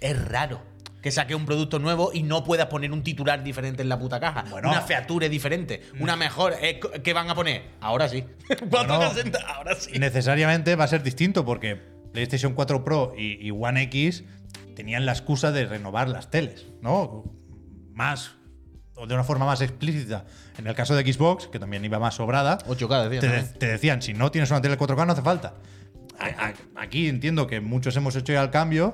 [SPEAKER 2] es raro. Que saque un producto nuevo y no puedas poner un titular diferente en la puta caja.
[SPEAKER 3] Bueno.
[SPEAKER 2] una feature diferente. Una mejor. Eh, co- ¿Qué van a poner? Ahora sí.
[SPEAKER 3] Bueno.
[SPEAKER 2] 4K60, ahora sí.
[SPEAKER 3] necesariamente va a ser distinto porque PlayStation 4 Pro y, y One X tenían la excusa de renovar las teles, ¿no? Más o de una forma más explícita. En el caso de Xbox, que también iba más sobrada,
[SPEAKER 2] 8K decían,
[SPEAKER 3] te,
[SPEAKER 2] ¿no?
[SPEAKER 3] de- te decían, si no tienes una tele 4K no hace falta. A- a- Aquí entiendo que muchos hemos hecho ya el cambio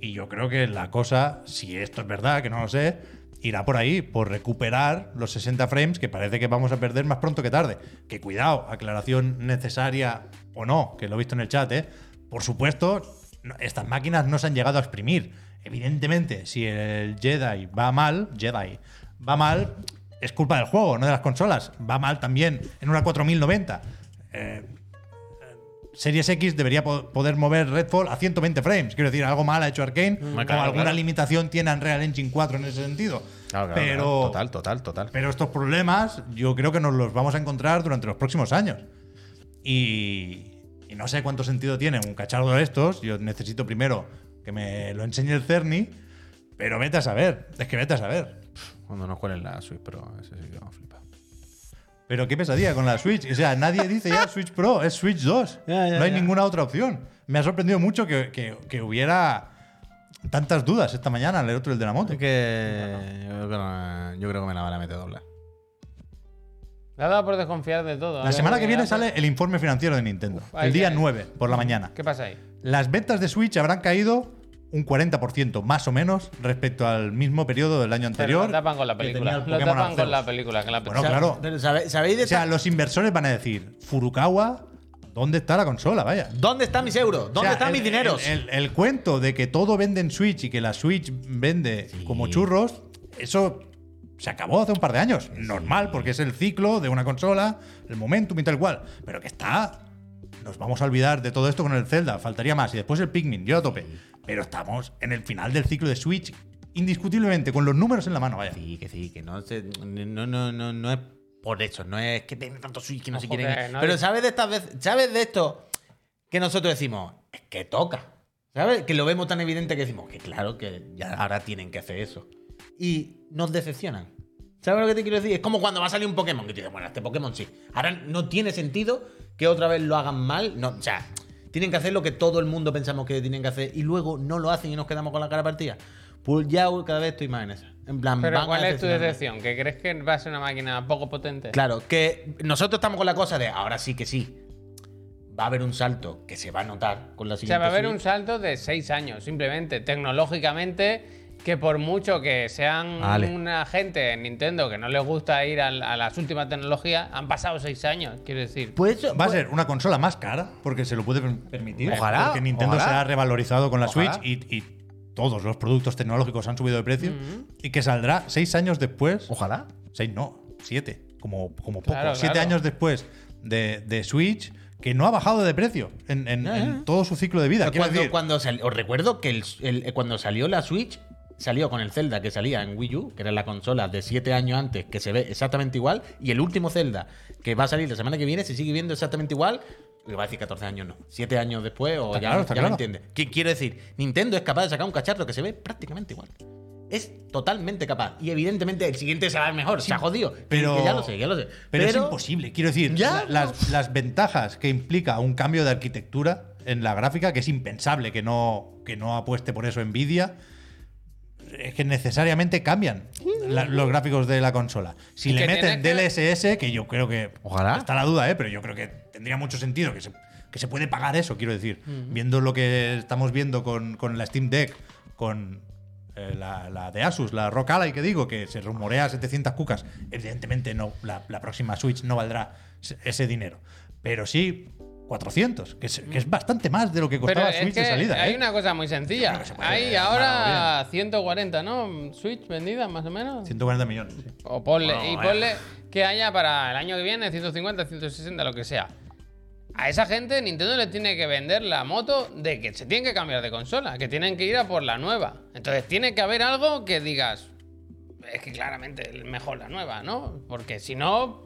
[SPEAKER 3] y yo creo que la cosa, si esto es verdad, que no lo sé, irá por ahí, por recuperar los 60 frames que parece que vamos a perder más pronto que tarde. Que cuidado, aclaración necesaria o no, que lo he visto en el chat, ¿eh? Por supuesto, no- estas máquinas no se han llegado a exprimir. Evidentemente, si el Jedi va mal, Jedi va mal, es culpa del juego, no de las consolas. Va mal también en una 4090. Eh, Series X debería po- poder mover Redfall a 120 frames. Quiero decir, algo mal ha hecho Arkane o
[SPEAKER 2] claro,
[SPEAKER 3] alguna
[SPEAKER 2] Mm. claro.
[SPEAKER 3] limitación tiene Unreal Engine 4 en ese sentido. pero,
[SPEAKER 2] total, total.
[SPEAKER 3] pero estos problemas yo creo que nos los vamos a encontrar durante los próximos años. Y, y no sé cuánto sentido tiene un cacharro de estos. Yo necesito primero que me lo enseñe el Cerny, pero vete a saber. Es que vete a saber.
[SPEAKER 2] Cuando nos cuelen la Switch Pro, eso sí que vamos a flipar.
[SPEAKER 3] Pero qué pesadilla con la Switch. O sea, nadie dice ya Switch Pro, es Switch 2.
[SPEAKER 2] Ya, ya,
[SPEAKER 3] no hay
[SPEAKER 2] ya.
[SPEAKER 3] ninguna otra opción. Me ha sorprendido mucho que, que- que hubiera tantas dudas esta mañana al otro el de la moto.
[SPEAKER 2] Es que. Yo creo que, no- yo creo que me la van a meter dobla.
[SPEAKER 1] Le ha dado por desconfiar de todo. ¿eh?
[SPEAKER 3] La semana que viene sale el informe financiero de Nintendo.
[SPEAKER 1] ahí
[SPEAKER 3] el día
[SPEAKER 1] viene.
[SPEAKER 3] 9 por la mañana.
[SPEAKER 1] ¿Qué pasa ahí?
[SPEAKER 3] Las ventas de Switch habrán caído un 40% más o menos respecto al mismo periodo del año
[SPEAKER 1] Pero lo
[SPEAKER 3] anterior.
[SPEAKER 1] tapan con la
[SPEAKER 3] que tenía
[SPEAKER 1] película.
[SPEAKER 3] el
[SPEAKER 1] Lo
[SPEAKER 3] Pokémon
[SPEAKER 1] tapan con
[SPEAKER 3] Arceus.
[SPEAKER 1] la película. que la-
[SPEAKER 3] Bueno, claro.
[SPEAKER 2] Pero sabe- ¿Sabéis de
[SPEAKER 3] O sea, los inversores van a decir, Furukawa, ¿dónde está la consola? Vaya.
[SPEAKER 2] ¿Dónde están mis euros? ¿Dónde
[SPEAKER 3] O sea,
[SPEAKER 2] están
[SPEAKER 3] el-
[SPEAKER 2] mis dineros?
[SPEAKER 3] El, el- el cuento de que todo vende en Switch y que la Switch vende como churros, eso se acabó hace un par de años. Normal, porque es el ciclo de una consola, el momentum y tal cual. Pero que está. Nos vamos a olvidar de todo esto con el Zelda, faltaría más. Y después el Pikmin, yo a tope. Pero estamos en el final del ciclo de Switch, indiscutiblemente, con los números en la mano, vaya.
[SPEAKER 2] Sí, que sí, que no se- no, no, no, no es por eso, no es que tiene tanto switch que no se
[SPEAKER 1] Ojo
[SPEAKER 2] quieren.
[SPEAKER 1] que no
[SPEAKER 2] Pero
[SPEAKER 1] hay-
[SPEAKER 2] sabes de estas veces, sabes de esto que nosotros decimos, es que toca. ¿Sabes? Que lo vemos tan evidente que decimos que claro que ya ahora tienen que hacer eso. Y nos decepcionan. ¿Sabes lo que te quiero decir? Es como cuando va a salir un Pokémon que tú dices, bueno, este Pokémon sí. Ahora no tiene sentido que otra vez lo hagan mal. No, o sea, tienen que hacer lo que todo el mundo pensamos que tienen que hacer y luego no lo hacen y nos quedamos con la cara partida. Pues ya cada vez estoy más en esa. En plan, van
[SPEAKER 1] Pero
[SPEAKER 2] a
[SPEAKER 1] ¿cuál es tu
[SPEAKER 2] decepcionarme.
[SPEAKER 1] decepción? ¿Que crees que va a ser una máquina poco potente?
[SPEAKER 2] Claro, que nosotros estamos con la cosa de ahora sí que sí. Va a haber un salto que se va a notar con la
[SPEAKER 1] O
[SPEAKER 2] siguiente.
[SPEAKER 1] sea, va a haber
[SPEAKER 2] Switch.
[SPEAKER 1] un salto de seis años, simplemente, tecnológicamente, que por mucho que sean
[SPEAKER 2] Vale.
[SPEAKER 1] una gente en Nintendo que no les gusta ir al- a, las últimas tecnologías, han pasado seis años, quiero decir.
[SPEAKER 2] Pues eso-
[SPEAKER 3] Va a
[SPEAKER 2] pues-
[SPEAKER 3] ser una consola más cara, porque se lo puede per- permitir.
[SPEAKER 2] Ojalá,
[SPEAKER 3] Porque Nintendo
[SPEAKER 2] ojalá.
[SPEAKER 3] se ha revalorizado con la
[SPEAKER 2] Ojalá.
[SPEAKER 3] Switch y, y todos los productos tecnológicos han subido de precio.
[SPEAKER 2] Mm-hmm.
[SPEAKER 3] Y que saldrá seis años después.
[SPEAKER 2] Ojalá.
[SPEAKER 3] Seis, no, siete. Como, como poco.
[SPEAKER 1] Claro,
[SPEAKER 3] siete
[SPEAKER 1] claro.
[SPEAKER 3] años después de, de Switch, que no ha bajado de precio en, en-
[SPEAKER 2] Ya,
[SPEAKER 3] en
[SPEAKER 2] ya.
[SPEAKER 3] todo su ciclo de vida. Quiero
[SPEAKER 2] Cuando,
[SPEAKER 3] decir,
[SPEAKER 2] cuando sal- os recuerdo que el- el- cuando salió la Switch, salió con el Zelda que salía en Wii U, que era la consola de 7 años antes, que se ve exactamente igual, y el último Zelda que va a salir la semana que viene se sigue viendo exactamente igual. Le va a decir 14 años, no. 7 años después, o
[SPEAKER 3] Está
[SPEAKER 2] ya,
[SPEAKER 3] claro, está
[SPEAKER 2] ya me
[SPEAKER 3] claro.
[SPEAKER 2] entiende. ¿Qué quiero decir? Nintendo es capaz de sacar un cacharro que se ve prácticamente igual. Es totalmente capaz. Y evidentemente el siguiente será el mejor. se ha jodido.
[SPEAKER 3] pero-
[SPEAKER 2] Que ya lo sé, ya lo sé.
[SPEAKER 3] Pero, es imposible. Quiero decir,
[SPEAKER 2] Ya,
[SPEAKER 3] la- las, las ventajas que implica un cambio de arquitectura en la gráfica, que es impensable que no, que no apueste por eso Nvidia, es que necesariamente cambian la- los gráficos de la consola. Si
[SPEAKER 1] Es
[SPEAKER 3] le
[SPEAKER 1] que
[SPEAKER 3] meten
[SPEAKER 1] tienes
[SPEAKER 3] DLSS, que yo creo que.
[SPEAKER 2] Ojalá.
[SPEAKER 3] Está la duda, ¿eh? pero yo creo que tendría mucho sentido que se, que se puede pagar eso, quiero decir. Viendo lo que estamos viendo con, con la Steam Deck, con. eh, la, la de Asus, la Rock Ally que digo, que se rumorea 700 cucas. Evidentemente no, la, la próxima Switch no valdrá se- ese dinero. Pero sí, 400, que es, que es bastante más de lo que
[SPEAKER 1] Pero
[SPEAKER 3] costaba
[SPEAKER 1] es
[SPEAKER 3] pues Switch
[SPEAKER 1] que
[SPEAKER 3] de salida.
[SPEAKER 1] hay
[SPEAKER 3] ¿eh?
[SPEAKER 1] una cosa muy sencilla.
[SPEAKER 3] Claro que se puede,
[SPEAKER 1] hay
[SPEAKER 3] malo,
[SPEAKER 1] ahora 140, ¿no? Switch vendidas, más o menos.
[SPEAKER 3] 140 millones. sí.
[SPEAKER 1] O ponle,
[SPEAKER 3] Bueno,
[SPEAKER 1] y
[SPEAKER 2] eh.
[SPEAKER 3] vaya.
[SPEAKER 1] ponle que haya para el año que viene 150, 160, lo que sea. A esa gente Nintendo le tiene que vender la moto de que se tienen que cambiar de consola, que tienen que ir a por la nueva. Entonces tiene que haber algo que digas, es que claramente es mejor la nueva, ¿no? Porque si no,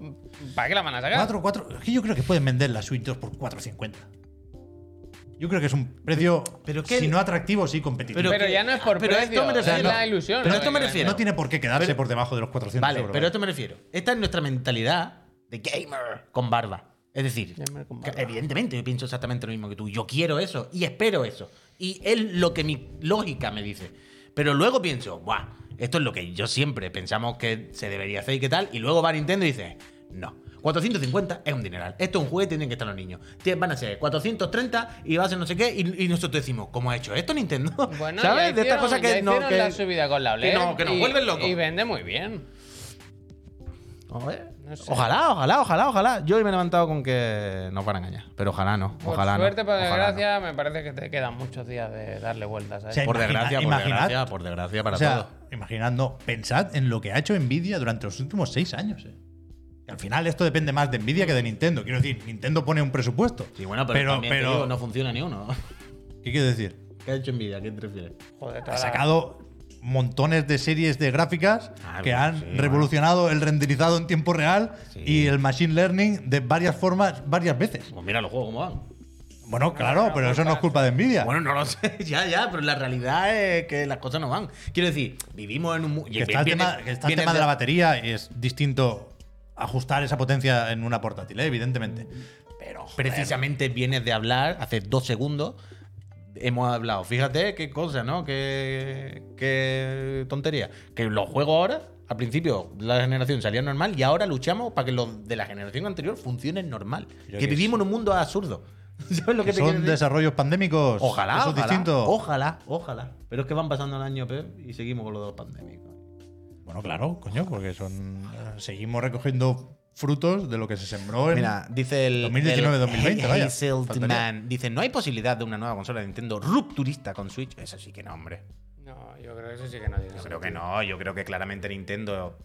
[SPEAKER 1] ¿para qué la van
[SPEAKER 2] ¿Eh?
[SPEAKER 1] a sacar?
[SPEAKER 3] Cuatro, cuatro- es que yo creo que pueden vender la Switch 2 por 450. Yo creo que es un precio,
[SPEAKER 2] pero qué-
[SPEAKER 3] si no atractivo, sí competitivo.
[SPEAKER 1] Pero
[SPEAKER 2] que-
[SPEAKER 1] ya no es por
[SPEAKER 2] Ah, pero a esto
[SPEAKER 1] precio,
[SPEAKER 2] me refiero.
[SPEAKER 1] es
[SPEAKER 2] No,
[SPEAKER 1] la ilusión.
[SPEAKER 2] pero
[SPEAKER 1] ¿no?
[SPEAKER 2] a esto me
[SPEAKER 1] Que-
[SPEAKER 2] refiero.
[SPEAKER 3] no tiene por qué quedarse
[SPEAKER 2] Pero-
[SPEAKER 3] por debajo de los 400
[SPEAKER 2] Vale,
[SPEAKER 3] euros.
[SPEAKER 2] pero a esto me refiero. Esta es nuestra mentalidad de gamer con barba. Es decir,
[SPEAKER 1] Gamer con
[SPEAKER 2] que
[SPEAKER 1] barba.
[SPEAKER 2] evidentemente yo pienso exactamente lo mismo que tú. Yo quiero eso y espero eso. Y es lo que mi lógica me dice. Pero luego pienso, Buah, esto es lo que yo siempre pensamos que se debería hacer y qué tal. Y luego va Nintendo y dice, no. 450 es un dineral. Esto es un juguete y tienen que estar los niños. Tien- Van a ser 430 y va a ser no sé qué. Y, y nosotros decimos, ¿cómo ha hecho esto Nintendo?
[SPEAKER 1] Bueno,
[SPEAKER 2] ¿Sabes?
[SPEAKER 1] Ya
[SPEAKER 2] de estas cosas que no. Que...
[SPEAKER 1] la subida con la OLED.
[SPEAKER 2] no, que nos
[SPEAKER 1] y-
[SPEAKER 2] vuelven locos.
[SPEAKER 1] Y vende muy bien.
[SPEAKER 2] Joder.
[SPEAKER 1] No sé.
[SPEAKER 2] Ojalá, ojalá, ojalá, ojalá. Yo hoy me he levantado con que nos van a engañar. Pero ojalá no.
[SPEAKER 1] Por
[SPEAKER 2] ojalá no,
[SPEAKER 1] suerte, por
[SPEAKER 2] ojalá
[SPEAKER 1] desgracia, me parece que te quedan muchos días de darle vueltas a
[SPEAKER 3] Sí,
[SPEAKER 2] no.
[SPEAKER 1] esto.
[SPEAKER 2] Por
[SPEAKER 3] Imagina-
[SPEAKER 2] desgracia, por
[SPEAKER 3] imaginad-
[SPEAKER 2] desgracia, por desgracia para
[SPEAKER 3] O sea,
[SPEAKER 2] todos.
[SPEAKER 3] imaginad, no, pensad en lo que ha hecho Nvidia durante los últimos seis años. eh. Que al final esto depende más de Nvidia que de Nintendo. Quiero decir, Nintendo pone un presupuesto.
[SPEAKER 2] Sí, bueno, pero, también te
[SPEAKER 3] pero-
[SPEAKER 2] digo, no funciona ni uno.
[SPEAKER 3] ¿Qué quiero decir?
[SPEAKER 2] ¿Qué ha hecho envidia? ¿Qué te refieres?
[SPEAKER 1] Joder, toda
[SPEAKER 3] Ha
[SPEAKER 1] la-
[SPEAKER 3] sacado montones de series de gráficas
[SPEAKER 2] Ah,
[SPEAKER 3] que
[SPEAKER 2] bueno,
[SPEAKER 3] han
[SPEAKER 2] sí, bueno.
[SPEAKER 3] revolucionado el renderizado en tiempo real
[SPEAKER 2] Sí.
[SPEAKER 3] y el machine learning de varias formas, varias veces.
[SPEAKER 2] Pues mira los juegos cómo van.
[SPEAKER 3] Bueno, claro,
[SPEAKER 1] no,
[SPEAKER 3] pero
[SPEAKER 1] por
[SPEAKER 3] eso no es
[SPEAKER 1] tanto.
[SPEAKER 3] culpa de Nvidia.
[SPEAKER 2] pues Bueno, no lo sé, ya, ya, pero la realidad es que las cosas no van. Quiero decir, vivimos en un mundo.
[SPEAKER 3] que está el tema, que está el tema de la batería y es distinto ajustar esa potencia en una portátil, ¿eh? evidentemente. Pero joder,
[SPEAKER 2] Precisamente vienes de hablar hace dos segundos. Hemos hablado, fíjate qué cosa, ¿no? Qué, qué tontería. Que los juegos ahora, al principio la generación salía normal y ahora luchamos para que los de la generación anterior funcionen normal.
[SPEAKER 3] Pero
[SPEAKER 2] que
[SPEAKER 3] que
[SPEAKER 2] vivimos en un mundo absurdo. ¿Sabes lo que,
[SPEAKER 3] que
[SPEAKER 2] te
[SPEAKER 3] son
[SPEAKER 2] quiero decir?
[SPEAKER 3] desarrollos pandémicos.
[SPEAKER 2] Ojalá,
[SPEAKER 3] eso es
[SPEAKER 2] ojalá,
[SPEAKER 3] distinto.
[SPEAKER 2] ojalá, ojalá. Pero es que van pasando el año Pep, y seguimos con lo de los pandémicos.
[SPEAKER 3] Bueno, claro, coño, porque son eh, seguimos recogiendo frutos de lo que se sembró en
[SPEAKER 2] Mira, dice el.
[SPEAKER 3] 2019,
[SPEAKER 2] el
[SPEAKER 3] 2020, vaya.
[SPEAKER 2] Hazeltman
[SPEAKER 3] Faltaría.
[SPEAKER 2] dice: No hay posibilidad de una nueva consola de Nintendo rupturista con Switch. Eso sí que no, hombre.
[SPEAKER 1] No, yo creo que eso sí que no tiene
[SPEAKER 2] Yo
[SPEAKER 1] sentido.
[SPEAKER 2] creo que no, yo creo que claramente Nintendo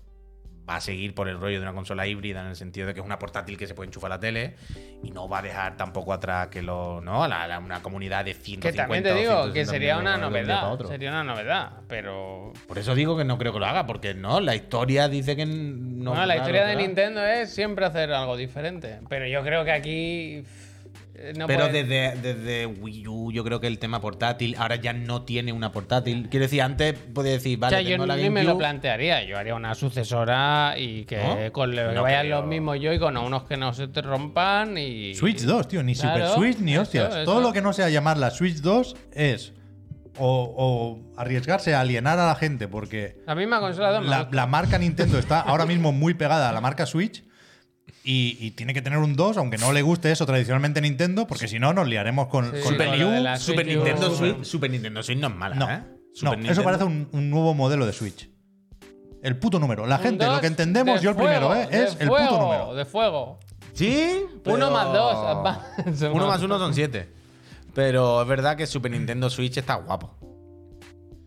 [SPEAKER 2] va a seguir por el rollo de una consola híbrida en el sentido de que es una portátil que se puede enchufar a la tele y no va a dejar tampoco atrás que lo no la, la- una comunidad de 150
[SPEAKER 1] Que también te digo que
[SPEAKER 2] 160
[SPEAKER 1] sería una
[SPEAKER 2] millones de un día para
[SPEAKER 1] novedad.
[SPEAKER 2] otro.
[SPEAKER 1] Sería una novedad, pero.
[SPEAKER 2] Por eso digo que no creo que lo haga porque no, la historia dice que no
[SPEAKER 1] bueno, la
[SPEAKER 2] no
[SPEAKER 1] historia
[SPEAKER 2] lo
[SPEAKER 1] de
[SPEAKER 2] hará.
[SPEAKER 1] Nintendo es siempre hacer algo diferente. Pero yo creo que aquí. pff, eh, No
[SPEAKER 2] Pero
[SPEAKER 1] puede-
[SPEAKER 2] desde, desde Wii U, yo creo que el tema portátil ahora ya no tiene una portátil. Quiero decir, antes podía decir,
[SPEAKER 1] O
[SPEAKER 2] vale,
[SPEAKER 1] sea, yo
[SPEAKER 2] tengo
[SPEAKER 1] ni
[SPEAKER 2] la
[SPEAKER 1] me lo
[SPEAKER 2] GameCube,
[SPEAKER 1] plantearía. Yo haría una sucesora y que
[SPEAKER 2] ¿No?
[SPEAKER 1] con lo que
[SPEAKER 2] No
[SPEAKER 1] vayan
[SPEAKER 2] creo.
[SPEAKER 1] los mismos Joy-Con, o unos que no se te rompan y.
[SPEAKER 3] Switch 2, tío, ni
[SPEAKER 1] Claro,
[SPEAKER 3] Super Switch ni
[SPEAKER 1] eso,
[SPEAKER 3] hostias.
[SPEAKER 1] eso.
[SPEAKER 3] Todo lo que no sea llamarla Switch 2 es o, o arriesgarse a alienar a la gente porque
[SPEAKER 1] La misma consola 2 me
[SPEAKER 3] la,
[SPEAKER 1] gusta.
[SPEAKER 3] la marca Nintendo está ahora mismo muy pegada a la marca Switch y, y tiene que tener un 2, aunque no le guste eso tradicionalmente a Nintendo, porque si no nos liaremos con,
[SPEAKER 1] Sí,
[SPEAKER 3] con
[SPEAKER 1] Super
[SPEAKER 3] la-
[SPEAKER 1] Nintendo.
[SPEAKER 2] Wii U,
[SPEAKER 1] de la
[SPEAKER 2] Super
[SPEAKER 1] Switch U.
[SPEAKER 2] Nintendo Switch, Super Nintendo Switch no es mala,
[SPEAKER 3] No,
[SPEAKER 2] ¿eh?
[SPEAKER 3] no
[SPEAKER 2] Super
[SPEAKER 3] eso
[SPEAKER 2] Nintendo-
[SPEAKER 3] parece un, un nuevo modelo de Switch. El puto número. La
[SPEAKER 1] Un
[SPEAKER 3] gente, lo
[SPEAKER 1] dos
[SPEAKER 3] que entendemos,
[SPEAKER 1] de
[SPEAKER 3] yo el primero,
[SPEAKER 1] fuego,
[SPEAKER 3] ¿eh?
[SPEAKER 1] de
[SPEAKER 3] es el
[SPEAKER 1] fuego,
[SPEAKER 3] puto número.
[SPEAKER 1] De fuego.
[SPEAKER 2] Sí,
[SPEAKER 1] Uno
[SPEAKER 2] pero-
[SPEAKER 1] más dos, advance.
[SPEAKER 2] Uno más uno son siete. Pero es verdad que Super Nintendo Switch está guapo.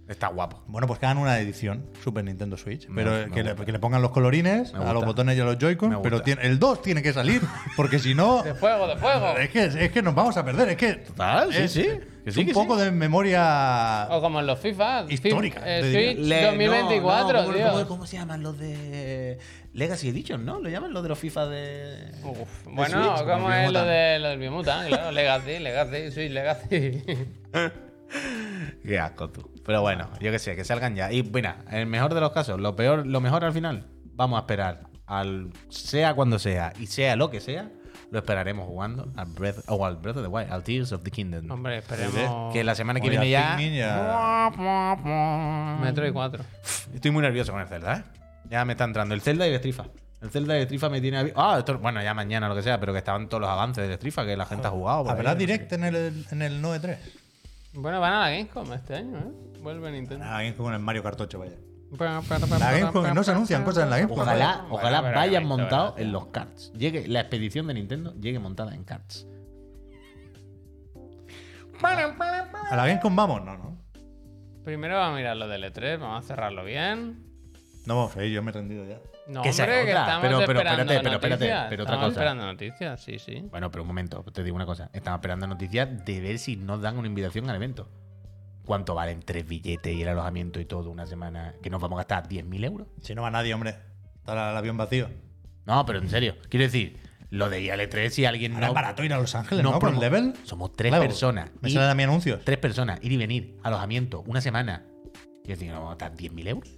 [SPEAKER 2] Está guapo.
[SPEAKER 3] Bueno, pues que hagan una edición, Super Nintendo Switch,
[SPEAKER 2] Me-
[SPEAKER 3] pero
[SPEAKER 2] me
[SPEAKER 3] que, le,
[SPEAKER 2] gusta.
[SPEAKER 3] que le pongan los colorines
[SPEAKER 2] Me
[SPEAKER 3] a los
[SPEAKER 2] gusta.
[SPEAKER 3] botones y a los
[SPEAKER 2] Me
[SPEAKER 3] Joy-Con,
[SPEAKER 2] gusta.
[SPEAKER 3] pero tiene- el 2 tiene que salir, porque si no,
[SPEAKER 1] De fuego, de fuego.
[SPEAKER 3] es que, es que nos vamos a perder, es que
[SPEAKER 2] Total, sí,
[SPEAKER 3] Eh, es,
[SPEAKER 2] sí. Que sí,
[SPEAKER 3] un
[SPEAKER 2] que sí.
[SPEAKER 3] poco de memoria
[SPEAKER 2] Oh,
[SPEAKER 1] O como en los FIFA.
[SPEAKER 3] Histórica,
[SPEAKER 1] Fi- eh,
[SPEAKER 3] te diría.
[SPEAKER 1] Switch
[SPEAKER 2] Le- no,
[SPEAKER 1] 2024,
[SPEAKER 2] no, ¿cómo-
[SPEAKER 1] tío.
[SPEAKER 2] cómo, cómo se llaman los de Legacy Edition, no? Lo llaman los de los FIFA de.
[SPEAKER 1] Uf,
[SPEAKER 2] de
[SPEAKER 1] bueno,
[SPEAKER 2] Switch,
[SPEAKER 1] como
[SPEAKER 2] el
[SPEAKER 1] es lo,
[SPEAKER 2] Biomutant.
[SPEAKER 1] de, lo del Biomutant, claro, Legacy, Legacy, Switch, Legacy.
[SPEAKER 2] Qué asco tú. Pero bueno, yo qué sé, que salgan ya. Y mira, en el mejor de los casos, lo peor, lo mejor al final, vamos a esperar al sea cuando sea y sea lo que sea, lo esperaremos jugando al Breath o al Breath of the Wild, al Tears of the Kingdom.
[SPEAKER 1] Hombre, esperemos.
[SPEAKER 2] que la semana que
[SPEAKER 3] Oye,
[SPEAKER 2] viene ya.
[SPEAKER 3] Pikmin ya-
[SPEAKER 1] Metro y 4.
[SPEAKER 2] Estoy muy nervioso con el Zelda, ¿eh? Ya me está entrando el Zelda y el Estrifa. El Zelda y el Estrifa me tiene. avi- Ah, esto- bueno, ya mañana lo que sea, pero que estaban todos los avances del Estrifa que la gente ha jugado. por
[SPEAKER 3] ¿Habrá
[SPEAKER 2] ahí, no sé
[SPEAKER 3] direct en el, en el 9.3?
[SPEAKER 1] Bueno, van a la Gamescom este año, ¿eh? Vuelve Nintendo.
[SPEAKER 3] Ah, con el Mario Cartocho, vaya.
[SPEAKER 1] La
[SPEAKER 3] Gamescom, no se anuncian cosas en la Gamescom.
[SPEAKER 2] Ojalá,
[SPEAKER 1] Bueno,
[SPEAKER 2] ojalá
[SPEAKER 1] pero
[SPEAKER 2] vayan
[SPEAKER 1] esto,
[SPEAKER 2] montados
[SPEAKER 1] ¿verdad?
[SPEAKER 2] en los karts. Llegue, la expedición de Nintendo llegue montada en karts.
[SPEAKER 3] ¿A la Gamescom vamos? No, no.
[SPEAKER 1] Primero vamos a mirar lo del E3, vamos a cerrarlo bien.
[SPEAKER 3] No vamos a ir, yo me he rendido ya.
[SPEAKER 1] No,
[SPEAKER 2] Que
[SPEAKER 1] hombre,
[SPEAKER 2] sea
[SPEAKER 1] que
[SPEAKER 2] otra.
[SPEAKER 1] estamos
[SPEAKER 2] Pero- pero
[SPEAKER 1] esperando
[SPEAKER 2] espérate, pero espérate,
[SPEAKER 1] noticias.
[SPEAKER 2] pero otra
[SPEAKER 1] estamos
[SPEAKER 2] cosa.
[SPEAKER 1] esperando noticias, sí, sí.
[SPEAKER 2] Bueno, pero un momento, te digo una cosa. Estamos esperando noticias de ver si nos dan una invitación al evento. ¿Cuánto valen tres billetes y el alojamiento y todo una semana? ¿Que nos vamos a gastar 10.000 euros?
[SPEAKER 3] Si no va nadie, hombre. Está la- el avión vacío.
[SPEAKER 2] No, pero en serio. Quiero decir, lo de ir al E3 si alguien
[SPEAKER 3] Ahora
[SPEAKER 2] no...
[SPEAKER 3] es barato ir a Los Ángeles, ¿no? Por el
[SPEAKER 2] promo-
[SPEAKER 3] level.
[SPEAKER 2] Somos tres
[SPEAKER 3] Claro,
[SPEAKER 2] personas.
[SPEAKER 3] Me
[SPEAKER 2] ir-
[SPEAKER 3] salen a mí anuncios.
[SPEAKER 2] tres personas, ir y venir, alojamiento, una semana. Quiero decir, ¿no vamos a gastar 10.000 euros?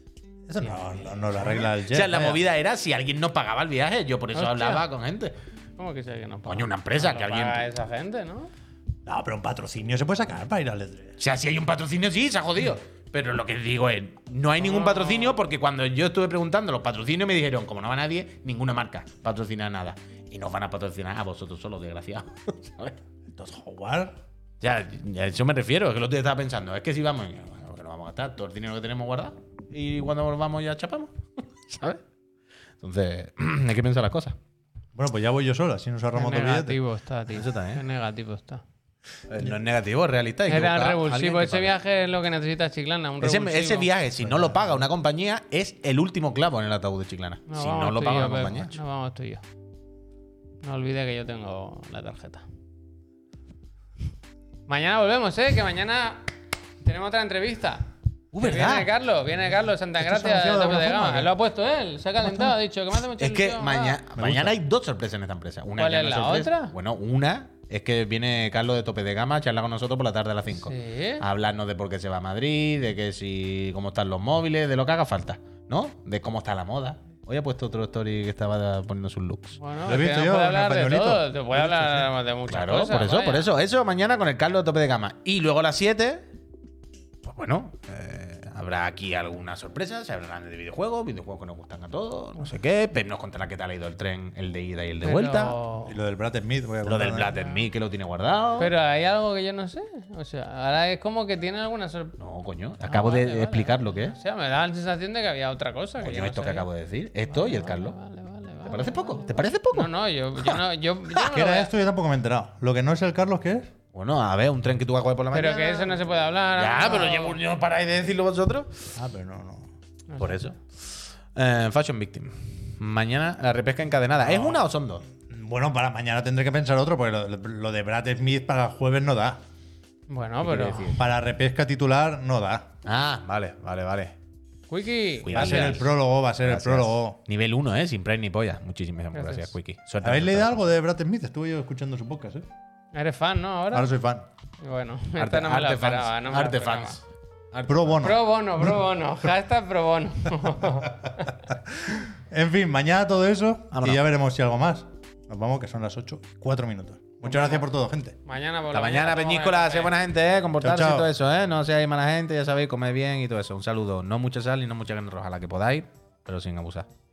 [SPEAKER 3] Eso no, no, no lo arregla el
[SPEAKER 2] o
[SPEAKER 3] jet.
[SPEAKER 2] sea, la
[SPEAKER 3] vaya.
[SPEAKER 2] movida era si alguien no pagaba el viaje. Yo por eso
[SPEAKER 1] Hostia.
[SPEAKER 2] hablaba con gente.
[SPEAKER 1] ¿Cómo que sea que no paga?
[SPEAKER 2] Coño, una empresa,
[SPEAKER 1] No
[SPEAKER 2] que
[SPEAKER 1] lo
[SPEAKER 2] alguien-
[SPEAKER 1] paga esa gente, ¿no?
[SPEAKER 3] No, pero un patrocinio se puede sacar para ir al E3.
[SPEAKER 2] O sea, si hay un patrocinio, sí, se ha jodido. Pero lo que digo es, no hay ningún patrocinio porque cuando yo estuve preguntando los patrocinios me dijeron, como no va nadie, ninguna marca patrocina nada. Y nos van a patrocinar a vosotros solos, desgraciados. ¿Sabes?
[SPEAKER 3] Entonces, jugar.
[SPEAKER 2] Ya, a eso me refiero, es que lo que estaba pensando. Es que si vamos, bueno, que nos vamos a gastar todo el dinero que tenemos guardado. Y cuando volvamos ya chapamos. ¿Sabes? Entonces, hay que pensar las cosas.
[SPEAKER 3] Bueno, pues ya voy yo solo, así nos
[SPEAKER 1] Qué
[SPEAKER 3] ahorramos dos billetes.
[SPEAKER 1] negativo está, tío.
[SPEAKER 2] Eso también.
[SPEAKER 1] Qué negativo está.
[SPEAKER 2] Eh, No es negativo, es realista. hay que
[SPEAKER 1] Era el
[SPEAKER 2] buscar a alguien
[SPEAKER 1] revulsivo.
[SPEAKER 2] que
[SPEAKER 1] Ese
[SPEAKER 2] pague.
[SPEAKER 1] viaje es lo que necesita Chiclana. Un
[SPEAKER 2] Ese,
[SPEAKER 1] revulsivo.
[SPEAKER 2] ese viaje, si no lo paga una compañía, es el último clavo en el ataúd de Chiclana.
[SPEAKER 1] Nos
[SPEAKER 2] si
[SPEAKER 1] vamos
[SPEAKER 2] no lo
[SPEAKER 1] tú y
[SPEAKER 2] paga
[SPEAKER 1] yo,
[SPEAKER 2] una
[SPEAKER 1] Pepe,
[SPEAKER 2] compañía.
[SPEAKER 1] Nos vamos tú y yo. No olvide que yo tengo la tarjeta. Mañana volvemos, ¿eh? Que mañana tenemos otra entrevista.
[SPEAKER 2] Uh,
[SPEAKER 1] Que
[SPEAKER 2] ¿verdad?
[SPEAKER 1] Viene Carlos, viene Carlos Santa
[SPEAKER 3] Esto se ha
[SPEAKER 1] Gracia de
[SPEAKER 3] anunciado de
[SPEAKER 1] tope de
[SPEAKER 3] alguna forma,
[SPEAKER 1] gama.
[SPEAKER 3] ¿o
[SPEAKER 2] ¿eh?
[SPEAKER 3] qué?
[SPEAKER 1] Lo ha puesto él, se ha calentado, ha dicho que me hace mucha
[SPEAKER 2] Es que
[SPEAKER 1] ilusión,
[SPEAKER 2] mañana,
[SPEAKER 1] va.
[SPEAKER 3] Me
[SPEAKER 2] mañana hay
[SPEAKER 3] gusta.
[SPEAKER 2] dos sorpresas en esta empresa. Una
[SPEAKER 1] ¿Cuál
[SPEAKER 2] ya
[SPEAKER 1] es
[SPEAKER 2] no
[SPEAKER 1] la
[SPEAKER 2] sorpresa.
[SPEAKER 1] otra?
[SPEAKER 2] Bueno, una es que viene Carlos de Tope de Gama, charla con nosotros por la tarde a las 5.
[SPEAKER 1] Sí.
[SPEAKER 2] A hablarnos de por qué se va a Madrid, de que si cómo están los móviles, de lo que haga falta, ¿no? De cómo está la moda. Hoy ha puesto otro story que estaba poniendo sus looks.
[SPEAKER 1] Bueno,
[SPEAKER 3] Lo he
[SPEAKER 1] es que
[SPEAKER 3] visto
[SPEAKER 1] no
[SPEAKER 3] yo,
[SPEAKER 1] puede
[SPEAKER 3] en
[SPEAKER 1] hablar de
[SPEAKER 3] españolito.
[SPEAKER 1] todo, te puede
[SPEAKER 3] Lo he visto,
[SPEAKER 1] hablar de muchas
[SPEAKER 2] Claro,
[SPEAKER 1] cosas.
[SPEAKER 2] por eso, por
[SPEAKER 1] vaya.
[SPEAKER 2] eso. Eso mañana con el Carlos de tope de gama. Y luego a las 7, pues bueno, eh, habrá aquí alguna sorpresa. Se hablarán de videojuegos, videojuegos que nos gustan a todos, no sé qué. Pero nos contará qué tal ha ido el tren, el de ida y el de
[SPEAKER 1] Pero-
[SPEAKER 2] vuelta.
[SPEAKER 3] Y lo del Brad Smith, voy a
[SPEAKER 2] Lo
[SPEAKER 3] contar,
[SPEAKER 2] del
[SPEAKER 3] ¿eh?
[SPEAKER 2] Blatter Me que lo tiene guardado.
[SPEAKER 1] Pero hay algo que yo no sé. O sea, ahora es como que tiene alguna sorpresa.
[SPEAKER 2] no, coño,
[SPEAKER 1] Ah,
[SPEAKER 2] acabo de explicar lo que
[SPEAKER 1] O
[SPEAKER 2] es.
[SPEAKER 1] sea, me da la sensación de que había otra cosa. que yo
[SPEAKER 2] Coño,
[SPEAKER 1] no
[SPEAKER 2] esto que
[SPEAKER 1] sabía.
[SPEAKER 2] acabo de decir. Esto y el Carlos.
[SPEAKER 1] Vale, vale, vale.
[SPEAKER 2] ¿Te parece poco? ¿Te parece poco?
[SPEAKER 1] No, no, yo, yo no. Yo, yo no lo
[SPEAKER 3] ¿Qué era
[SPEAKER 1] veo.
[SPEAKER 3] esto? Yo tampoco me he enterado. Lo que no es el Carlos, ¿qué es?
[SPEAKER 2] Bueno, a ver, un tren que tú vas a coger por la
[SPEAKER 1] Pero
[SPEAKER 2] mañana.
[SPEAKER 1] que eso no se puede hablar.
[SPEAKER 2] Ya,
[SPEAKER 1] no.
[SPEAKER 2] Ah, pero llevo no paráis de decirlo vosotros.
[SPEAKER 3] Ah, pero no, no.
[SPEAKER 2] Por eso. Eh, Fashion Victim. Mañana la repesca encadenada.
[SPEAKER 3] Ah.
[SPEAKER 2] ¿Es una o son dos?
[SPEAKER 3] Bueno, para mañana tendré que pensar otro, porque lo, lo de Brad Smith para el jueves no da.
[SPEAKER 1] Bueno,
[SPEAKER 2] quiere
[SPEAKER 1] pero.
[SPEAKER 2] decir?
[SPEAKER 3] Para repesca titular no da.
[SPEAKER 2] Ah, vale, vale, vale.
[SPEAKER 1] Wiki.
[SPEAKER 2] Cuidado.
[SPEAKER 3] Va a ser el
[SPEAKER 2] Gracias.
[SPEAKER 3] prólogo, va a ser
[SPEAKER 2] Gracias.
[SPEAKER 3] el prólogo.
[SPEAKER 2] Nivel 1, ¿eh? Sin price ni polla. Muchísimas gracias,
[SPEAKER 1] Gracias.
[SPEAKER 2] Quickie. Suerte.
[SPEAKER 3] ¿Habéis leído algo de Brad Smith? Estuve yo escuchando su podcast, ¿eh?
[SPEAKER 1] Eres fan, ¿no? Ahora.
[SPEAKER 3] Ahora soy fan.
[SPEAKER 1] Bueno,
[SPEAKER 2] Arte-
[SPEAKER 1] esta no me la
[SPEAKER 2] arte fans.
[SPEAKER 1] esperaba. No me la
[SPEAKER 2] Arte
[SPEAKER 1] esperaba.
[SPEAKER 2] fans.
[SPEAKER 3] Pro bono.
[SPEAKER 1] Pro bono, pro bono. Hashtag pro bono.
[SPEAKER 3] En fin, mañana todo eso
[SPEAKER 2] Vámonos.
[SPEAKER 3] y ya veremos si algo más. Nos vamos, que son las 8 y 4 minutos. Muchas gracias por todo, gente.
[SPEAKER 1] mañana por
[SPEAKER 2] Hasta mañana,
[SPEAKER 1] toma
[SPEAKER 2] Peñíscola.
[SPEAKER 1] café.
[SPEAKER 2] Sé buena gente, ¿eh? Comportarse
[SPEAKER 3] Chao,
[SPEAKER 2] y
[SPEAKER 3] chao.
[SPEAKER 2] todo eso, ¿eh? No seáis mala gente, ya sabéis, comed bien y todo eso. Un saludo. No mucha sal y no mucha carne roja, la que podáis, pero sin abusar.